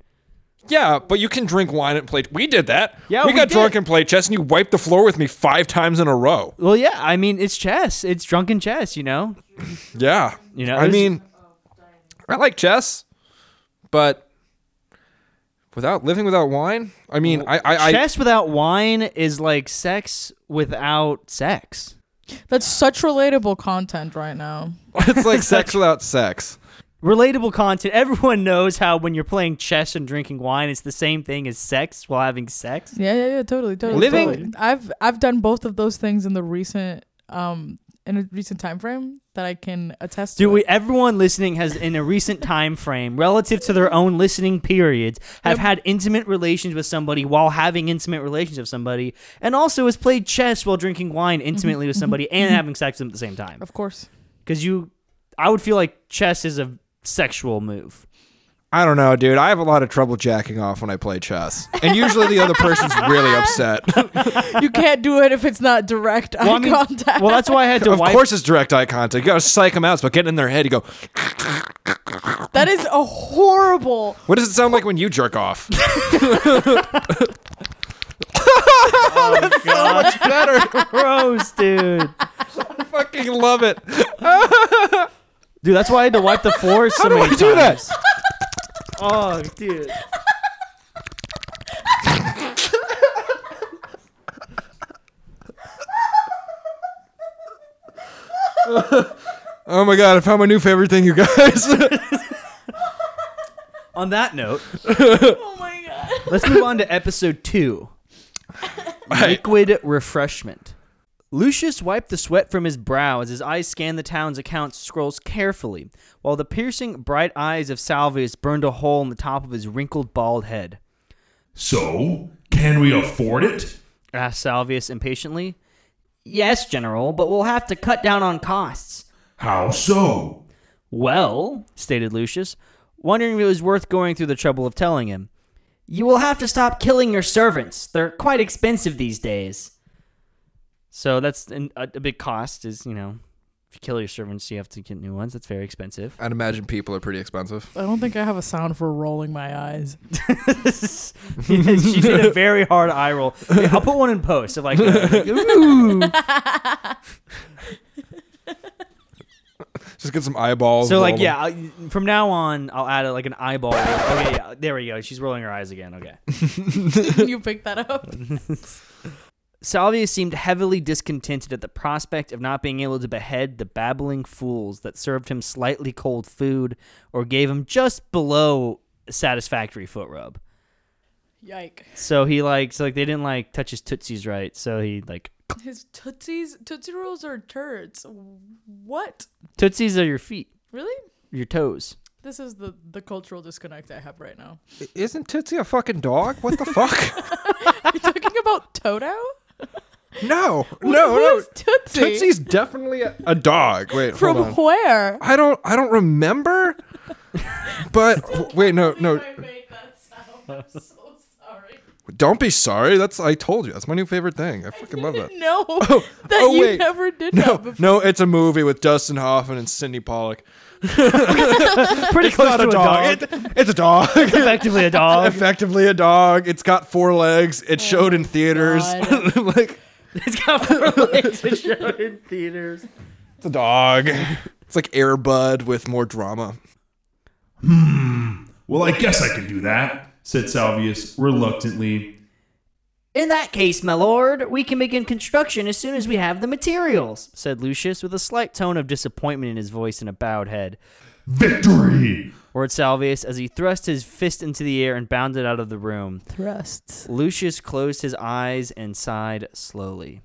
Speaker 3: Yeah, but you can drink wine and play. We did that.
Speaker 1: Yeah,
Speaker 3: we,
Speaker 1: we
Speaker 3: got
Speaker 1: did.
Speaker 3: drunk and played chess, and you wiped the floor with me five times in a row.
Speaker 1: Well, yeah. I mean, it's chess. It's drunken chess. You know.
Speaker 3: Yeah,
Speaker 1: You know, it
Speaker 3: I
Speaker 1: was-
Speaker 3: mean, I like chess, but without living without wine, I mean, I, I, I
Speaker 1: chess without wine is like sex without sex.
Speaker 5: That's such relatable content right now.
Speaker 3: <laughs>
Speaker 1: <laughs>
Speaker 3: it's like sex without sex.
Speaker 1: relatable content. <laughs> Everyone knows how when you're playing chess and drinking wine, it's the same thing as sex while having sex.
Speaker 5: Yeah, yeah, yeah, totally, totally.
Speaker 3: Living-
Speaker 5: totally. I've I've done both of those things in the recent um in a recent time frame that I can attest
Speaker 1: Do
Speaker 5: to.
Speaker 1: we? Everyone listening has, in a recent time frame, relative to their own listening periods, have had intimate relations with somebody while having intimate relations with somebody, and also has played chess while drinking wine
Speaker 3: Mm-hmm.
Speaker 1: intimately with somebody and having sex with them at the same time.
Speaker 5: Of course.
Speaker 1: Because you, I would feel like chess is a sexual move.
Speaker 3: I don't know, dude. I have a lot of trouble jacking off when I play chess, and usually the other person's really upset.
Speaker 1: <laughs>
Speaker 5: You can't do it if it's not direct eye
Speaker 1: Well, I mean-
Speaker 5: contact.
Speaker 1: well, that's why I had to
Speaker 3: <laughs> of
Speaker 1: wipe.
Speaker 3: course, it's direct eye contact. You gotta psych them out, but getting in their head, you go,
Speaker 5: that is a horrible.
Speaker 3: "What does it sound like when you jerk off?" <laughs> Oh,
Speaker 1: so much better. Gross, dude.
Speaker 3: Fucking love it.
Speaker 1: Dude, that's why I had to wipe the floor so How
Speaker 3: do
Speaker 1: many
Speaker 3: I do that?
Speaker 1: times.
Speaker 3: <laughs>
Speaker 1: Oh, dude.
Speaker 3: Oh my god, I found my new favorite thing, you guys. <laughs>
Speaker 1: On that note,
Speaker 5: Oh my
Speaker 3: <laughs>
Speaker 5: god.
Speaker 1: let's move on to episode two. Liquid refreshment. Lucius wiped the sweat from his brow as his eyes scanned the town's account scrolls carefully, while the piercing, bright eyes of Salvius burned a hole in the top of his wrinkled, bald head.
Speaker 4: So, can we afford it?
Speaker 1: Asked Salvius impatiently. Yes, General, but we'll have to cut down on costs.
Speaker 4: How so?
Speaker 1: Well, stated Lucius, wondering if it was worth going through the trouble of telling him. You will have to stop killing your servants. They're quite expensive these days. So that's an, a, a big cost is, you know, if you kill your servants, you have to get new ones. That's very expensive. <laughs>
Speaker 3: I'd imagine people are pretty expensive.
Speaker 5: I don't think I have a sound for rolling my eyes.
Speaker 1: she did a very hard eye roll. Wait, I'll put one in post of like, uh, like, ooh.
Speaker 3: Just get some eyeballs.
Speaker 1: So like,
Speaker 3: roll 'em. <laughs>
Speaker 1: yeah, I- from now on, I'll add like an eyeball. Okay, yeah, there we go. She's rolling her eyes again. Okay.
Speaker 5: Can you pick that up?
Speaker 1: <laughs> Salvius seemed heavily discontented at the prospect of not being able to behead the babbling fools that served him slightly cold food or gave him just below satisfactory foot rub.
Speaker 5: Yike.
Speaker 1: So he like so like they didn't like touch his tootsies right. So he like
Speaker 5: His tootsies, tootsie rolls are turds. What?
Speaker 1: tootsies are your feet,
Speaker 5: Really?
Speaker 1: your toes.
Speaker 5: This is the the cultural disconnect I have right now.
Speaker 3: Isn't Tootsie a fucking dog? What the
Speaker 1: <laughs>
Speaker 3: fuck?
Speaker 5: You're talking about Toto? <laughs>
Speaker 3: no, no, no.
Speaker 5: Who's Tootsie?
Speaker 3: Tootsie's definitely a, a dog. Wait,
Speaker 5: From
Speaker 3: hold on.
Speaker 5: where?
Speaker 3: I don't, I don't remember. But wait, no, no.
Speaker 5: made that sound. I'm so sorry.
Speaker 3: Don't be sorry. That's I told you. That's my new favorite thing. I fucking love that.
Speaker 5: No, that
Speaker 3: oh,
Speaker 5: you
Speaker 3: wait. <laughs>
Speaker 5: never did that
Speaker 3: No,
Speaker 5: before.
Speaker 3: no, it's a movie with Dustin Hoffman and Cindy Pollock.
Speaker 1: Pretty
Speaker 5: Oh,
Speaker 1: close
Speaker 3: Not
Speaker 1: to
Speaker 3: a dog. <laughs> It- it's a dog. <laughs>
Speaker 1: Effectively a dog.
Speaker 3: Effectively a dog. It's got four legs. It showed in theaters.
Speaker 5: Oh, God.
Speaker 3: <laughs> like
Speaker 1: it's got four legs to show in theaters.
Speaker 3: it's a dog. It's like Airbud with more drama.
Speaker 4: Well, I guess I can do that, said Salvius reluctantly.
Speaker 1: In that case, my lord, we can begin construction as soon as we have the materials, said Lucius with a slight tone of disappointment in his voice and a bowed head.
Speaker 4: Victory!
Speaker 1: roared Salvius as he thrust his fist into the air and bounded out of the room.
Speaker 5: Thrusts.
Speaker 1: Lucius closed his eyes and sighed slowly.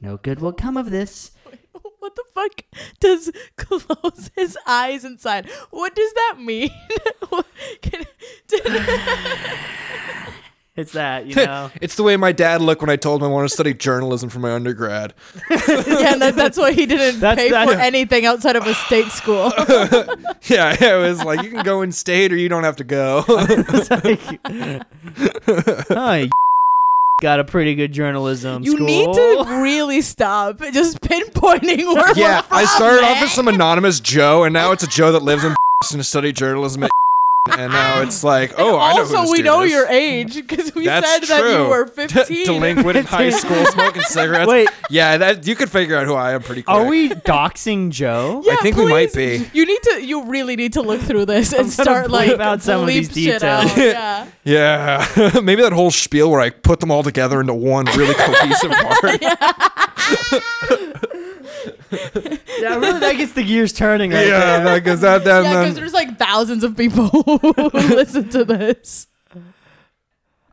Speaker 1: No good will come of this.
Speaker 5: <laughs> What the fuck does close his eyes inside? What does that mean? <laughs> What- Can, <laughs>
Speaker 1: It's that, <laughs> you know.
Speaker 3: <laughs> It's the way my dad looked when I told him I wanted to study journalism for my undergrad.
Speaker 5: yeah, that, that's why he didn't
Speaker 1: That's-
Speaker 5: pay for
Speaker 1: that's-
Speaker 5: anything outside of a state school.
Speaker 3: <laughs> Yeah, it was like you can go in state or you don't have to go. <laughs>
Speaker 1: oh, you <laughs> got a pretty good journalism
Speaker 5: you
Speaker 1: school.
Speaker 3: <laughs>
Speaker 5: need
Speaker 1: <laughs>
Speaker 5: to really stop just pinpointing where
Speaker 3: yeah,
Speaker 5: we're from,
Speaker 3: I started off
Speaker 5: man.
Speaker 3: as
Speaker 5: <laughs>
Speaker 3: some anonymous Joe, and now it's a Joe that lives in <laughs> and to study journalism. At <laughs> and now it's like, oh, I know who
Speaker 5: also,
Speaker 3: this
Speaker 5: we
Speaker 3: dude
Speaker 5: know
Speaker 3: is.
Speaker 5: your age because we
Speaker 3: That's
Speaker 5: said that
Speaker 3: true.
Speaker 5: you
Speaker 3: <laughs>
Speaker 5: were
Speaker 3: D-
Speaker 5: 15.
Speaker 3: delinquent in high school,
Speaker 5: <laughs>
Speaker 3: smoking cigarettes.
Speaker 1: <laughs> Wait.
Speaker 3: yeah, that you could figure out who I am pretty quick.
Speaker 1: Are we doxing Joe?
Speaker 5: Yeah,
Speaker 3: I think we might
Speaker 5: please.
Speaker 3: be.
Speaker 5: You need to. You really need to look through this and
Speaker 1: gonna
Speaker 5: start like
Speaker 1: bleep out some of
Speaker 5: bleep
Speaker 1: these
Speaker 5: shit
Speaker 1: details.
Speaker 5: out. <laughs> Yeah.
Speaker 3: Yeah, <laughs> maybe that whole spiel where I put them all together into one really cohesive
Speaker 5: <laughs>
Speaker 3: part.
Speaker 1: Yeah, really, that gets the gears turning right
Speaker 3: Yeah, because that, that,
Speaker 5: Yeah, because
Speaker 3: then-
Speaker 5: there's like thousands of people <laughs> who listen to this.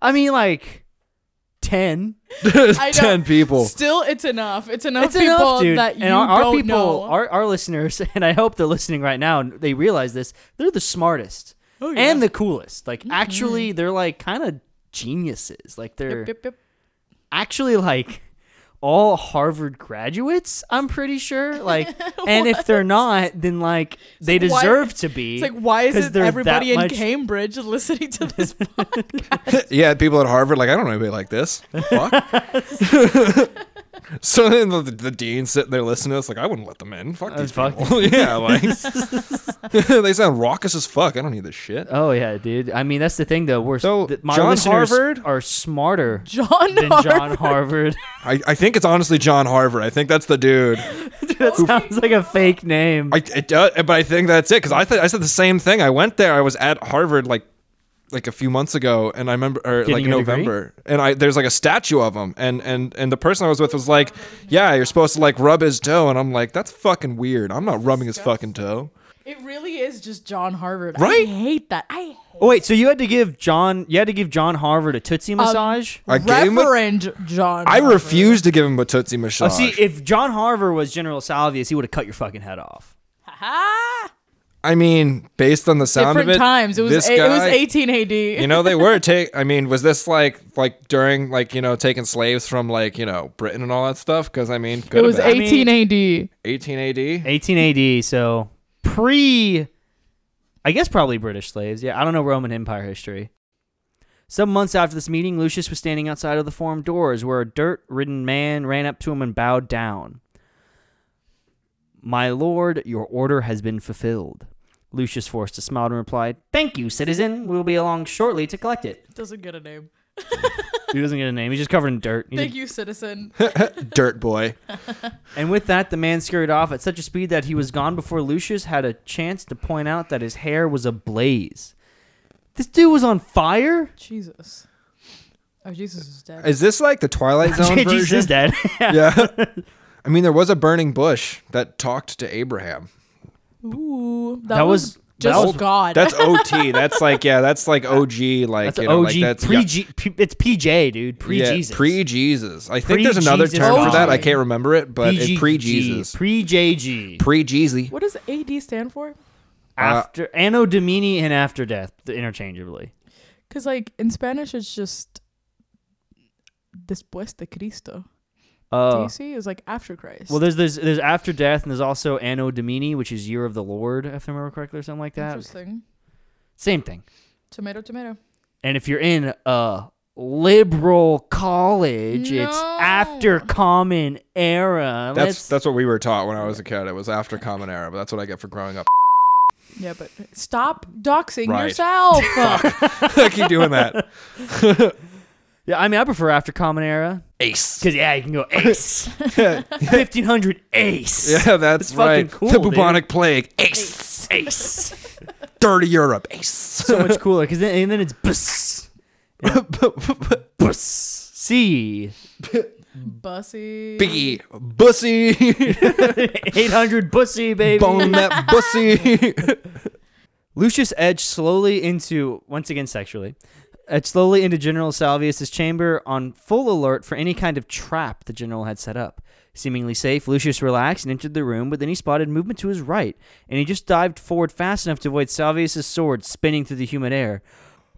Speaker 1: I mean, like, 10.
Speaker 5: <laughs>
Speaker 3: <laughs>
Speaker 5: I know.
Speaker 3: ten people.
Speaker 5: Still, it's enough. It's enough
Speaker 1: It's
Speaker 5: people
Speaker 1: enough, dude.
Speaker 5: that you
Speaker 1: and our, our
Speaker 5: don't
Speaker 1: people,
Speaker 5: know.
Speaker 1: our our listeners, <laughs> and I hope they're listening right now. and They realize this. They're the smartest
Speaker 5: Oh, yeah. Mm-hmm.
Speaker 1: and the coolest. Like actually, they're like kind of geniuses. Like they're
Speaker 5: Yep, yep, yep.
Speaker 1: actually like all Harvard graduates, I'm pretty
Speaker 5: <laughs>
Speaker 1: sure. Like, and if they're not, then like they
Speaker 5: like, why- <laughs>
Speaker 1: deserve to be.
Speaker 5: It's like, why
Speaker 1: 'cause
Speaker 5: isn't
Speaker 1: they're that
Speaker 5: everybody in
Speaker 1: much-
Speaker 5: Cambridge <laughs> listening to this podcast?
Speaker 3: yeah, people at Harvard like I don't know anybody like this. Fuck. <laughs> so then the, the dean sitting there listening to us like I wouldn't let them in. Fuck these
Speaker 1: fuck
Speaker 3: people. <laughs> yeah, like they sound raucous as fuck. I don't need this shit.
Speaker 1: Oh yeah, dude. I mean, that's the thing though. We're
Speaker 3: So,
Speaker 1: th- my
Speaker 3: John
Speaker 1: listeners
Speaker 3: Harvard?
Speaker 1: are smarter
Speaker 5: John
Speaker 1: than John Harvard. <laughs>
Speaker 3: I, I think it's honestly John Harvard. I think that's the dude.
Speaker 1: that sounds like a fake name.
Speaker 3: I it does, but I think that's it because I th- I said the same thing. I went there. I was at Harvard like like a few months ago, and I remember or like
Speaker 1: your degree?
Speaker 3: November, and I there's like a statue of him, and and and the person I was with was like, yeah, you're supposed to like rub his toe, and I'm like, that's fucking weird. I'm not rubbing his fucking toe.
Speaker 5: It really is just John Harvard.
Speaker 3: Right?
Speaker 5: I hate that. I
Speaker 1: oh wait, so you had to give John, you had to give John Harvard a tootsie massage.
Speaker 3: I
Speaker 5: hate
Speaker 3: gave him a-
Speaker 5: Reverend John.
Speaker 3: I
Speaker 5: Harvard.
Speaker 3: refused to give him a tootsie
Speaker 1: Oh,
Speaker 3: massage.
Speaker 1: see, if John Harvard was General Salvius, he would have cut your fucking head off.
Speaker 5: Ah,
Speaker 3: I mean, based on the sound
Speaker 5: different
Speaker 3: of it,
Speaker 5: times. It was
Speaker 3: this
Speaker 5: a, it was
Speaker 3: guy-
Speaker 5: 18 AD.
Speaker 3: you know they were take i mean was this like like during like you know taking slaves from like you know britain and all that stuff because i mean
Speaker 5: it was
Speaker 1: been. I mean-
Speaker 5: 18 AD.
Speaker 3: 18 ad
Speaker 1: 18 AD, so pre, I guess probably British slaves. Yeah, I don't know Roman Empire history. Some months after this meeting, Lucius was standing outside of the forum doors where a dirt ridden man ran up to him and bowed down. My lord, your order has been fulfilled. Lucius forced a smile and replied, Thank you, citizen. We will be along shortly to collect it.
Speaker 5: Doesn't get a name.
Speaker 1: He doesn't get a name. He's just covered in dirt. He's a
Speaker 5: Thank
Speaker 3: <laughs>
Speaker 5: you, citizen.
Speaker 3: dirt boy
Speaker 1: And with that, the man scurried off at such a speed that he was gone before Lucius had a chance to point out that his hair was ablaze. This dude was on <laughs> fire.
Speaker 5: Jesus. Oh, Jesus is dead.
Speaker 3: is this like
Speaker 1: <laughs>
Speaker 3: the twilight zone version?
Speaker 1: Jesus is dead.
Speaker 3: yeah i mean there was a burning bush that talked to abraham
Speaker 5: Ooh, that,
Speaker 1: That
Speaker 5: was,
Speaker 1: was-
Speaker 5: just
Speaker 1: that was-
Speaker 5: God.
Speaker 3: that's
Speaker 1: <laughs>
Speaker 3: ot that's like yeah that's like og like
Speaker 1: That's
Speaker 3: you
Speaker 1: an
Speaker 3: know
Speaker 1: OG.
Speaker 3: like that's
Speaker 1: pre
Speaker 3: yeah.
Speaker 1: G, P, it's PJ, dude. Pre
Speaker 3: Yeah,
Speaker 1: Jesus.
Speaker 3: pre-Jesus. I think there's another
Speaker 1: Pre-Jesus
Speaker 3: term for that.
Speaker 5: OG.
Speaker 3: I can't remember it, but
Speaker 1: PG.
Speaker 3: it pre-Jesus, Uh,
Speaker 1: Pre JG.
Speaker 3: pre-Jeezy.
Speaker 5: what does AD stand for?
Speaker 1: After Anno Domini and After Death, th- interchangeably.
Speaker 5: Because like in Spanish, it's just después de Cristo. Do
Speaker 1: Oh.
Speaker 5: you see? It's like after Christ.
Speaker 1: Well, there's, there's there's After Death, and there's also Anno Domini, which is Year of the Lord, if I remember correctly, or something like that.
Speaker 5: interesting.
Speaker 1: Same thing.
Speaker 5: Tomato, tomato.
Speaker 1: And if you're in a liberal college, it's
Speaker 5: No.
Speaker 1: after common era.
Speaker 3: That's
Speaker 1: Let's-
Speaker 3: that's what we were taught when I was a kid. It was after Common Era, but that's what I get for growing up. <laughs>
Speaker 5: Yeah, but stop doxing
Speaker 3: Right. <laughs>
Speaker 5: yourself.
Speaker 3: I keep doing that.
Speaker 1: <laughs> yeah, I mean, I prefer after common era
Speaker 3: Ace. <laughs>
Speaker 1: because yeah, you can go ace,
Speaker 3: yeah,
Speaker 1: fifteen hundred ace,
Speaker 3: that's
Speaker 1: It's fucking
Speaker 3: right.
Speaker 1: cool,
Speaker 3: the
Speaker 1: dude.
Speaker 3: bubonic plague. Ace.
Speaker 1: ace.
Speaker 3: Dirty Europe. Ace.
Speaker 1: So much cooler because then and then it's
Speaker 3: <laughs>
Speaker 1: bus, bus, c
Speaker 5: Bussy.
Speaker 3: Biggie. Bussy.
Speaker 1: eight hundred bussy baby.
Speaker 3: Bone that bussy.
Speaker 1: Lucius edged slowly into, once again sexually, edged slowly into General Salvius's chamber on full alert for any kind of trap the general had set up. Seemingly safe, Lucius relaxed and entered the room, but then he spotted movement to his right, and he just dived forward fast enough to avoid Salvius's sword spinning through the humid air.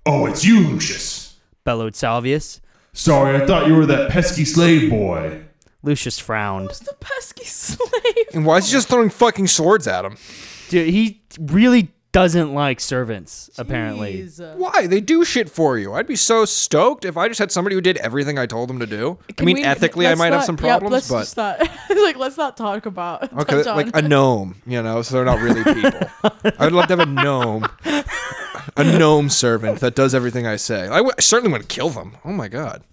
Speaker 4: Oh, it's you, Lucius.
Speaker 1: Bellowed Salvius.
Speaker 4: Sorry, I thought you were that pesky slave boy.
Speaker 1: Lucius frowned.
Speaker 5: Who's the pesky <laughs> slave?
Speaker 3: and why is he just throwing fucking swords at him?
Speaker 1: Dude, he really doesn't like servants, apparently.
Speaker 5: Jeez.
Speaker 3: Why? They do shit for you. I'd be so stoked if I just had somebody who did everything I told them to do. I
Speaker 5: Can
Speaker 3: mean,
Speaker 5: we-
Speaker 3: ethically, I
Speaker 5: let's
Speaker 3: might have
Speaker 5: not-
Speaker 3: some
Speaker 5: yeah,
Speaker 3: problems,
Speaker 5: let's
Speaker 3: but.
Speaker 5: just not, <laughs> like, let's not talk about.
Speaker 3: Okay,
Speaker 5: touch on-
Speaker 3: like a gnome, you know, so they're not really people. I would love to have a gnome, a gnome servant that does everything I say. I w- I certainly wouldn't kill them. Oh my god,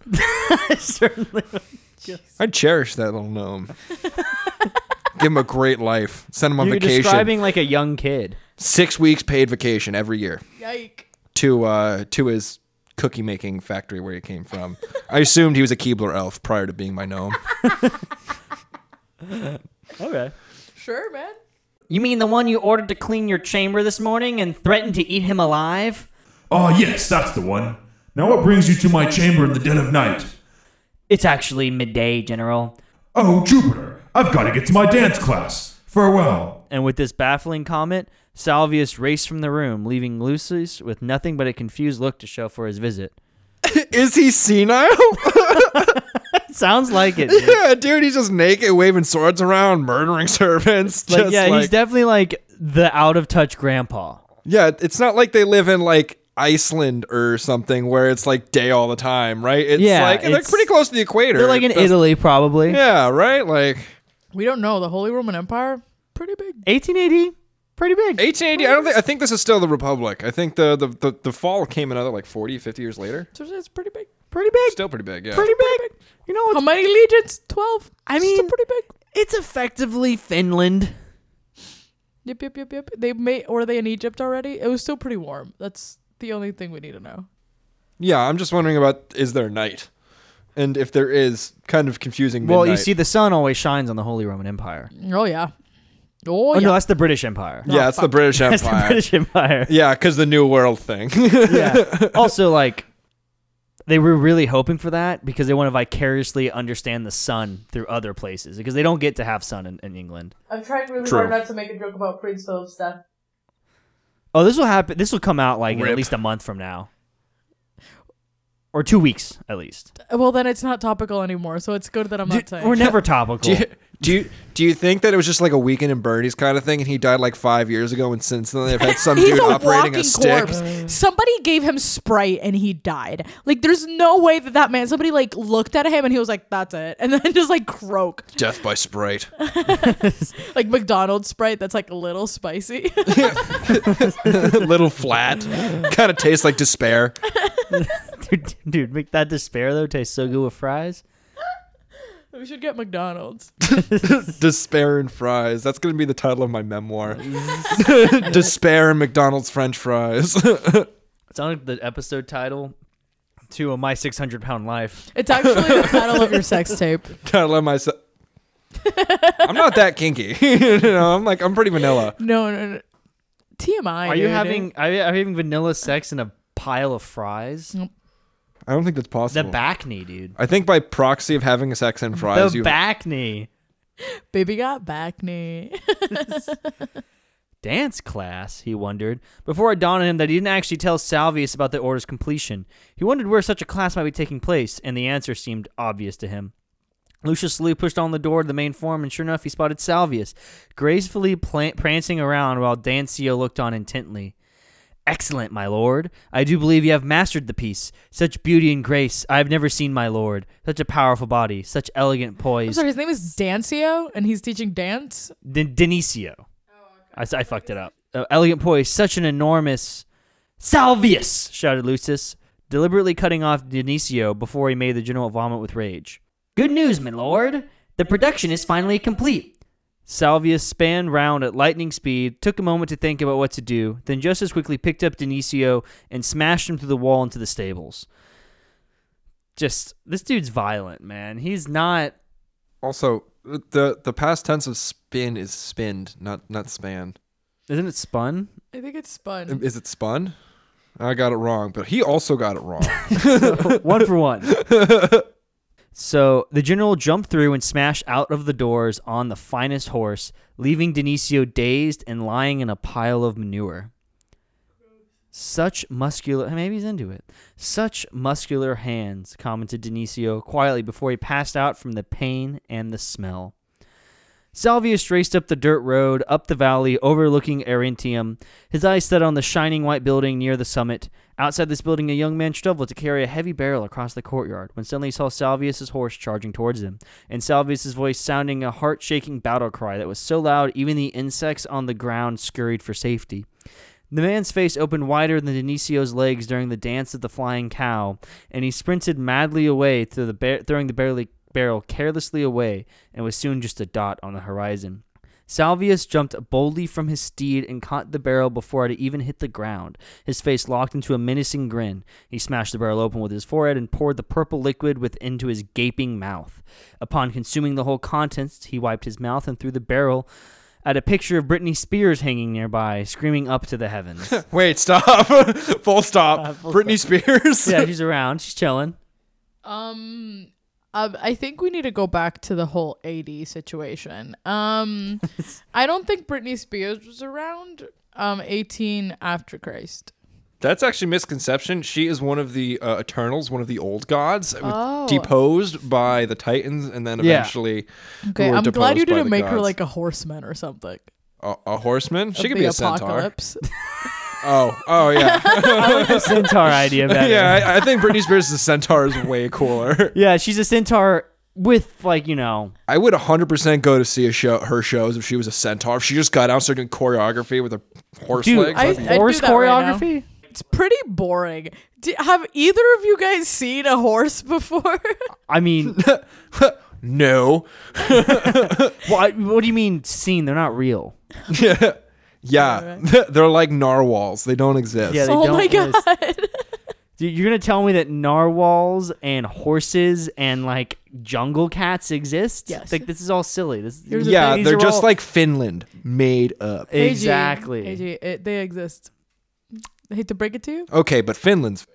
Speaker 1: Certainly.
Speaker 3: I cherish that little gnome. Give him a great life. Send him on
Speaker 1: You're
Speaker 3: vacation.
Speaker 1: describing like a young kid.
Speaker 3: Six weeks paid vacation every year
Speaker 5: Yike.
Speaker 3: to uh, to his cookie making factory where he came from.
Speaker 1: <laughs>
Speaker 3: I assumed he was a Keebler elf prior to being my gnome. <laughs>
Speaker 1: Okay.
Speaker 5: Sure, man.
Speaker 1: You mean the one you ordered to clean your chamber this morning and threatened to eat him alive?
Speaker 4: Ah, yes, that's the one. Now, what brings you to my chamber in the dead of night?
Speaker 1: It's actually midday, General.
Speaker 4: Oh, Jupiter, I've got to get to my dance class. Farewell.
Speaker 1: And with this baffling comment, Salvius raced from the room, leaving Lucius with nothing
Speaker 3: <laughs>
Speaker 1: but a confused look to show for his visit.
Speaker 3: Is he senile?
Speaker 1: Sounds like it.
Speaker 3: <laughs>
Speaker 1: dude.
Speaker 3: yeah, dude, he's just naked, waving swords around, murdering <laughs> servants.
Speaker 1: Like,
Speaker 3: just
Speaker 1: yeah,
Speaker 3: like-
Speaker 1: he's definitely like the out of touch grandpa.
Speaker 3: Yeah, it's not like they live in like Iceland or something where it's like day all the time, right? It's
Speaker 1: Yeah,
Speaker 3: like they're
Speaker 1: it's-
Speaker 3: pretty close to the equator.
Speaker 1: They're like in
Speaker 3: That's-
Speaker 1: Italy, probably.
Speaker 3: Yeah, right? Like
Speaker 5: We don't know. The Holy Roman Empire, pretty big.
Speaker 1: 1880, pretty big.
Speaker 3: 1880, I don't think I think this is still the Republic. I think the the, the, the fall came another like 40, 50 years later.
Speaker 5: So It's pretty big.
Speaker 1: Pretty big.
Speaker 3: Still pretty big, yeah.
Speaker 1: pretty big. You know
Speaker 5: How
Speaker 1: what?
Speaker 5: many legions? Twelve.
Speaker 1: I
Speaker 5: Still
Speaker 1: mean-
Speaker 5: pretty big.
Speaker 1: It's effectively Finland.
Speaker 5: Yep, yep, yep, yep. They made. Were they in Egypt already? It was still pretty warm. That's the only thing we need to know.
Speaker 3: yeah, I'm just wondering about is there night? And if there is, kind of confusing
Speaker 1: Well, you
Speaker 3: midnight.
Speaker 1: see, the sun always shines on the Holy Roman Empire.
Speaker 5: Oh yeah. Oh,
Speaker 1: Oh
Speaker 5: yeah.
Speaker 1: no, that's the British Empire.
Speaker 3: Yeah, it's
Speaker 1: <laughs>
Speaker 3: the British Empire.
Speaker 1: That's Oh, the British Empire.
Speaker 3: Yeah, cuz the new world thing. <laughs>
Speaker 1: yeah. <laughs> Also, like, they were really hoping for that because they want to vicariously understand the sun through other places because they don't get to have sun in, in England.
Speaker 5: I'm trying really
Speaker 3: True. hard
Speaker 5: not to make a joke about Prince Philip's death.
Speaker 1: Oh, this will happen. This will come out like in at
Speaker 3: Rip.
Speaker 1: least a month from now, or two weeks at least.
Speaker 5: Well, then it's not topical anymore, so it's good that I'm not
Speaker 1: Dude,
Speaker 5: saying.
Speaker 1: we're
Speaker 3: <laughs>
Speaker 1: never topical.
Speaker 3: Do you, do you do you think that it was just like a weekend in Bernie's kind of thing, and he died like five years ago, and since then they've had
Speaker 1: <laughs>
Speaker 3: some
Speaker 5: He's
Speaker 3: dude
Speaker 5: a
Speaker 3: operating
Speaker 5: walking
Speaker 3: a stick?
Speaker 5: corpse. Somebody gave him Sprite and he died. Like, there's no way that that man. Somebody like looked at him and he was like, "That's it," and then <laughs> just like croak,
Speaker 3: Death
Speaker 1: <laughs>
Speaker 3: by Sprite.
Speaker 5: like McDonald's Sprite. That's like a little spicy.
Speaker 3: <laughs>
Speaker 5: <laughs>
Speaker 3: Little flat. kind of tastes like despair.
Speaker 1: <laughs> dude, dude, make that despair though taste so good with fries.
Speaker 5: we should get McDonald's.
Speaker 3: Despair and fries. That's going to be the title of
Speaker 1: <laughs>
Speaker 3: my memoir. <laughs> despair and McDonald's French fries.
Speaker 1: It's on the episode title to a my six hundred pound life.
Speaker 5: It's actually <laughs> the title of your sex tape.
Speaker 3: title of myself. I'm not that kinky. <laughs> you know, I'm like I'm pretty vanilla.
Speaker 5: No, no, no. TMI.
Speaker 1: Are you
Speaker 5: dude.
Speaker 1: having are you, are you having vanilla sex in a pile of fries?
Speaker 3: I don't think that's
Speaker 1: The
Speaker 3: possible.
Speaker 1: back knee, dude.
Speaker 3: I think by proxy of having sex and fries,
Speaker 1: The
Speaker 3: you
Speaker 1: back knee.
Speaker 5: Baby got back knee. <laughs>
Speaker 1: Dance class, he wondered, before it dawned on him that he didn't actually tell Salvius about the order's completion. He wondered where such a class might be taking place, and the answer seemed obvious to him. Lucius Lee pushed on the door to the main form, and sure enough, he spotted Salvius, gracefully pla- prancing around while Dancio looked on intently. Excellent, my lord. I do believe you have mastered the piece. Such beauty and grace I have never seen, my lord. Such a powerful body, such elegant
Speaker 5: I'm
Speaker 1: poise.
Speaker 5: sorry, his name is Dancio, and he's teaching dance.
Speaker 1: D- Denicio. I s I I, fucked it up. Uh, elegant poise, such an enormous. Salvius! shouted Lucius, deliberately cutting off Denicio before he made the general vomit with rage. Good news, my lord! The production is finally complete. Salvius span round at lightning speed, took a moment to think about what to do, then just as quickly picked up Denicio and smashed him through the wall into the stables. Just, this dude's violent, man. He's not.
Speaker 3: Also, the the past tense of spin is spinned, not not span.
Speaker 1: Isn't it spun?
Speaker 5: I think it's fun.
Speaker 3: Is it spun? I got it wrong, but he also got it
Speaker 5: <laughs>
Speaker 3: wrong.
Speaker 1: <laughs> one for one. So the general jumped through and smashed out of the doors on the finest horse, leaving Denicio dazed and lying in a pile of manure. Such muscular, maybe he's into it. Such muscular hands, commented Denicio quietly before he passed out from the pain and the smell. Salvius raced up the dirt road, up the valley, overlooking Arentium. His eyes set on the shining white building near the summit. Outside this building, a young man struggled to carry a heavy barrel across the courtyard when suddenly he saw Salvius's horse charging towards him, and Salvius's voice sounding a heart-shaking battle cry that was so loud even the insects on the ground scurried for safety. The man's face opened wider than Denicio's legs during the dance of the flying cow, and he sprinted madly away, to the bar- throwing the barely- barrel carelessly away, and was soon just a dot on the horizon. Salvius jumped boldly from his steed and caught the barrel before it even hit the ground, his face locked into a menacing grin. He smashed the barrel open with his forehead and poured the purple liquid with into his gaping mouth. Upon consuming the whole contents, he wiped his mouth and threw the barrel at a picture of Britney Spears hanging nearby, screaming up to the
Speaker 5: <laughs>
Speaker 1: heavens.
Speaker 3: Wait, stop. <laughs> full stop.
Speaker 5: Uh,
Speaker 3: Britney Spears.
Speaker 1: yeah, she's around. She's chilling.
Speaker 5: Um, um, I think we need to go back to the whole AD situation.
Speaker 3: <laughs>
Speaker 5: Um, I don't think Britney Spears was around. Um, eighteen after Christ.
Speaker 3: That's actually misconception. She is one of the uh, Eternals, one of the old gods, uh,
Speaker 5: Oh.
Speaker 3: deposed by the Titans, and then
Speaker 1: Yeah.
Speaker 3: eventually. who
Speaker 5: Okay,
Speaker 3: were
Speaker 5: I'm glad you
Speaker 3: deposed by
Speaker 5: didn't
Speaker 3: the
Speaker 5: make her
Speaker 3: gods.
Speaker 5: like a horseman or something.
Speaker 3: a, a horseman. She
Speaker 5: Of
Speaker 3: could
Speaker 5: the
Speaker 3: be a centaur.
Speaker 5: apocalypse. <laughs>
Speaker 3: Oh, oh yeah, <laughs>
Speaker 1: the centaur
Speaker 5: <laughs>
Speaker 1: idea better.
Speaker 3: yeah. I, I think Britney Spears' centaur is way cooler.
Speaker 1: yeah, she's a centaur with like you know
Speaker 3: I would 100% go to see a show, her shows if she was a centaur. If she just got out started doing choreography with her horse
Speaker 1: dude
Speaker 3: legs.
Speaker 5: I-
Speaker 3: I'd
Speaker 5: do
Speaker 3: be-
Speaker 1: horse
Speaker 5: that right
Speaker 1: choreography.
Speaker 5: It's pretty boring. D have either of you guys seen a horse <laughs> before?
Speaker 1: I mean,
Speaker 3: no. <laughs>
Speaker 1: what, what do you mean seen? They're not real.
Speaker 3: Yeah. <laughs> They're like narwhals. They don't exist.
Speaker 1: Yeah, they
Speaker 5: oh
Speaker 1: don't
Speaker 5: my god! <laughs>
Speaker 1: exist. Dude, you're gonna tell me that narwhals and horses and like jungle cats exist?
Speaker 5: Yes.
Speaker 1: Like this is all silly. This <laughs>
Speaker 5: Here's the
Speaker 3: Yeah,
Speaker 1: these
Speaker 3: they're
Speaker 1: are
Speaker 3: just
Speaker 1: all-
Speaker 3: like Finland made up.
Speaker 5: AG,
Speaker 1: exactly.
Speaker 5: AG, it, they exist. I hate to break it to you.
Speaker 3: Okay, but Finland's.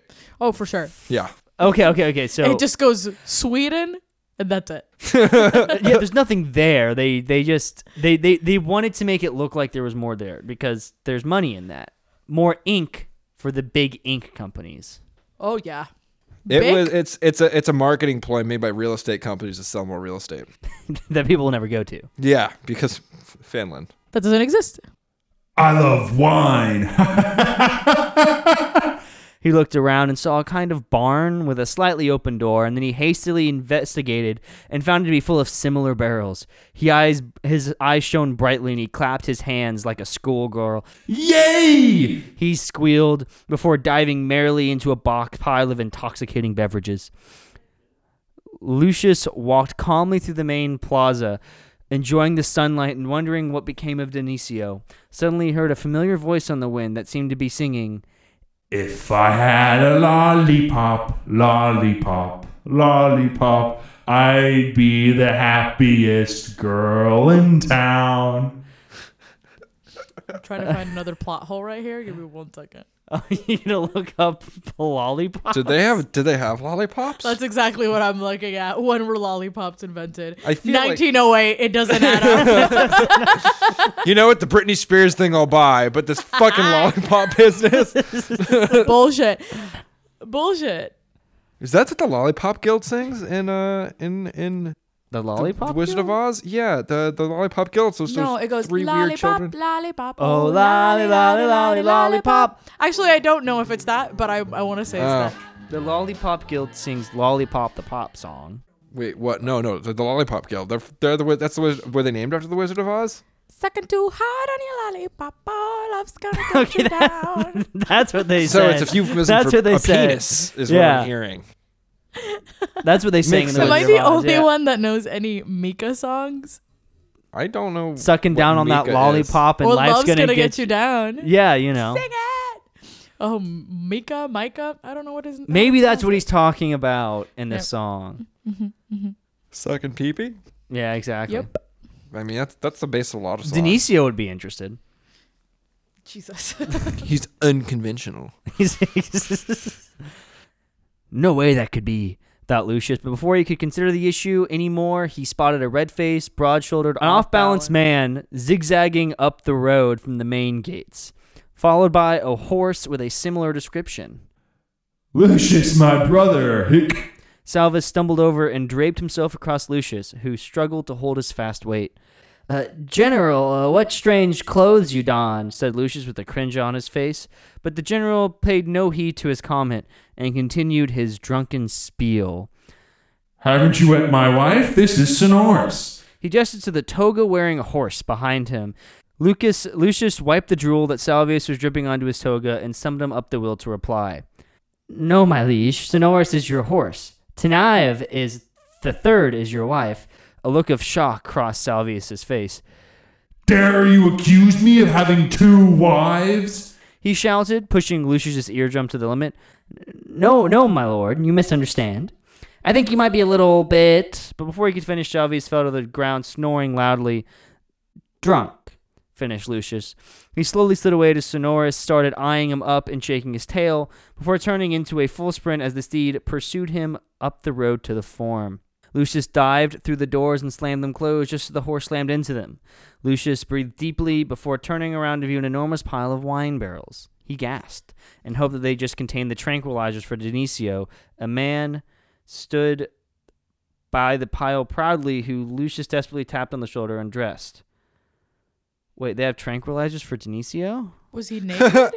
Speaker 5: Oh, for sure.
Speaker 3: Yeah.
Speaker 1: Okay, okay, okay. So
Speaker 5: It just goes Sweden, and that's it.
Speaker 1: <laughs> yeah, there's nothing there. They they just they, they they wanted to make it look like there was more there because there's money in that. More ink for the big ink companies. <laughs>
Speaker 5: Oh yeah.
Speaker 3: It
Speaker 5: Big-
Speaker 3: was it's it's a it's a marketing ploy made by real estate companies to sell more real estate.
Speaker 1: that people will never go to.
Speaker 3: Yeah, because F- Finland.
Speaker 5: That doesn't exist.
Speaker 4: I love wine. <laughs>
Speaker 1: He looked around and saw a kind of barn with a slightly open door, and then he hastily investigated and found it to be full of similar barrels. He eyes his eyes shone brightly, and he clapped his hands like a schoolgirl. Yay! He squealed before diving merrily into a box pile of intoxicating beverages. Lucius walked calmly through the main plaza, enjoying the sunlight and wondering what became of Denicio. Suddenly, he heard a familiar voice on the wind that seemed to be singing.
Speaker 4: If I had a lollipop, lollipop, lollipop, I'd be the happiest girl in town.
Speaker 5: I'm trying to find another plot hole right here. Give me one second.
Speaker 1: <laughs> Oh, you gonna look up the lollipop?
Speaker 3: Did they have did they have lollipops?
Speaker 5: That's exactly what I'm looking at. When were lollipops invented?
Speaker 3: I feel like-
Speaker 5: 1908. It doesn't add up.
Speaker 3: you know what the Britney Spears thing I'll buy, but this fucking lollipop business
Speaker 5: Bullshit. Bullshit.
Speaker 3: is that what the lollipop guild sings in uh in in
Speaker 1: The
Speaker 3: The
Speaker 1: lollipop?
Speaker 3: Wizard of
Speaker 1: Guild?
Speaker 3: Oz? Yeah, the the lollipop guild. So it's
Speaker 5: No,
Speaker 3: those
Speaker 5: it goes
Speaker 3: three weird children.
Speaker 5: lollipop, lollipop.
Speaker 1: Oh, lolly, lolly, lolly, lollipop.
Speaker 5: Actually, I don't know if it's that, but I, I want to say it's
Speaker 3: Oh.
Speaker 5: that.
Speaker 1: The Lollipop Guild sings Lollipop the Pop song.
Speaker 3: Wait, what? No, no, the, the Lollipop Guild. They're, they're the wiz- that's the wiz- were they named after the Wizard of Oz?
Speaker 6: Second too hard on your lollipop. Oh, love's
Speaker 1: <laughs>
Speaker 6: gonna cut you down.
Speaker 1: <laughs> That's what they
Speaker 3: So
Speaker 1: said.
Speaker 3: it's a euphemism
Speaker 1: That's
Speaker 3: for
Speaker 1: what they
Speaker 3: a
Speaker 1: said.
Speaker 3: penis, is what
Speaker 1: Yeah.
Speaker 3: I'm hearing.
Speaker 1: <laughs> That's what they sang in the
Speaker 3: sense.
Speaker 5: Am I
Speaker 1: Wizard
Speaker 5: the
Speaker 1: of Oz,
Speaker 5: only
Speaker 1: yeah.
Speaker 5: one that knows any Mika songs?
Speaker 3: I don't know.
Speaker 1: Sucking
Speaker 3: what
Speaker 1: down on that
Speaker 3: Mika is.
Speaker 1: lollipop and
Speaker 5: Or
Speaker 1: life's
Speaker 5: love's
Speaker 1: gonna,
Speaker 5: get, you down.
Speaker 1: Yeah, you know.
Speaker 5: Sing it. Oh, Mika, Micah. I don't know what his name.
Speaker 1: Maybe that's what he's talking about in this song.
Speaker 5: Mm-hmm,
Speaker 3: Sucking peepee.
Speaker 1: Yeah, exactly.
Speaker 5: Yep.
Speaker 3: I mean, that's that's the base of a lot of songs.
Speaker 1: Denicio would be interested.
Speaker 5: Jesus. <laughs>
Speaker 3: he's unconventional. <laughs>
Speaker 1: <laughs> no way that could be, thought Lucius. But before he could consider the issue anymore, he spotted a red faced, broad shouldered, an off balance man zigzagging up the road from the main gates, followed by a horse with a similar description.
Speaker 4: Lucius, my brother. Hick.
Speaker 1: Salvis stumbled over and draped himself across Lucius, who struggled to hold his fast weight. Uh, general, uh, what strange clothes you don, said Lucius with a cringe on his face. But the general paid no heed to his comment and continued his drunken spiel.
Speaker 4: Haven't you met my wife? This is Sonoris.
Speaker 1: He gestured to the toga wearing horse behind him. Lucas, Lucius wiped the drool that Salvius was dripping onto his toga and summoned him up the will to reply. No, my liege, Sonoris is your horse. Tanaev is the third is your wife. A look of shock crossed Salvius's face.
Speaker 4: Dare you accuse me of having two wives?
Speaker 1: He shouted, pushing Lucius's eardrum to the limit. No, no, my lord, you misunderstand. I think you might be a little bit. But before he could finish, Chalvis fell to the ground, snoring loudly. Drunk, finished Lucius. He slowly slid away to Sonorous, started eyeing him up and shaking his tail, before turning into a full sprint as the steed pursued him up the road to the form. Lucius dived through the doors and slammed them closed just as the horse slammed into them. Lucius breathed deeply before turning around to view an enormous pile of wine barrels. he gassed, and hoped that they just contained the tranquilizers for Denisio. A man stood by the pile proudly, who Lucius desperately tapped on the shoulder and dressed. Wait, they have tranquilizers for Denisio?
Speaker 5: Was
Speaker 1: <laughs>
Speaker 5: he naked?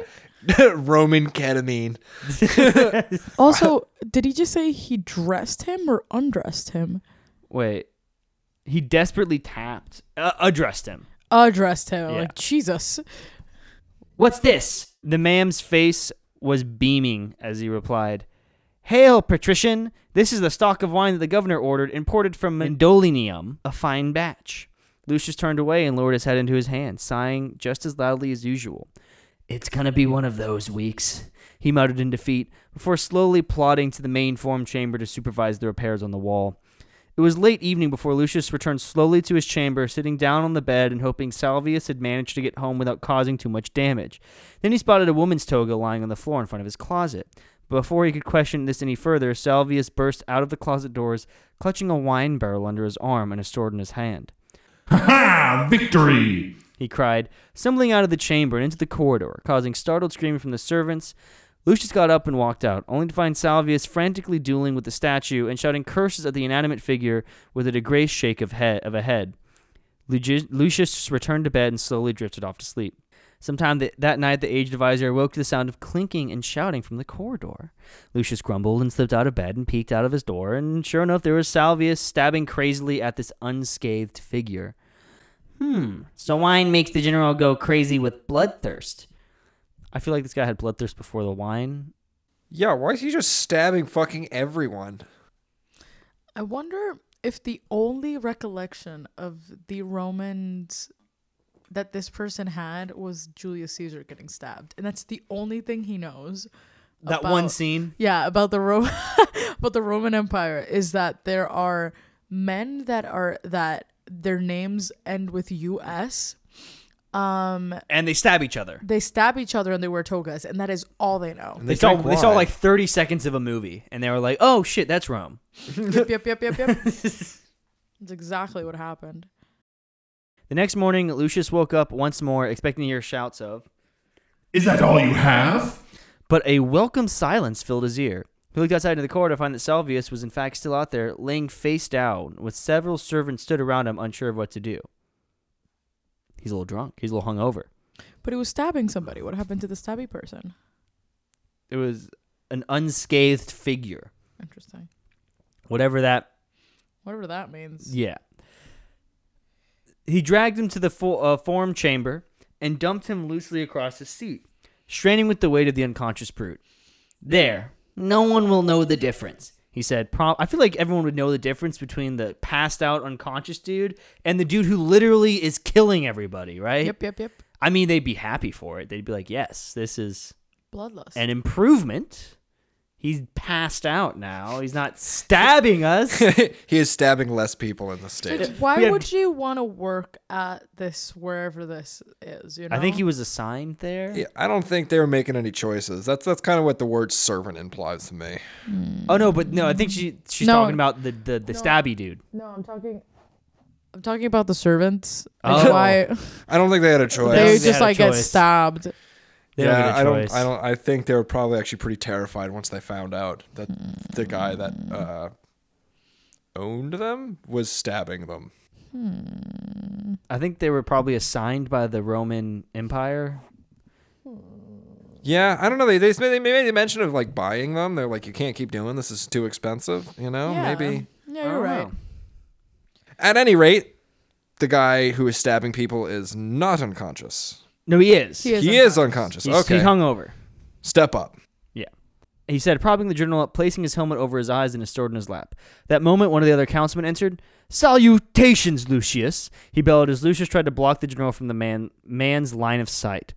Speaker 2: Roman ketamine.
Speaker 5: also, did he just say he dressed him or undressed him?
Speaker 1: Wait. He desperately tapped, uh, addressed him.
Speaker 5: Addressed him.
Speaker 1: Yeah.
Speaker 5: Like Jesus.
Speaker 1: What's this? The man's face was beaming as he replied, Hail, patrician! This is the stock of wine that the governor ordered, imported from Mendolinium, a fine batch. Lucius turned away and lowered his head into his hand, sighing just as loudly as usual. It's gonna be one of those weeks, he muttered in defeat, before slowly plodding to the main form chamber to supervise the repairs on the wall. It was late evening before Lucius returned slowly to his chamber, sitting down on the bed and hoping Salvius had managed to get home without causing too much damage. Then he spotted a woman's toga lying on the floor in front of his closet. But before he could question this any further, Salvius burst out of the closet doors, clutching a wine barrel under his arm and a sword in his hand.
Speaker 4: Ha ha! Victory!
Speaker 1: He cried, stumbling out of the chamber and into the corridor, causing startled screaming from the servants. Lucius got up and walked out, only to find Salvius frantically dueling with the statue and shouting curses at the inanimate figure with a degraced shake of, head, of a head. Lugi- Lucius returned to bed and slowly drifted off to sleep. Sometime th- that night, the aged advisor awoke to the sound of clinking and shouting from the corridor. Lucius grumbled and slipped out of bed and peeked out of his door, and sure enough, there was Salvius stabbing crazily at this unscathed figure. Hmm. So wine makes the general go crazy with bloodthirst. I feel like this guy had bloodthirst before the wine.
Speaker 2: Yeah, why is he just stabbing fucking everyone?
Speaker 5: I wonder if the only recollection of the Romans that this person had was Julius Caesar getting stabbed. And that's the only thing he knows.
Speaker 1: That
Speaker 5: about-
Speaker 1: one scene.
Speaker 5: Yeah, about the Ro- <laughs> about the Roman Empire is that there are men that are that their names end with US. Um,
Speaker 1: And they stab each other.
Speaker 5: they stab each other and they wear togas, and that is all they know.
Speaker 1: They, saw they saw like 30 seconds of a movie and they were like, "Oh shit, that's Rome."
Speaker 5: yep, yep, yep,
Speaker 1: <laughs>
Speaker 5: yep, <laughs> yep. That's exactly what happened.
Speaker 1: The next morning, Lucius woke up once more expecting to hear shouts of
Speaker 4: Is that all you have?
Speaker 1: But a welcome silence filled his ear. He looked outside into the corridor to find that Salvius was in fact still out there, laying face down, with several servants stood around him, unsure of what to do. He's a little drunk. He's a little hungover.
Speaker 5: But he was stabbing somebody. What happened to the stabby person?
Speaker 1: It was an unscathed figure,
Speaker 5: Interesting.
Speaker 1: whatever that.
Speaker 5: Whatever that means.
Speaker 1: Yeah. He dragged him to the fo- uh, form chamber and dumped him loosely across his seat, straining with the weight of the unconscious brute. There, no one will know the difference. He said, Pro- I feel like everyone would know the difference between the passed out unconscious dude and the dude who literally is killing everybody, right?
Speaker 5: Yep, yep, yep.
Speaker 1: I mean, they'd be happy for it. They'd be like, yes, this is
Speaker 5: Bloodlust.
Speaker 1: an improvement. He's passed out now. He's not stabbing
Speaker 5: <laughs>
Speaker 1: us.
Speaker 2: <laughs> he is stabbing less people in the state.
Speaker 5: Like, why
Speaker 1: We had-
Speaker 5: would you want to work at this wherever this is? You know.
Speaker 1: I think he was assigned there.
Speaker 2: Yeah, I don't think they were making any choices. That's that's kind of what the word servant implies to me.
Speaker 1: Oh no, but no, I think she she's
Speaker 5: No.
Speaker 1: talking about the the, the stabby dude.
Speaker 5: No, I'm talking. I'm talking about the servants.
Speaker 1: Oh.
Speaker 5: And why
Speaker 2: I don't think they had a choice.
Speaker 5: they
Speaker 1: They
Speaker 5: just
Speaker 1: had a
Speaker 5: like get
Speaker 1: choice.
Speaker 5: stabbed.
Speaker 1: They don't
Speaker 2: yeah,
Speaker 1: get a
Speaker 2: I
Speaker 1: choice.
Speaker 2: don't. I don't. I think they were probably actually pretty terrified once they found out that the guy that
Speaker 5: Hmm.
Speaker 2: uh, owned them was stabbing them.
Speaker 1: I think they were probably assigned by the Roman Empire.
Speaker 2: Yeah, I don't know. They they they made a mention of like buying them. They're like, you can't keep doing this. This is too expensive. You know,
Speaker 5: yeah.
Speaker 2: maybe.
Speaker 5: Yeah,
Speaker 1: I
Speaker 5: you're
Speaker 1: don't
Speaker 5: right.
Speaker 1: know.
Speaker 2: At any rate, the guy who is stabbing people is not unconscious.
Speaker 1: No, he is.
Speaker 5: He is.
Speaker 2: he is unconscious.
Speaker 1: He's,
Speaker 2: okay,
Speaker 1: He's hungover.
Speaker 2: step up.
Speaker 1: He said, propping the journal up, placing his helmet over his eyes and his sword in his lap. That moment, one of the other councilmen entered. Salutations, Lucius! He bellowed as Lucius tried to block the general from the man man's line of sight.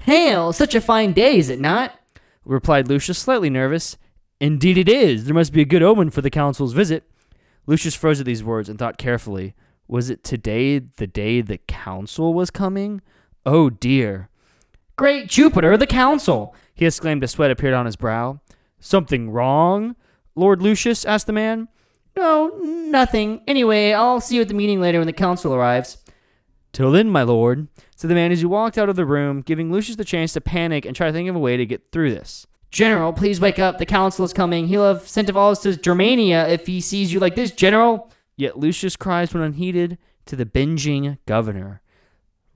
Speaker 1: Hail! Such a fine day, is it not? replied Lucius, slightly nervous. Indeed it is. There must be a good omen for the council's visit. Lucius froze at these words and thought carefully. Was it today the day the council was coming? Oh dear. Great Jupiter, the council! He exclaimed as sweat appeared on his brow. Something wrong? Lord Lucius asked the man. No, nothing. Anyway, I'll see you at the meeting later when the council arrives. Till then, my lord, said the man as he walked out of the room, giving Lucius the chance to panic and try to think of a way to get through this. General, please wake up. The council is coming. He'll have sent of all to Germania if he sees you like this, General. Yet Lucius' cries went unheeded to the binging governor.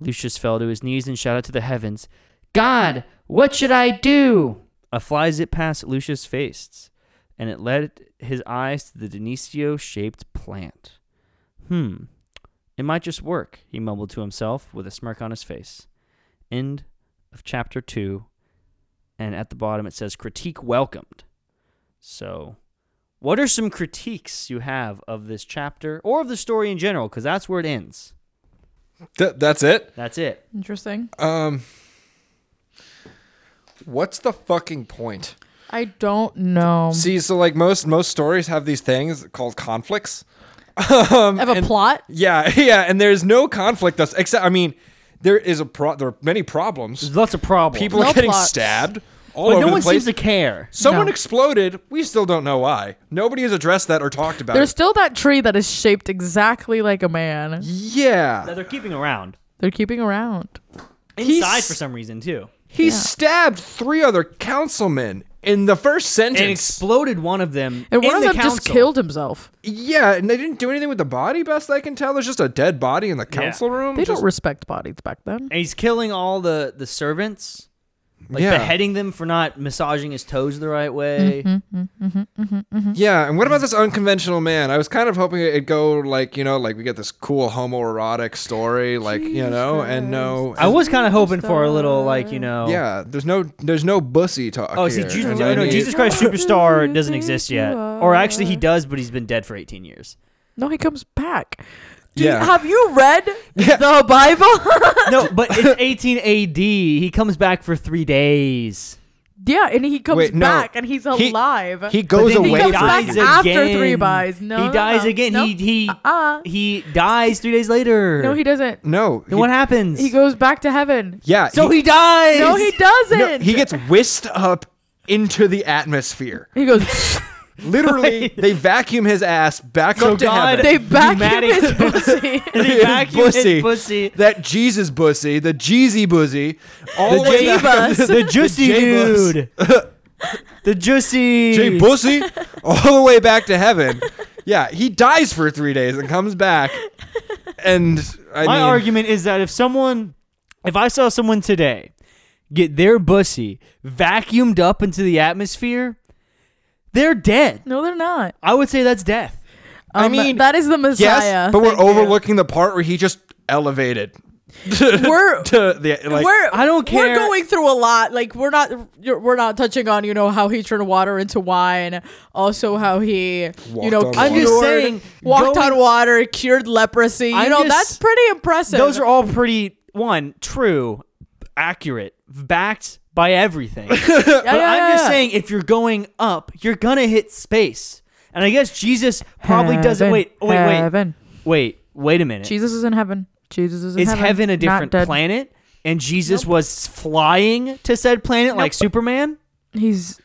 Speaker 1: Lucius fell to his knees and shouted to the heavens, God, what should I do? A fly zipped past Lucius' face, and it led his eyes to the Denisio shaped plant. Hmm, it might just work, he mumbled to himself with a smirk on his face. End of chapter two. And at the bottom it says critique welcomed. So, what are some critiques you have of this chapter or of the story in general? Because that's where it ends.
Speaker 3: Th- that's it.
Speaker 1: That's it.
Speaker 5: Interesting.
Speaker 3: Um, what's the fucking point?
Speaker 5: I don't know.
Speaker 3: See, so like most most stories have these things called conflicts. Um,
Speaker 5: I have a plot.
Speaker 3: Yeah, <laughs> yeah, and there's no conflict. Thus, except I mean, there is a pro. There are many problems.
Speaker 1: There's lots of problems.
Speaker 3: People
Speaker 5: No
Speaker 3: are getting
Speaker 5: plots.
Speaker 3: stabbed all
Speaker 1: but
Speaker 3: over
Speaker 1: no
Speaker 3: the
Speaker 1: one
Speaker 3: place.
Speaker 1: seems to care.
Speaker 3: Someone
Speaker 5: No.
Speaker 3: exploded. We still don't know why. Nobody has addressed that or talked about
Speaker 5: There's
Speaker 3: it.
Speaker 5: still that tree that is shaped exactly like a man.
Speaker 1: That
Speaker 3: Yeah,
Speaker 1: they're keeping around.
Speaker 5: They're keeping around.
Speaker 1: Inside
Speaker 3: He's-
Speaker 1: for some reason, too.
Speaker 3: he stabbed three other councilmen in the first sentence.
Speaker 1: And exploded one of them.
Speaker 5: And one
Speaker 1: in
Speaker 5: of
Speaker 1: the
Speaker 5: them just
Speaker 1: council.
Speaker 5: killed himself.
Speaker 3: yeah, and they didn't do anything with the body. Best I can tell, there's just a dead body in the council room.
Speaker 5: They
Speaker 3: just,
Speaker 5: don't respect bodies back then.
Speaker 1: And he's killing all the, the servants. Like
Speaker 3: Yeah.
Speaker 1: beheading them for not massaging his toes the right way.
Speaker 5: Mm-hmm.
Speaker 3: Yeah, and what about this unconventional man? I was kind of hoping it'd go like you know, like we get this cool homoerotic story, like you know, and no,
Speaker 1: I was kind of hoping for a little, like, you know.
Speaker 3: yeah. There's no, there's no bussy talk.
Speaker 1: Oh, see,
Speaker 3: here,
Speaker 1: Jesus,
Speaker 3: and
Speaker 1: no,
Speaker 3: I
Speaker 1: no,
Speaker 3: need-
Speaker 1: Jesus Christ
Speaker 5: <laughs>
Speaker 1: Superstar doesn't exist yet. Or actually, he does, but he's been dead for 18 years.
Speaker 5: No, he comes back. Do
Speaker 3: Yeah.
Speaker 5: you, have you read the Bible?
Speaker 1: No, but
Speaker 3: <laughs>
Speaker 1: it's 18 AD. He comes back for three days.
Speaker 5: yeah, and he comes
Speaker 3: Wait, no.
Speaker 5: back and he's
Speaker 3: He-
Speaker 5: alive.
Speaker 3: He
Speaker 1: But
Speaker 3: goes
Speaker 1: then
Speaker 3: away
Speaker 5: comes
Speaker 3: for
Speaker 5: back
Speaker 3: three
Speaker 5: out. after three buys. No,
Speaker 1: he
Speaker 5: no,
Speaker 1: dies
Speaker 5: no.
Speaker 1: again. He
Speaker 5: Nope.
Speaker 1: he
Speaker 5: Uh-uh.
Speaker 1: he dies three days later.
Speaker 5: no, he doesn't.
Speaker 3: No,
Speaker 1: Then what happens?
Speaker 5: He goes back to heaven.
Speaker 3: Yeah,
Speaker 1: so he, dies. <laughs>
Speaker 5: No, he doesn't.
Speaker 3: no, he gets whisked up into the atmosphere.
Speaker 5: He goes.
Speaker 3: Literally, they vacuum his ass back
Speaker 1: So
Speaker 3: up to
Speaker 1: God-
Speaker 3: heaven.
Speaker 5: <laughs> they back him
Speaker 1: Pneumatic-
Speaker 5: his pussy. <laughs>
Speaker 1: They vacuum his pussy.
Speaker 3: that Jesus bussy, the Jeezy bussy, all the way down- <laughs>
Speaker 5: J-bus.
Speaker 1: The juicy
Speaker 3: J-bus.
Speaker 1: dude.
Speaker 5: <laughs>
Speaker 1: the juicy. <laughs>
Speaker 3: Jay Bussy all the way back to heaven. Yeah, he dies for three days and comes back. And I
Speaker 1: My
Speaker 3: mean,
Speaker 1: argument is that if someone, if I saw someone today get their bussy vacuumed up into the atmosphere, they're dead.
Speaker 5: No, they're not.
Speaker 1: I would say that's death.
Speaker 3: I
Speaker 5: Um,
Speaker 3: mean,
Speaker 5: that is the Messiah.
Speaker 3: yes, but we're
Speaker 5: Thank you.
Speaker 3: overlooking the part where he just elevated. <laughs>
Speaker 5: We're-
Speaker 3: to the like.
Speaker 5: we're
Speaker 1: I don't care.
Speaker 5: We're going through a lot. Like we're not you're, we're not touching on you know how he turned water into wine, also how he you
Speaker 3: Walked
Speaker 5: know
Speaker 3: on
Speaker 5: cured,
Speaker 3: water. I'm just
Speaker 1: saying,
Speaker 5: walked
Speaker 1: going-
Speaker 5: on water, cured leprosy. You
Speaker 1: I'm
Speaker 5: know
Speaker 1: just-
Speaker 5: that's pretty impressive.
Speaker 1: Those are all pretty one true, accurate, backed by
Speaker 5: <laughs>
Speaker 1: everything. but
Speaker 5: Yeah, yeah,
Speaker 1: I'm just
Speaker 5: yeah.
Speaker 1: saying, if you're going up, you're gonna hit space. And I guess Jesus probably doesn't.
Speaker 5: Heaven,
Speaker 1: Wait, wait, wait,
Speaker 5: heaven.
Speaker 1: wait, wait a minute.
Speaker 5: Jesus is in heaven. Jesus is in
Speaker 1: is
Speaker 5: heaven.
Speaker 1: heaven a
Speaker 5: not
Speaker 1: different
Speaker 5: dead.
Speaker 1: planet? And Jesus was flying to said planet like Superman.
Speaker 5: He's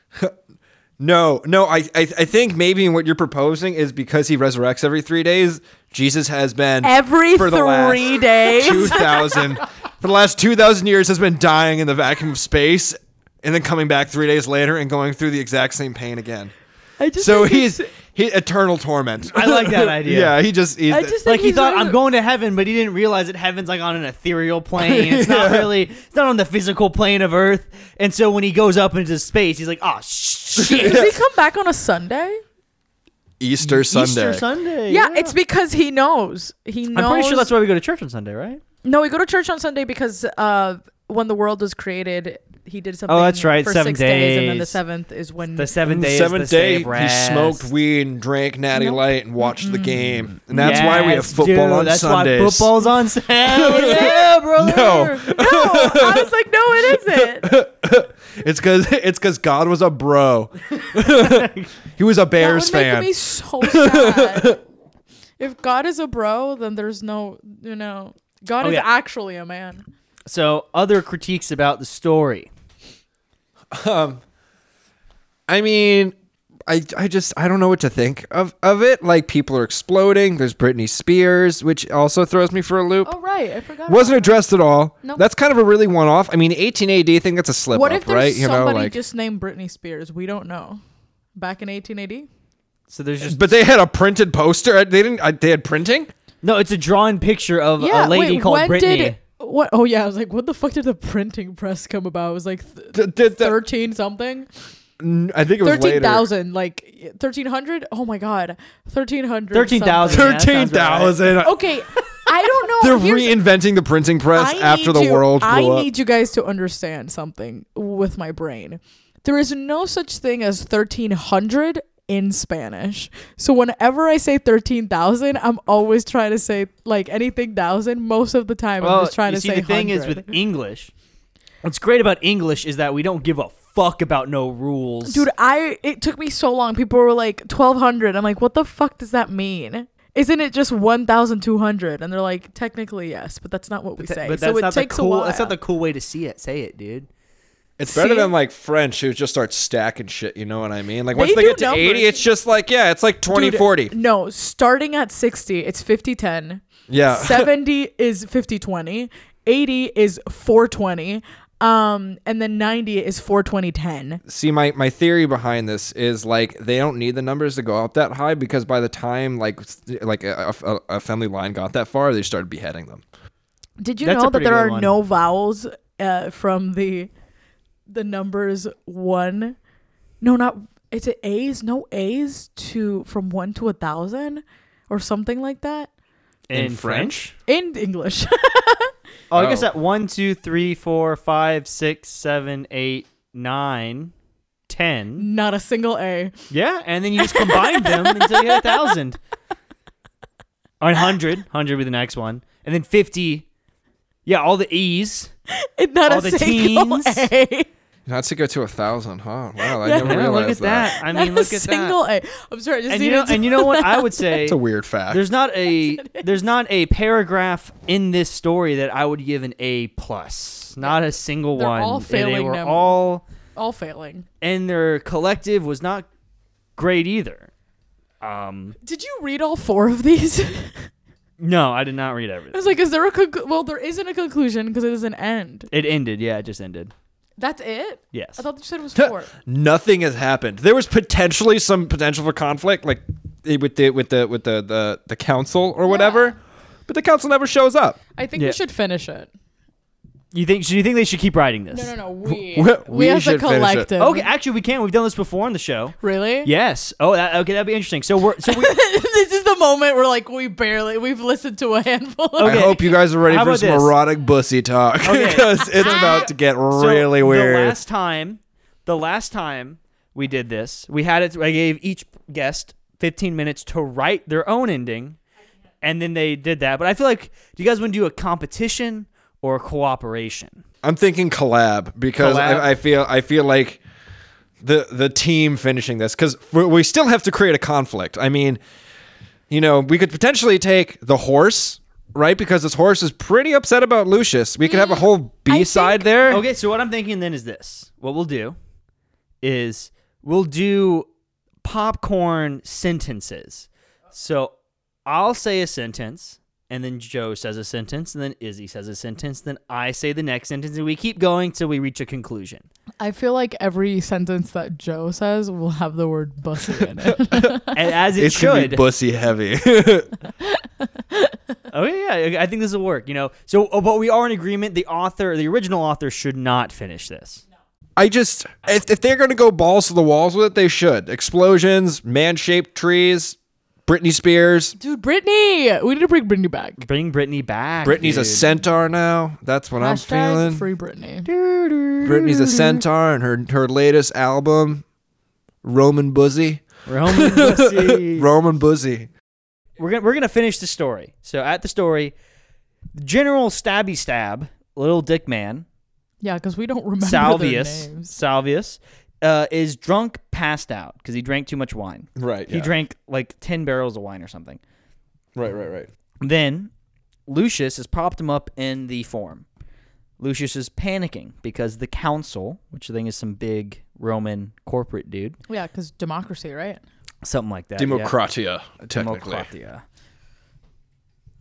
Speaker 3: no, no. I, I I think maybe what you're proposing is because he resurrects every three days. Jesus has been
Speaker 5: every
Speaker 3: for the
Speaker 5: three
Speaker 3: last two
Speaker 5: days.
Speaker 3: thousand for the last two thousand years has been dying in the vacuum of space, and then coming back three days later and going through the exact same pain again.
Speaker 5: I just
Speaker 3: So
Speaker 5: think
Speaker 3: he's he eternal torment.
Speaker 1: I like
Speaker 3: <laughs>
Speaker 1: that idea.
Speaker 3: yeah, he just he's
Speaker 5: I just
Speaker 1: Like he
Speaker 5: he's
Speaker 1: thought
Speaker 5: one of
Speaker 1: I'm
Speaker 5: <laughs> the-
Speaker 1: going to heaven, but he didn't realize that heaven's like on an ethereal plane.
Speaker 5: <laughs>
Speaker 1: It's not really, it's not on the physical plane of Earth. And so when he goes up into space, he's like, oh
Speaker 3: <laughs>
Speaker 1: shit,
Speaker 5: Does he come back on a Sunday?
Speaker 3: Easter Sunday.
Speaker 1: Easter Sunday.
Speaker 5: Yeah, it's because he knows. He knows.
Speaker 1: I'm pretty sure that's why we go to church on Sunday, right?
Speaker 5: No, we go to church on Sunday because uh, when the world was created, he did something.
Speaker 1: Oh, that's right,
Speaker 5: For
Speaker 1: seven
Speaker 5: six days. and then the
Speaker 1: days.
Speaker 5: seventh is when
Speaker 1: The seventh day.
Speaker 3: Seventh
Speaker 1: is the day.
Speaker 3: day,
Speaker 1: of
Speaker 3: he smoked
Speaker 1: rest.
Speaker 3: weed and drank Natty Light and watched the game, and that's why we have
Speaker 1: Yes,
Speaker 3: football
Speaker 1: dude,
Speaker 3: on
Speaker 1: that's
Speaker 3: Sundays.
Speaker 1: Why football's on Sunday. yeah, brother.
Speaker 5: <laughs> no. I was like, no,
Speaker 3: <laughs>
Speaker 5: it isn't.
Speaker 3: It's because <laughs> it's because God was a
Speaker 5: <laughs>
Speaker 3: bro. he was a Bears
Speaker 5: that would
Speaker 3: fan.
Speaker 5: make me so
Speaker 3: <laughs>
Speaker 5: sad. if God is a bro, then there's no, you know, God
Speaker 1: Oh,
Speaker 5: is
Speaker 1: yeah.
Speaker 5: actually a man.
Speaker 1: <laughs> So other critiques about the story.
Speaker 3: I mean, I, I just I don't know what to think of of it. Like people are exploding. There's Britney Spears, which also throws me for a loop.
Speaker 5: Oh right, I forgot.
Speaker 3: Wasn't addressed at all.
Speaker 5: Nope.
Speaker 3: That's kind of a really one off. I mean, 18 AD thing. That's a slip
Speaker 5: what
Speaker 3: up,
Speaker 5: if there's
Speaker 3: right?
Speaker 5: somebody just named Britney Spears? We don't know. Back in 1880.
Speaker 1: So there's just
Speaker 3: But they had a printed poster. I- They didn't. I- They had printing.
Speaker 1: no. It's a drawn picture of
Speaker 5: Yeah,
Speaker 1: a lady
Speaker 5: wait,
Speaker 1: called
Speaker 5: when
Speaker 1: Brittany.
Speaker 5: Did, what? Oh yeah, I was like, what the fuck did the printing press come about? It was like th-
Speaker 3: Th- th- th-
Speaker 5: thirteen something,
Speaker 3: n- I think it was
Speaker 5: thirteen
Speaker 3: later.
Speaker 5: thousand, like thirteen hundred. Oh my god, thirteen hundred.
Speaker 1: 13,000. Yeah, that sounds
Speaker 3: Thirteen thousand.
Speaker 5: Okay, I don't know.
Speaker 3: <laughs> They're
Speaker 5: Here's-
Speaker 3: reinventing the printing press
Speaker 5: I
Speaker 3: after
Speaker 5: need
Speaker 3: the
Speaker 5: you-
Speaker 3: world
Speaker 5: I
Speaker 3: blew up.
Speaker 5: need you guys to understand something with my brain. There is no such thing as 1300 in Spanish. So whenever I say 13,000, I'm always trying to say like anything thousand. Most of the time,
Speaker 1: Well,
Speaker 5: I'm just trying
Speaker 1: you
Speaker 5: to
Speaker 1: see,
Speaker 5: say
Speaker 1: the thing is
Speaker 5: 100.
Speaker 1: with English. What's great about English is that we don't give a fuck about no rules,
Speaker 5: Dude, I it took me so long. People were like 1200. I'm like, what the fuck does that mean? Isn't it just 1200? And they're like, technically yes, but that's not what we
Speaker 1: Th-
Speaker 5: say.
Speaker 1: but that's
Speaker 5: so it
Speaker 1: not
Speaker 5: takes
Speaker 1: the cool.
Speaker 5: a while.
Speaker 1: That's not the cool way to see it. Say it, dude.
Speaker 3: It's
Speaker 5: See?
Speaker 3: better than like French, who just starts stacking shit. You know what I mean? Like once
Speaker 5: They
Speaker 3: they,
Speaker 5: do
Speaker 3: get to
Speaker 5: numbers.
Speaker 3: eighty, it's just like yeah, it's like twenty
Speaker 5: Dude, uh,
Speaker 3: forty.
Speaker 5: No, starting at 60, it's 50 10.
Speaker 1: <laughs>
Speaker 3: Yeah.
Speaker 5: 70 is 50 20. 80 is 420. Um, and then 90 is 420 10.
Speaker 3: <laughs> See, my my theory behind this is like they don't need the numbers to go up that high because by the time like s- like a, a, a family line got that far, they started beheading them.
Speaker 5: Did you
Speaker 1: That's a
Speaker 5: know that
Speaker 1: pretty
Speaker 5: there
Speaker 1: good
Speaker 5: are
Speaker 1: one.
Speaker 5: no vowels uh, from the the numbers one? No, not it's a A's, no A's to from one to a thousand or something like that
Speaker 1: In,
Speaker 3: French?
Speaker 5: in English. <laughs>
Speaker 1: Oh, I guess
Speaker 3: Oh.
Speaker 1: that one, two, three, four, five, six, seven, eight, nine, ten.
Speaker 5: not a single A.
Speaker 1: Yeah, and then you just combine
Speaker 3: <laughs>
Speaker 1: them until you get a thousand. Or a hundred. Hundred would be the next one, and then fifty. Yeah, all the E's.
Speaker 5: It not
Speaker 1: All
Speaker 5: a
Speaker 1: the
Speaker 5: single
Speaker 1: teens.
Speaker 5: A.
Speaker 3: Not to go to a thousand, huh? Wow, I
Speaker 5: <laughs> Yeah.
Speaker 3: never
Speaker 1: Yeah,
Speaker 3: realized
Speaker 1: look at that. I
Speaker 5: <laughs> Not
Speaker 1: mean, look
Speaker 5: a
Speaker 1: at
Speaker 5: single
Speaker 1: that.
Speaker 5: A. I'm sorry, I just
Speaker 1: And you
Speaker 5: needed
Speaker 1: know,
Speaker 5: to-
Speaker 1: and you know what I would
Speaker 3: <laughs>
Speaker 1: say.
Speaker 3: It's a weird fact.
Speaker 1: There's not a there's not a paragraph in this story that I would give an A plus. Not a single
Speaker 5: They're
Speaker 1: one.
Speaker 5: all
Speaker 1: And They
Speaker 5: failing
Speaker 1: were
Speaker 5: numbers.
Speaker 1: all
Speaker 5: <laughs> all failing.
Speaker 1: and their collective was not great either. Um,
Speaker 5: Did you read all four of these? <laughs> I
Speaker 1: no, I did not read everything.
Speaker 5: was like, is there a conclu- well? There isn't a conclusion because it doesn't end.
Speaker 1: It ended. Yeah, it just ended.
Speaker 5: That's it.
Speaker 1: Yes.
Speaker 5: I thought you said it was four.
Speaker 3: Nothing has happened. There was potentially some potential for conflict, like eh, with the with the with the the, the council or whatever,
Speaker 5: <gasps>
Speaker 3: but the council never shows up.
Speaker 5: I think
Speaker 1: Yeah.
Speaker 5: we should finish it.
Speaker 1: You think? Do you think they should keep writing this?
Speaker 5: No, no, no. We
Speaker 3: We-
Speaker 5: we,
Speaker 3: we
Speaker 5: as a
Speaker 3: should finish it.
Speaker 5: collective.
Speaker 1: Okay, actually, we can. We've done this before on the show.
Speaker 5: Really?
Speaker 1: Yes. Oh, that, okay. That'd be interesting. So we're
Speaker 5: <laughs>
Speaker 1: so we.
Speaker 5: this is the moment where like we barely we've listened to a handful. Of
Speaker 1: Okay.
Speaker 3: I hope you guys are ready
Speaker 1: How
Speaker 3: for
Speaker 1: about
Speaker 3: some
Speaker 1: this?
Speaker 3: erotic bussy talk <laughs>
Speaker 1: Okay.
Speaker 3: because
Speaker 5: Ah.
Speaker 3: it's about to get
Speaker 1: So
Speaker 3: really
Speaker 1: The
Speaker 3: weird.
Speaker 1: last time, the last time we did this, we had it. I gave each guest 15 minutes to write their own ending, and then they did that. But I feel like, do you guys want to do a competition or a cooperation?
Speaker 3: I'm thinking collab because
Speaker 1: Collab?
Speaker 3: I, I feel I feel like the the team finishing this because we still have to create a conflict. I mean, you know, we could potentially take the horse. Right, because this horse is pretty upset about Lucius. We could have a
Speaker 5: Mm,
Speaker 3: whole B side <laughs> there.
Speaker 1: Okay, so what I'm thinking then is this: what we'll do is we'll do popcorn sentences. So I'll say a sentence, and then Joe says a sentence, and then Izzy says a sentence, then I say the next sentence, and we keep going till we reach a conclusion.
Speaker 5: I feel like every sentence that Joe says will have the word bussy in it.
Speaker 1: And as it
Speaker 3: It's gonna
Speaker 1: should.
Speaker 3: be bussy heavy.
Speaker 1: oh yeah, yeah, I think this will work. You know. So, oh, but we are in agreement. The author, the original author, should not finish this.
Speaker 3: I just if, if they're gonna go balls to the walls with it, they should. Explosions, man shaped trees, Britney Spears.
Speaker 5: <laughs> Dude, Brittany, we need to bring Brittany back.
Speaker 1: Bring Brittany back.
Speaker 3: Britney's a centaur now. That's what I'm
Speaker 5: Hashtag
Speaker 3: feeling.
Speaker 5: free Brittany.
Speaker 3: Britney's a centaur, and her her latest album, Roman Buzzy.
Speaker 1: Roman
Speaker 3: <laughs>
Speaker 1: pussy.
Speaker 3: Roman Buzzy.
Speaker 1: we're gonna we're gonna finish the story. So at the story, General Stabby Stab, Little Dick Man,
Speaker 5: Yeah, because we don't <laughs> remember their
Speaker 1: Salvius,
Speaker 5: names.
Speaker 1: Salvius, uh, is drunk, passed out because he drank too much wine.
Speaker 3: Right.
Speaker 1: He drank like ten barrels of wine or something.
Speaker 3: Right. Right. Right.
Speaker 1: Then Lucius has propped him up in the form. Lucius is panicking because the council, which I think is some big Roman corporate dude,
Speaker 5: Yeah, because democracy, right?
Speaker 1: something like that. yeah.
Speaker 3: Democratia, technically.
Speaker 1: Democratia.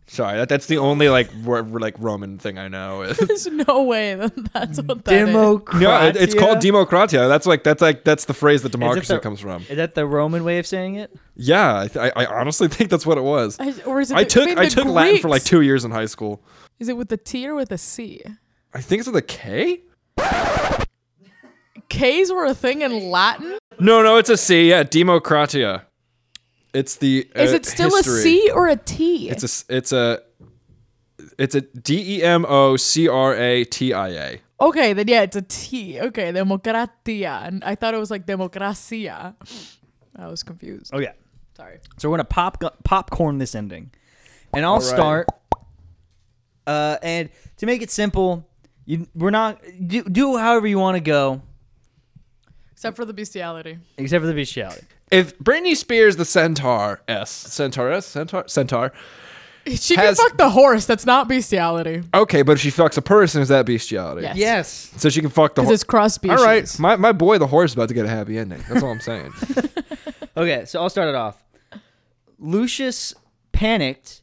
Speaker 3: Sorry, that, that's the only like ro- like Roman thing I know. <laughs>
Speaker 5: There's no way that that's what that is.
Speaker 1: Democratia.
Speaker 3: no, it, it's called democratia. That's like that's like that's the phrase that democracy
Speaker 1: the-
Speaker 3: comes from.
Speaker 1: Is that the Roman way of saying it?
Speaker 3: Yeah, I, th- I, I honestly <laughs> think that's what it was. I,
Speaker 5: I, or is it the-
Speaker 3: took
Speaker 5: wait,
Speaker 3: I
Speaker 5: the
Speaker 3: took Latin for like
Speaker 5: Greeks-
Speaker 3: two years in high school.
Speaker 5: Is it with the T or with a C?
Speaker 3: I think it's with a K.
Speaker 5: K's were a thing in Latin.
Speaker 3: No, no, it's a C. Yeah, democratia. It's the.
Speaker 5: Is
Speaker 3: uh,
Speaker 5: it still
Speaker 3: history.
Speaker 5: a C or a T?
Speaker 3: It's a s- it's a it's a D E M O C R A T I A.
Speaker 5: okay, then yeah, it's a T. Okay, democratia. And I thought it was like democracia. I was
Speaker 3: Uh,
Speaker 5: confused.
Speaker 1: Oh yeah.
Speaker 5: Sorry.
Speaker 1: So we're gonna pop popcorn this ending, and I'll
Speaker 3: right.
Speaker 1: start. Uh, and to make it simple, you we're not do, do however you want to go,
Speaker 5: Except for the bestiality. <laughs>
Speaker 1: except for the bestiality.
Speaker 3: If Britney Spears the centaur S centaur S centaur centaur.
Speaker 5: She
Speaker 3: Has-
Speaker 5: can fuck the horse. That's not bestiality.
Speaker 3: Okay, but if she fucks a person, is that bestiality?
Speaker 5: Yes.
Speaker 1: Yes.
Speaker 3: So she can fuck the
Speaker 5: Because it's
Speaker 3: horse.
Speaker 5: cross species.
Speaker 3: All right, my, my boy, the horse, is about to get a happy ending. That's all I'm
Speaker 5: <laughs>
Speaker 3: saying.
Speaker 1: Okay, so I'll start it off. Lucius panicked,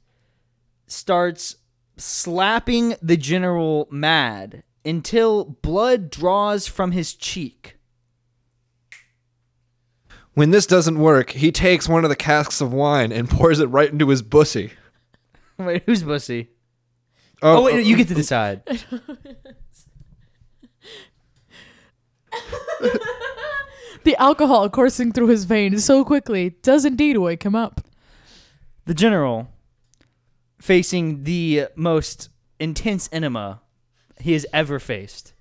Speaker 1: starts slapping the general mad until blood draws from his cheek. <laughs>
Speaker 3: when this doesn't work, he takes one of the casks of wine and pours it right into his bussy.
Speaker 1: Wait, who's pussy? Oh, wait, you get to decide.
Speaker 5: The alcohol coursing through his veins so quickly does indeed wake him up.
Speaker 1: the general facing the most intense enema he has ever faced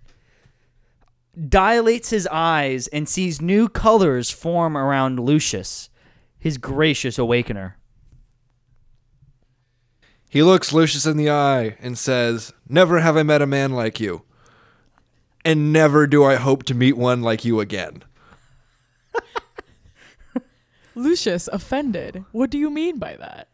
Speaker 1: dilates his eyes and sees new colors form around lucius his gracious awakener
Speaker 3: He looks Lucius in the eye and says, Never have I met a man like you. And never do I hope to meet one like you again.
Speaker 5: Lucius, offended. What do you mean by that?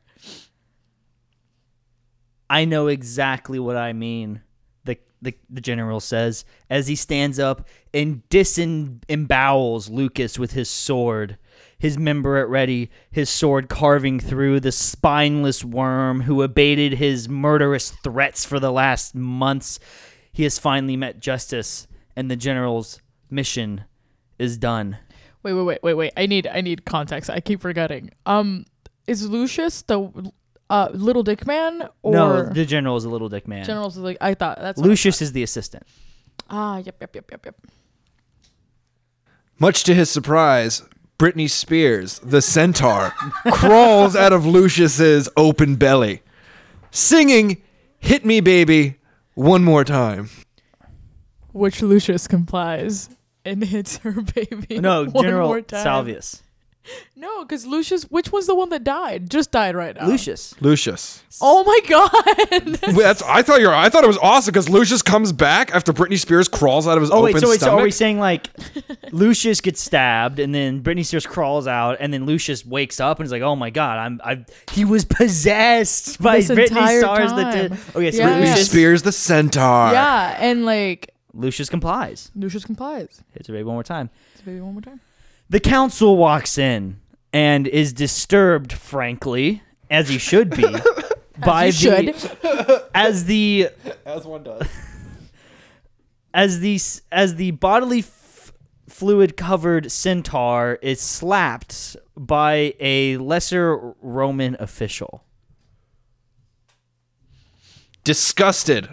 Speaker 1: i know exactly what i mean the, the, the general says as he stands up and disembowels lucas with his sword his member at ready, his sword carving through the spineless worm who abated his murderous threats for the last months. He has finally met justice, and the general's mission is done.
Speaker 5: Wait, wait, wait, wait, wait. I need I need context. I keep forgetting. Um is Lucius the uh little dick man or
Speaker 1: no, the general is a little dick man.
Speaker 5: generals like I thought that's what I
Speaker 1: Lucius is the
Speaker 5: <laughs>
Speaker 1: assistant.
Speaker 5: thought. Ah, yep, yep, yep, yep, yep.
Speaker 3: Much to his surprise, Britney Spears,
Speaker 1: <laughs>
Speaker 3: the centaur, crawls out of Lucius's open belly, singing, Hit me, baby, one more time.
Speaker 5: Which Lucius complies and <laughs> hits her baby.
Speaker 1: No,
Speaker 5: one
Speaker 1: General
Speaker 5: more time.
Speaker 1: Salvius.
Speaker 5: No, because Lucius, which one's the one that died? Just died right now.
Speaker 1: Lucius.
Speaker 3: Lucius.
Speaker 5: Oh my <laughs> god.
Speaker 3: Wait, that's, I thought you were, I thought it was awesome because Lucius comes back after Britney Spears crawls out of his
Speaker 1: Oh
Speaker 3: open
Speaker 1: wait, so wait, so are we
Speaker 3: stomach.
Speaker 1: saying
Speaker 5: <laughs>
Speaker 1: like Lucius gets stabbed and then Britney Spears crawls out and then Lucius wakes up and is like, "Oh my god, I'm I he was possessed by
Speaker 5: This
Speaker 1: Britney
Speaker 5: entire
Speaker 1: Spears that did."
Speaker 5: time.
Speaker 1: Oh yes, so
Speaker 5: Yeah.
Speaker 3: Britney
Speaker 1: Lucius
Speaker 3: Spears, the centaur.
Speaker 5: yeah, and like
Speaker 1: Lucius complies.
Speaker 5: Lucius complies.
Speaker 1: Hits her baby one more time.
Speaker 5: It's baby one more time.
Speaker 1: The council walks in and is disturbed, frankly, as he should be, by the
Speaker 5: You should.
Speaker 1: <laughs> as the as one does <laughs> as the s- as the bodily f- fluid covered centaur is slapped by a lesser roman official
Speaker 3: disgusted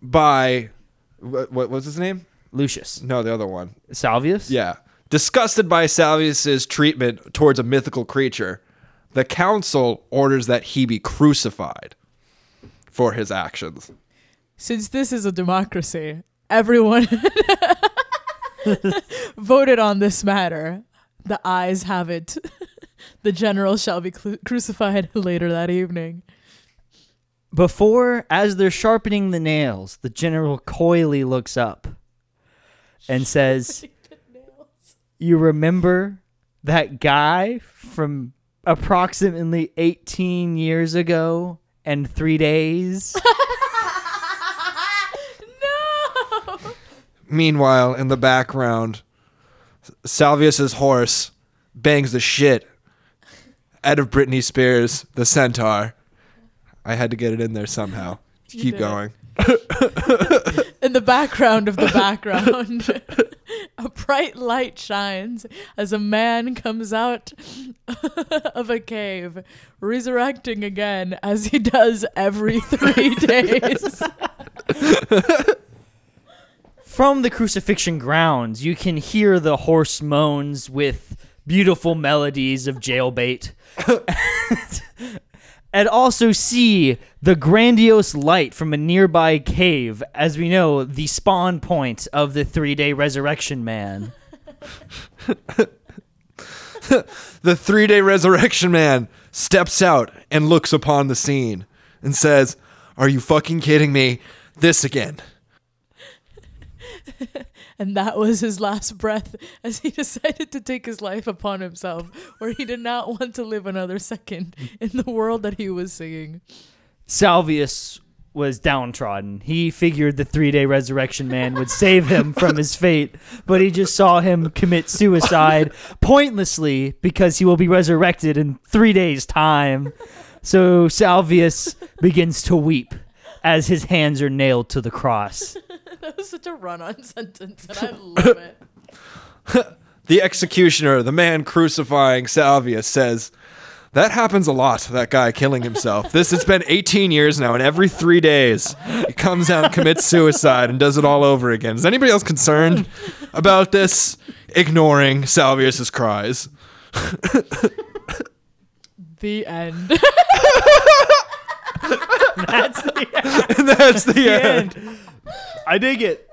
Speaker 3: by what, what was his name?
Speaker 1: lucius
Speaker 3: No, the other one.
Speaker 1: salvius
Speaker 3: Yeah, disgusted by Salvius's treatment towards a mythical creature, the council orders that he be crucified for his actions.
Speaker 5: Since this is a democracy, everyone <laughs> voted on this matter. The eyes have it. <laughs> The general shall be clu- crucified <laughs> later that evening.
Speaker 1: before as they're sharpening the nails the general coyly looks up and says you remember that guy from approximately 18 years ago and three days
Speaker 5: No!
Speaker 3: Meanwhile, in the background, Salvius's horse bangs the shit out of Britney Spears, the centaur. I had to get it in there somehow. Keep
Speaker 5: did it.
Speaker 3: going.
Speaker 5: In the background of <laughs> the background, a bright light shines as a man comes out of a cave, resurrecting again as he does every <laughs> three days.
Speaker 1: From the crucifixion grounds, you can hear the horse moans with beautiful melodies of jailbait. <laughs> and also see the grandiose light from a nearby cave, as we know, the spawn point of the three day resurrection man.
Speaker 3: The three day resurrection man steps out and looks upon the scene and says, Are you fucking kidding me? This again.
Speaker 5: And that was his last breath as he decided to take his life upon himself, where he did not want to live another second in the world that he was singing.
Speaker 1: Salvius was downtrodden. He figured the three day resurrection man would save him from his fate, but he just saw him commit suicide pointlessly because he will be resurrected in three days' time. So Salvius begins to weep as his hands are nailed to the cross.
Speaker 5: That was such a run on <laughs> sentence, and I love it.
Speaker 3: The executioner, the man crucifying Salvius, says, That happens a lot, that guy killing himself. This has been 18 years now, and every three days he comes out and commits suicide and does it all over again. Is anybody else concerned about this? Ignoring Salvius's cries. <laughs>
Speaker 5: The end.
Speaker 1: That's <laughs> the
Speaker 3: And that's the, end.
Speaker 1: end. I dig it.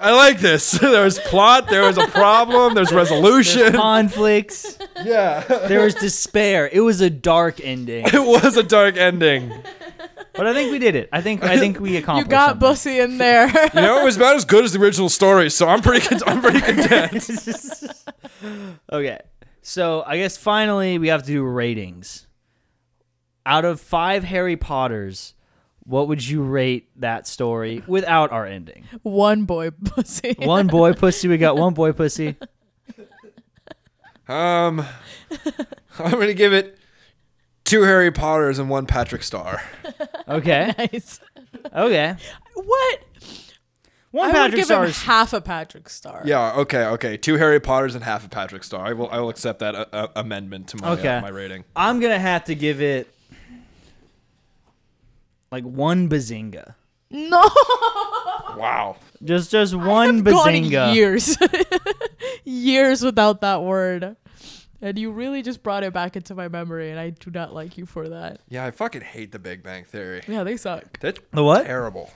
Speaker 3: I like this. <laughs> There was plot, there was a problem, there's resolution.
Speaker 1: Conflicts.
Speaker 3: <laughs> yeah.
Speaker 1: There was despair. It was a dark ending.
Speaker 3: It was a dark ending.
Speaker 1: But I think we did it. I think I think we
Speaker 5: You
Speaker 1: accomplished
Speaker 5: got
Speaker 1: something.
Speaker 5: Bussy in there. <laughs>
Speaker 3: You know, it was about as good as the original story, so I'm pretty con- I'm
Speaker 1: <laughs>
Speaker 3: pretty content.
Speaker 1: okay. So I guess finally we have to do ratings. Out of five Harry Potters, what would you rate that story without our
Speaker 5: <laughs>
Speaker 1: ending?
Speaker 5: One boy Bussy.
Speaker 1: One boy pussy. We got one boy pussy.
Speaker 3: Um, I'm gonna give it two Harry Potters and one Patrick Star.
Speaker 1: Okay.
Speaker 5: <laughs> Nice. <laughs>
Speaker 1: Okay.
Speaker 5: What?
Speaker 1: One
Speaker 5: I would
Speaker 1: Patrick
Speaker 5: give
Speaker 1: Star.
Speaker 5: him half a Patrick Star.
Speaker 3: Yeah. Okay. Okay. Two Harry Potters and half a Patrick Star. I will. I will accept that uh, uh, amendment to my uh,
Speaker 1: Okay.
Speaker 3: my rating.
Speaker 1: I'm gonna have to give it like one bazinga.
Speaker 5: <laughs> No.
Speaker 3: Wow.
Speaker 1: Just just one
Speaker 5: Gone
Speaker 1: bazinga.
Speaker 5: years. <laughs> years without that word. And you really just brought it back into my memory, and I do not like you for that.
Speaker 3: Yeah. I fucking hate The Big Bang Theory.
Speaker 5: Yeah, they suck.
Speaker 3: That's
Speaker 1: The what?
Speaker 3: terrible.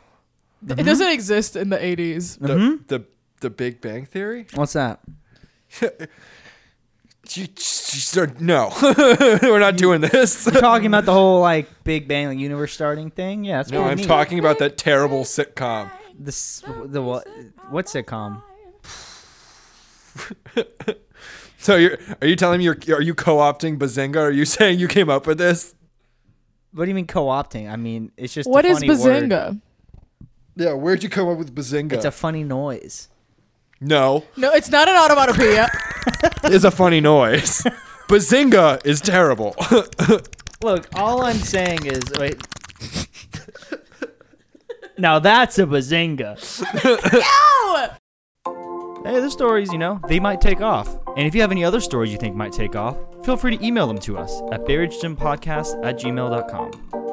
Speaker 1: Mm-hmm.
Speaker 5: It doesn't exist in the 80s.
Speaker 3: The the the Big Bang Theory.
Speaker 1: What's that?
Speaker 3: You- you- you- No, <laughs> we're not
Speaker 1: <laughs>
Speaker 3: doing this.
Speaker 1: You're talking about the whole like Big Bang like, universe starting thing? Yeah, that's
Speaker 3: No,
Speaker 1: pretty
Speaker 3: I'm
Speaker 1: neat.
Speaker 3: talking about that terrible sitcom.
Speaker 1: This the what? What's sitcom?
Speaker 3: So you're are you telling me you're are you co-opting Bazinga? Are you <laughs> saying you came up with this?
Speaker 1: What do you mean co-opting? I mean, it's just
Speaker 5: What
Speaker 1: a
Speaker 5: is
Speaker 1: funny word.
Speaker 5: Bazinga?
Speaker 3: Yeah, where'd you come up with Bazinga?
Speaker 1: It's a funny noise. <laughs>
Speaker 3: no,
Speaker 5: No, it's not an <laughs> onomatopoeia.
Speaker 3: is a
Speaker 1: <laughs>
Speaker 3: funny noise. Bazinga is terrible. <laughs>
Speaker 1: Look, all I'm saying is wait. now that's a bazinga.
Speaker 5: no!
Speaker 1: Hey, the stories, you know, they might take off. And if you have any other stories you think might take off, feel free to email them to us at barragedympodcast at gmail.com.